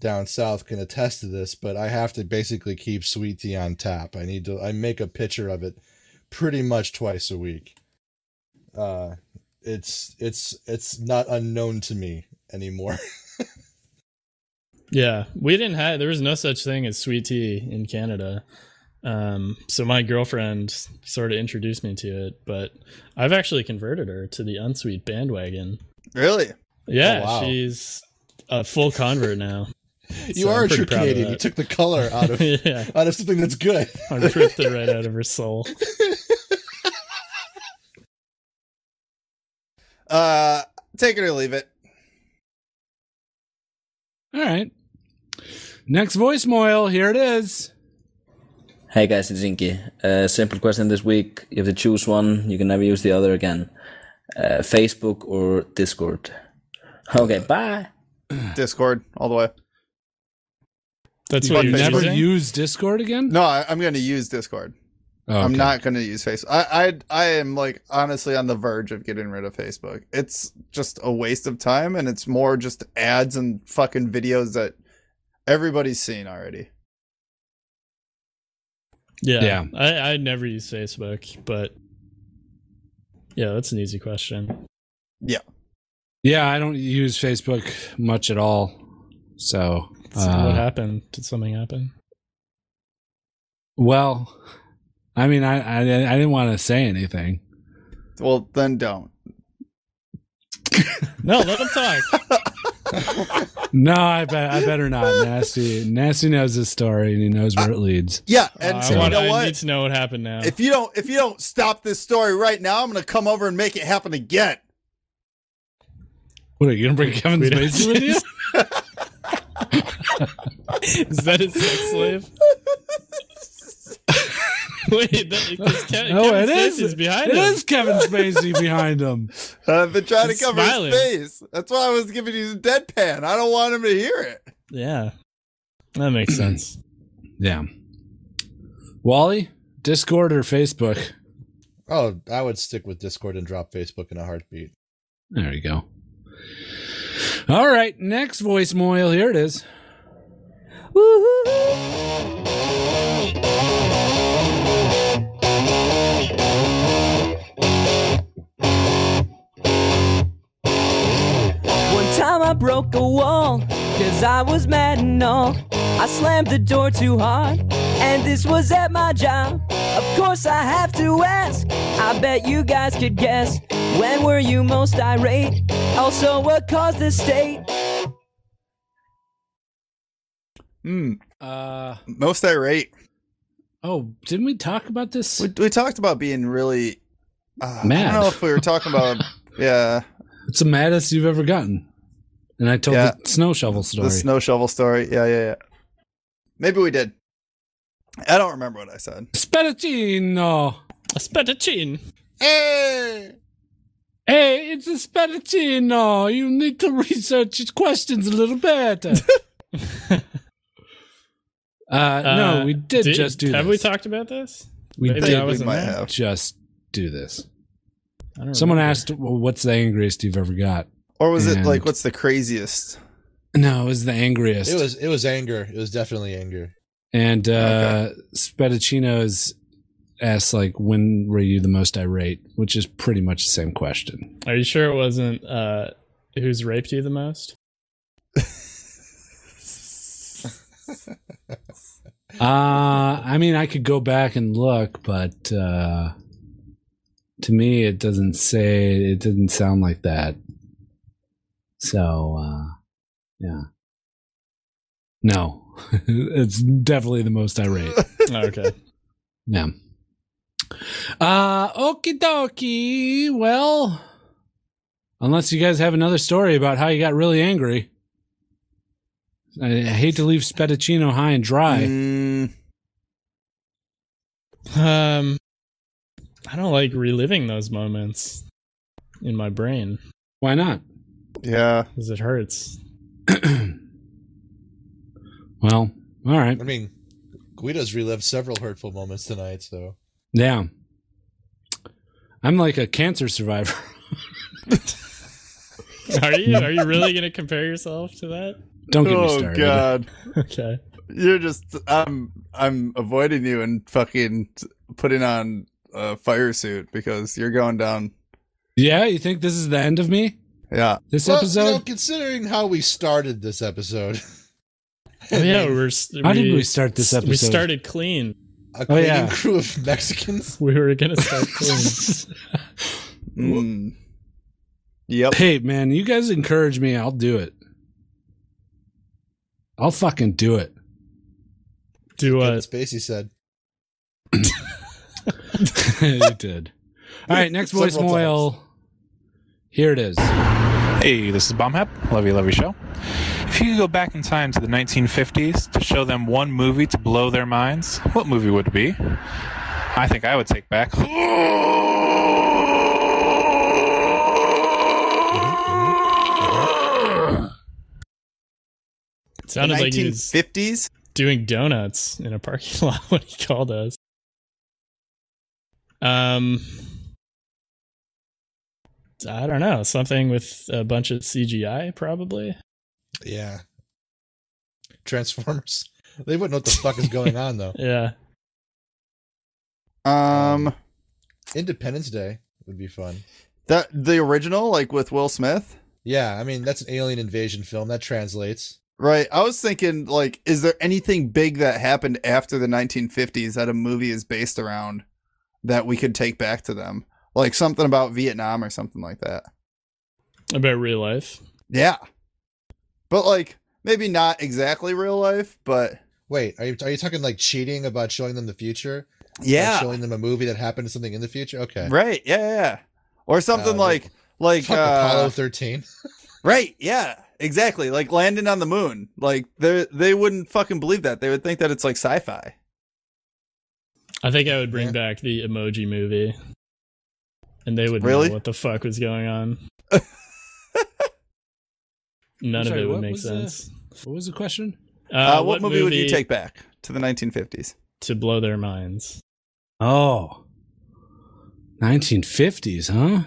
[SPEAKER 4] down south can attest to this, but I have to basically keep sweet tea on tap. I need to I make a pitcher of it pretty much twice a week. Uh it's it's it's not unknown to me anymore.
[SPEAKER 3] Yeah, we didn't have. There was no such thing as sweet tea in Canada. Um, so my girlfriend sort of introduced me to it, but I've actually converted her to the unsweet bandwagon.
[SPEAKER 2] Really?
[SPEAKER 3] Yeah,
[SPEAKER 4] Oh, wow.
[SPEAKER 3] she's a full convert now.
[SPEAKER 4] you
[SPEAKER 3] So I'm
[SPEAKER 4] are a
[SPEAKER 3] pretty
[SPEAKER 4] true
[SPEAKER 3] proud of
[SPEAKER 4] Canadian. You
[SPEAKER 3] that.
[SPEAKER 4] took the color out of
[SPEAKER 3] Yeah.
[SPEAKER 4] out of something that's good.
[SPEAKER 3] I ripped it right out of her soul.
[SPEAKER 2] Uh, take it or leave it.
[SPEAKER 1] All right. Next voicemail. Here it is.
[SPEAKER 18] Hey guys, it's Inky. Uh, simple question this week. You have to choose one. You can never use the other again. Uh, Facebook or Discord. Okay, bye.
[SPEAKER 2] Discord all the way.
[SPEAKER 3] That's
[SPEAKER 2] You
[SPEAKER 3] what
[SPEAKER 2] fuck
[SPEAKER 3] you're
[SPEAKER 2] face.
[SPEAKER 1] Never
[SPEAKER 3] choosing?
[SPEAKER 1] use Discord again.
[SPEAKER 2] No, I, I'm going to use Discord.
[SPEAKER 1] Oh,
[SPEAKER 2] I'm
[SPEAKER 1] okay.
[SPEAKER 2] not going to use Facebook. I, I I am like honestly on the verge of getting rid of Facebook. It's just a waste of time, and it's more just ads and fucking videos that everybody's seen already.
[SPEAKER 3] Yeah.
[SPEAKER 1] Yeah.
[SPEAKER 3] I, I never use Facebook, but yeah, that's an easy question.
[SPEAKER 1] Yeah, I don't use Facebook much at all. So,
[SPEAKER 3] So
[SPEAKER 1] uh,
[SPEAKER 3] what happened? Did something happen?
[SPEAKER 1] well, I mean, I I, I didn't want to say anything.
[SPEAKER 2] Well, then don't.
[SPEAKER 3] No, let them talk.
[SPEAKER 1] No, I bet I better not. Nasty, nasty knows this story and he knows where it leads.
[SPEAKER 2] Uh, Yeah, and
[SPEAKER 3] Uh, I,
[SPEAKER 2] so you
[SPEAKER 3] want,
[SPEAKER 2] know
[SPEAKER 3] I
[SPEAKER 2] what?
[SPEAKER 3] need to know what happened now.
[SPEAKER 2] If you don't if you don't stop this story right now, I'm going to come over and make it happen again.
[SPEAKER 1] What are you gonna bring Kevin
[SPEAKER 3] Guido-
[SPEAKER 1] Spacey with you?
[SPEAKER 3] Is that his sex slave? Wait, that, 'cause Ke-
[SPEAKER 1] No,
[SPEAKER 3] Kevin
[SPEAKER 1] it is.
[SPEAKER 3] Spacey's behind
[SPEAKER 1] it
[SPEAKER 3] him.
[SPEAKER 1] is Kevin Spacey behind him.
[SPEAKER 2] I've Uh, been trying
[SPEAKER 3] He's
[SPEAKER 2] to cover
[SPEAKER 3] smiling.
[SPEAKER 2] his face. That's why I was giving you the deadpan. I don't want him to hear it.
[SPEAKER 3] Yeah, that makes sense.
[SPEAKER 1] Yeah. Wally, Discord or Facebook?
[SPEAKER 4] Oh, I would stick with Discord and drop Facebook in a heartbeat.
[SPEAKER 1] There you go. All right, next voicemail. Here it is.
[SPEAKER 19] broke a wall, cause I was mad and all. I slammed the door too hard, and this was at my job. Of course, I have to ask. I bet you guys could guess. When were you most irate? Also, what caused the state?
[SPEAKER 2] Hmm.
[SPEAKER 1] Uh,
[SPEAKER 2] Most irate.
[SPEAKER 1] Oh, didn't we talk about this?
[SPEAKER 2] We, we talked about being really uh, I
[SPEAKER 1] Mad.
[SPEAKER 2] don't know if we were talking about yeah
[SPEAKER 1] It's the maddest you've ever gotten. And I told
[SPEAKER 2] Yeah.
[SPEAKER 1] the snow shovel story.
[SPEAKER 2] the snow shovel story. Yeah, yeah, yeah. Maybe we did. I don't remember what I said.
[SPEAKER 1] Spadaccino.
[SPEAKER 3] A spadaccin.
[SPEAKER 1] Hey! Hey, it's a spadaccino. You need to research his questions a little better. uh, no, we did, just do
[SPEAKER 3] Have
[SPEAKER 1] this.
[SPEAKER 3] we talked about this?
[SPEAKER 1] We
[SPEAKER 3] Maybe
[SPEAKER 1] did.
[SPEAKER 3] I wasn't there.
[SPEAKER 1] just do this.
[SPEAKER 3] I don't
[SPEAKER 1] Someone
[SPEAKER 3] remember.
[SPEAKER 1] asked, well, "What's the angriest you've ever got?"
[SPEAKER 2] Or was it
[SPEAKER 1] And-
[SPEAKER 2] like what's the craziest?
[SPEAKER 1] No, it was the angriest.
[SPEAKER 4] It was it was anger. It was definitely anger.
[SPEAKER 1] and uh, Spadaccino's asked, "Like, when were you the most irate?" Which is pretty much the same question.
[SPEAKER 3] Are you sure it wasn't uh, who's raped you the most?
[SPEAKER 1] Uh, I mean, I could go back and look, but uh, to me, it doesn't say. It doesn't sound like that. So, uh, yeah, no, it's definitely the most irate.
[SPEAKER 3] Oh, okay.
[SPEAKER 1] Yeah. Uh, okie dokie. Well, unless you guys have another story about how you got really angry, I, I hate to leave Spettuccino high and dry.
[SPEAKER 5] Mm.
[SPEAKER 3] Um, I don't like reliving those moments in my brain
[SPEAKER 1] Why not?
[SPEAKER 2] Yeah.
[SPEAKER 3] because it hurts.
[SPEAKER 1] Well, all right.
[SPEAKER 4] I mean, Guido's relived several hurtful moments tonight, so
[SPEAKER 1] Yeah. I'm like a cancer survivor.
[SPEAKER 3] Are you? Are you really gonna compare yourself to that?
[SPEAKER 1] Don't get me
[SPEAKER 2] oh
[SPEAKER 1] started.
[SPEAKER 2] god.
[SPEAKER 3] Okay.
[SPEAKER 2] You're just I'm I'm avoiding you and fucking t- putting on a fire suit because you're going down.
[SPEAKER 1] Yeah, you think this is the end of me?
[SPEAKER 2] Yeah.
[SPEAKER 1] This
[SPEAKER 4] Well, you
[SPEAKER 1] episode?
[SPEAKER 4] know, considering how we started this episode,
[SPEAKER 3] Oh, yeah, we we're. s-
[SPEAKER 1] How did we start this
[SPEAKER 3] We
[SPEAKER 1] episode?
[SPEAKER 3] started clean.
[SPEAKER 4] a
[SPEAKER 1] Oh,
[SPEAKER 4] cleaning
[SPEAKER 1] yeah.
[SPEAKER 4] crew of Mexicans.
[SPEAKER 3] We were gonna start clean.
[SPEAKER 2] Mm. Yep.
[SPEAKER 1] Hey, man, you guys encourage me. I'll do it. I'll fucking do it.
[SPEAKER 3] Do
[SPEAKER 4] Kevin
[SPEAKER 3] what?
[SPEAKER 4] Spacey said.
[SPEAKER 1] you did. All right, next
[SPEAKER 4] Several
[SPEAKER 1] voicemail. Here it is.
[SPEAKER 20] Hey, this is Bombhap. Love you, love your show. If you could go back in time to the 1950s to show them one movie to blow their minds, what movie would it be? I think I would take back.
[SPEAKER 3] It sounded
[SPEAKER 2] The
[SPEAKER 3] like he was
[SPEAKER 2] 1950s?
[SPEAKER 3] doing donuts in a parking lot when he called us. Um, I don't know. Something with a bunch of CGI, probably.
[SPEAKER 4] Yeah. Transformers. They wouldn't know what the fuck is going on though.
[SPEAKER 3] Yeah.
[SPEAKER 2] Um
[SPEAKER 4] Independence Day would be fun.
[SPEAKER 2] that the original like with Will Smith?
[SPEAKER 4] Yeah, I mean that's an alien invasion film that translates.
[SPEAKER 2] Right. I was thinking, like, is there anything big that happened after the 1950s that a movie is based around that we could take back to them? Like something about Vietnam or something like that.
[SPEAKER 3] About real life.
[SPEAKER 2] Yeah. But, like, maybe not exactly real life, but
[SPEAKER 4] Wait, are you are you talking like cheating about showing them the future? Like,
[SPEAKER 2] yeah.
[SPEAKER 4] showing them a movie that happened to something in the future. Okay,
[SPEAKER 2] Right. Yeah. yeah, Yeah. Or something
[SPEAKER 4] Uh,
[SPEAKER 2] like, like,
[SPEAKER 4] Fuck
[SPEAKER 2] uh,
[SPEAKER 4] Apollo thirteen.
[SPEAKER 2] right. Yeah. Exactly. Like landing on the moon. Like, they they wouldn't fucking believe that. They would think that it's like sci fi.
[SPEAKER 3] I think I would bring back the emoji movie. And they would
[SPEAKER 2] Really?
[SPEAKER 3] know what the fuck was going on. None
[SPEAKER 1] I'm sorry,
[SPEAKER 3] of it
[SPEAKER 1] what
[SPEAKER 3] would make
[SPEAKER 1] was the-
[SPEAKER 3] sense.
[SPEAKER 1] What was the question?
[SPEAKER 2] Uh, what, movie would you take back to the 1950s?
[SPEAKER 3] To blow their minds.
[SPEAKER 1] Oh. 1950s, huh?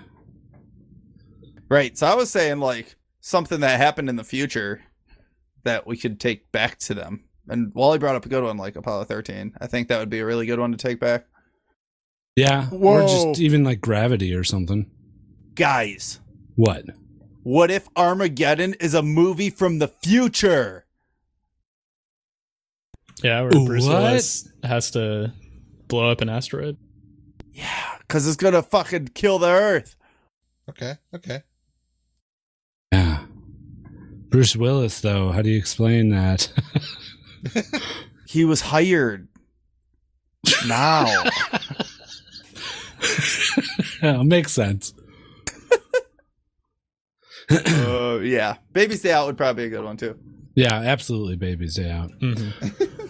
[SPEAKER 2] Right. So I was saying like something that happened in the future that we could take back to them. And Wally brought up a good one, like Apollo 13. I think that would be a really good one to take back.
[SPEAKER 1] Yeah. Or
[SPEAKER 2] Whoa.
[SPEAKER 1] just even like gravity or something.
[SPEAKER 2] Guys,
[SPEAKER 1] What?
[SPEAKER 2] What if Armageddon is a movie from the future?
[SPEAKER 3] Yeah, where
[SPEAKER 2] Ooh,
[SPEAKER 3] Bruce
[SPEAKER 2] what?
[SPEAKER 3] Willis has to blow up an asteroid.
[SPEAKER 2] Because it's going to fucking kill the Earth.
[SPEAKER 4] Okay, okay.
[SPEAKER 1] Bruce Willis, though, how do you explain that?
[SPEAKER 2] he was hired. Now.
[SPEAKER 1] Yeah, makes sense.
[SPEAKER 2] uh, yeah. Baby Stay Out would probably be a good one, too.
[SPEAKER 1] Yeah, absolutely. Baby's Day Out.
[SPEAKER 3] Mhm.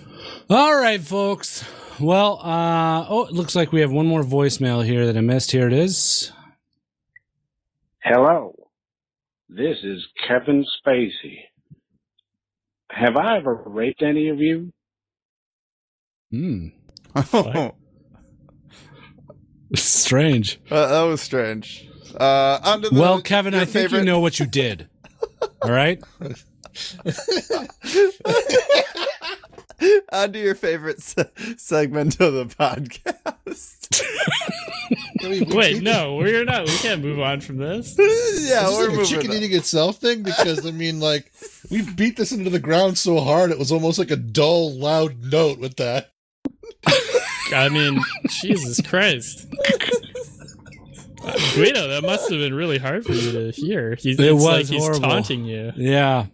[SPEAKER 1] All right, folks. Well, uh, oh, it looks like we have one more voicemail here that I missed. Here it is.
[SPEAKER 21] Hello, this is Kevin Spacey. Have I ever raped any of you?
[SPEAKER 1] Hmm.
[SPEAKER 2] Oh.
[SPEAKER 1] Strange.
[SPEAKER 2] Uh, that was strange. Uh, on to the,
[SPEAKER 1] Well, Kevin,
[SPEAKER 2] your
[SPEAKER 1] I think you
[SPEAKER 2] favorite-
[SPEAKER 1] know what you did. All right.
[SPEAKER 2] on to your favorite se- segment of the podcast.
[SPEAKER 3] Wait, no, we're not. We can't move on from this.
[SPEAKER 4] Yeah, is this like a chicken eating itself thing because I mean, like, we beat this into the ground so hard it was almost like a dull, loud note with that.
[SPEAKER 3] I mean, Jesus Christ. Uh, Guido, that must have been really hard for you to hear. He's,
[SPEAKER 1] it
[SPEAKER 3] it's
[SPEAKER 1] was
[SPEAKER 3] like he's
[SPEAKER 1] horrible.
[SPEAKER 3] taunting you.
[SPEAKER 1] Yeah,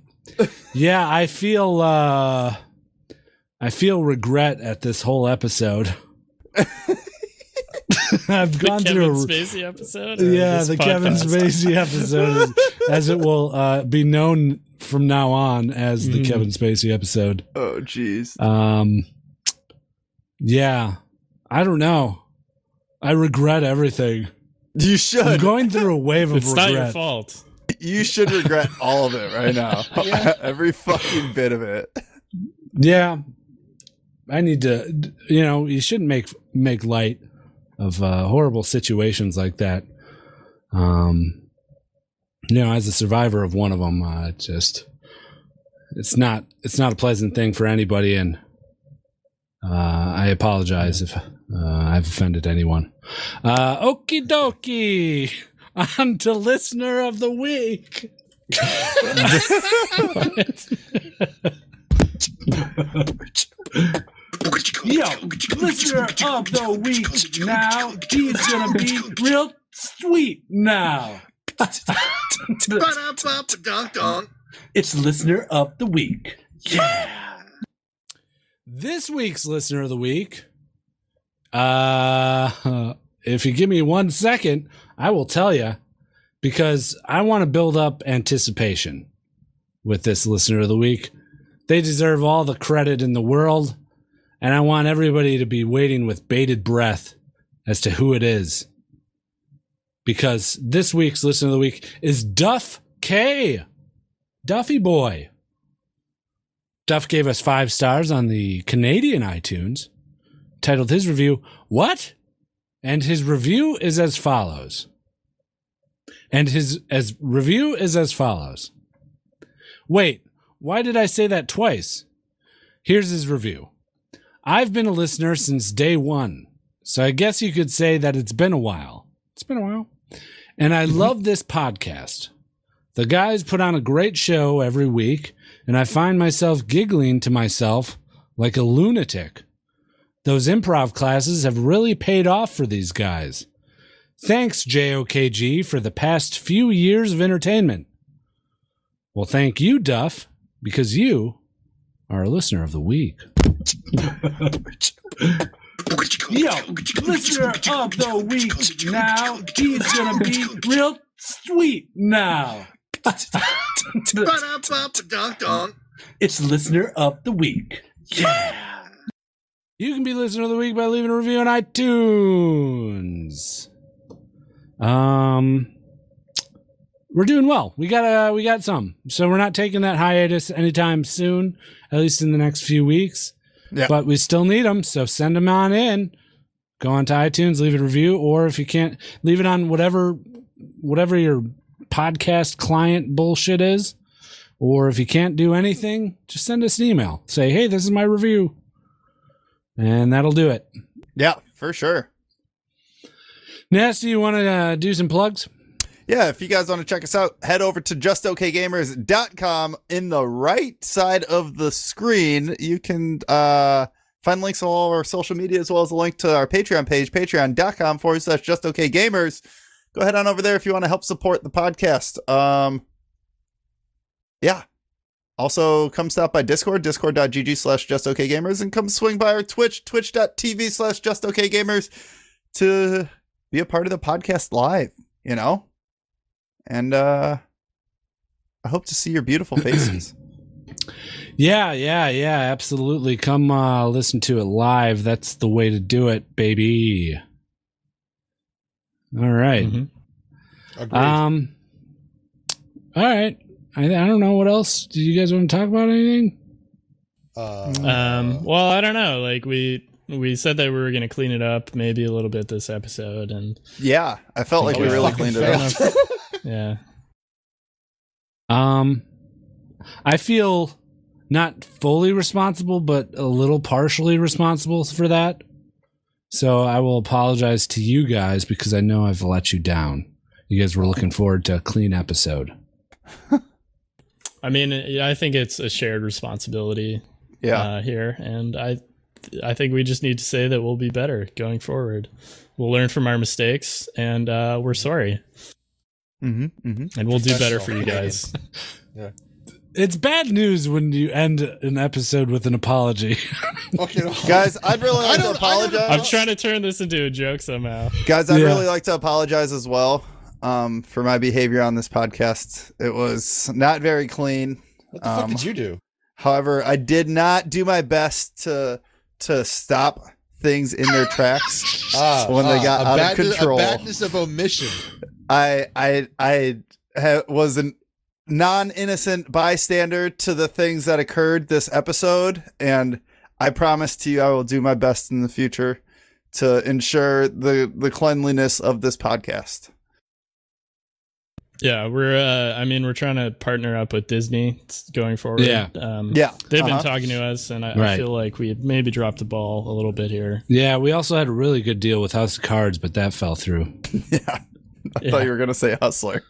[SPEAKER 1] yeah. I feel uh, I feel regret at this whole episode. I've
[SPEAKER 3] The
[SPEAKER 1] gone
[SPEAKER 3] Kevin
[SPEAKER 1] through. a-
[SPEAKER 3] Spacey episode? or
[SPEAKER 1] yeah,
[SPEAKER 3] this
[SPEAKER 1] the Kevin
[SPEAKER 3] podcast?
[SPEAKER 1] Spacey episode, is- as it will uh, be known from now on as the
[SPEAKER 3] Mhm.
[SPEAKER 1] Kevin Spacey episode.
[SPEAKER 2] Oh, jeez.
[SPEAKER 1] Um, yeah, I don't know. I regret everything.
[SPEAKER 2] You should.
[SPEAKER 1] I'm going through a wave of
[SPEAKER 3] It's
[SPEAKER 1] regret.
[SPEAKER 3] not your fault.
[SPEAKER 2] You should regret all of it right now.
[SPEAKER 3] Yeah.
[SPEAKER 2] Every fucking bit of it.
[SPEAKER 1] Yeah, I need to. d- You know, you shouldn't make make light of uh, horrible situations like that. Um, you know, as a survivor of one of them, uh, it just it's not it's not a pleasant thing for anybody, and uh, I apologize if uh, I've offended anyone. Uh, okie dokie. On to listener of the week.
[SPEAKER 5] Yo, listener of the week now, he's gonna be real sweet now. it's listener of the week.
[SPEAKER 1] This week's listener of the week. Uh, if you give me one second, I will tell you because I want to build up anticipation with this listener of the week. They deserve all the credit in the world, and I want everybody to be waiting with bated breath as to who it is. Because this week's listener of the week is Duff K. Duffy Boy. Duff gave us five stars on the Canadian iTunes, titled his review, What? And his review is as follows. And his as review is as follows. Wait, why did I say that twice? Here's his review. I've been a listener since day one, so I guess you could say that it's been a while. It's been a while. And I love this podcast. The guys put on a great show every week, and I find myself giggling to myself like a lunatic. Those improv classes have really paid off for these guys. Thanks, JOKG, for the past few years of entertainment. Well, thank you, Duff, because you are a listener of the week.
[SPEAKER 5] Yo, listener of the week now, he's gonna be real sweet now. it's listener of the week.
[SPEAKER 1] You can be listener of the week by leaving a review on iTunes. Um, we're doing well. We got uh, we got some, so we're not taking that hiatus anytime soon. At least in the next few weeks.
[SPEAKER 2] Yeah.
[SPEAKER 1] But we still need them, so send them on in. Go on to iTunes, leave a review, or if you can't, leave it on whatever whatever your podcast client bullshit is. Or if you can't do anything, just send us an email. Say, hey, this is my review. And that'll do it.
[SPEAKER 2] Yeah, for sure.
[SPEAKER 1] Nasty, you want to uh, do some plugs?
[SPEAKER 2] yeah, if you guys want to check us out, head over to justokgamers.com. In the right side of the screen, you can uh, find links to all our social media as well as a link to our Patreon page, patreon.com forward slash justokgamers. Go ahead on over there if you want to help support the podcast. Um, yeah. Also, come stop by Discord, discord.gg slash justokgamers, and come swing by our Twitch, twitch.tv slash justokgamers to be a part of the podcast live, you know? And uh I hope to see your beautiful faces.
[SPEAKER 1] Yeah, yeah, yeah, absolutely. Come uh, listen to it live. That's the way to do it, baby. All right. Um. All right. I, I don't know what else. Do you guys want to talk about anything?
[SPEAKER 3] um, well, I don't know. Like we we said that we were gonna clean it up, maybe a little bit this episode, and Oh,
[SPEAKER 2] Yeah, I felt like
[SPEAKER 3] think
[SPEAKER 2] we really
[SPEAKER 3] fucking
[SPEAKER 2] cleaned it up.
[SPEAKER 3] failed. yeah.
[SPEAKER 1] Um, I feel not fully responsible, but a little partially responsible for that. So I will apologize to you guys because I know I've let you down. You guys were looking forward to a clean episode.
[SPEAKER 3] I mean, yeah, I think it's a shared responsibility.
[SPEAKER 2] Yeah.
[SPEAKER 3] Uh, here, and I, I think we just need to say that we'll be better going forward. We'll learn from our mistakes, and uh, we're sorry.
[SPEAKER 2] Mm-hmm, mm-hmm.
[SPEAKER 3] And we'll do better for you guys.
[SPEAKER 4] Yeah.
[SPEAKER 1] It's bad news when you end an episode with an apology.
[SPEAKER 2] guys, I'd really like to
[SPEAKER 3] I'm
[SPEAKER 2] apologize.
[SPEAKER 3] trying to turn this into a joke somehow.
[SPEAKER 2] Guys, I'd
[SPEAKER 3] Yeah.
[SPEAKER 2] really like to apologize as well um, for my behavior on this podcast. It was not very clean. What
[SPEAKER 4] the fuck did you do?
[SPEAKER 2] However, I did not do my best to to stop things in their tracks
[SPEAKER 4] Ah,
[SPEAKER 2] when they
[SPEAKER 4] ah,
[SPEAKER 2] got
[SPEAKER 4] a
[SPEAKER 2] out of
[SPEAKER 4] badness-
[SPEAKER 2] control.
[SPEAKER 4] A badness of omission.
[SPEAKER 2] I I I ha- was a non-innocent bystander to the things that occurred this episode, and I promise to you, I will do my best in the future to ensure the the cleanliness of this podcast.
[SPEAKER 3] Yeah, we're. Uh, I mean, we're trying to partner up with Disney s- going forward.
[SPEAKER 1] Yeah.
[SPEAKER 3] um,
[SPEAKER 1] Yeah.
[SPEAKER 3] They've
[SPEAKER 1] Uh-huh.
[SPEAKER 3] been talking to us, and I, I
[SPEAKER 1] Right.
[SPEAKER 3] feel like we maybe dropped the ball a little bit here.
[SPEAKER 1] yeah, we also had a really good deal with House of Cards, but that fell through.
[SPEAKER 2] I thought you were gonna say hustler.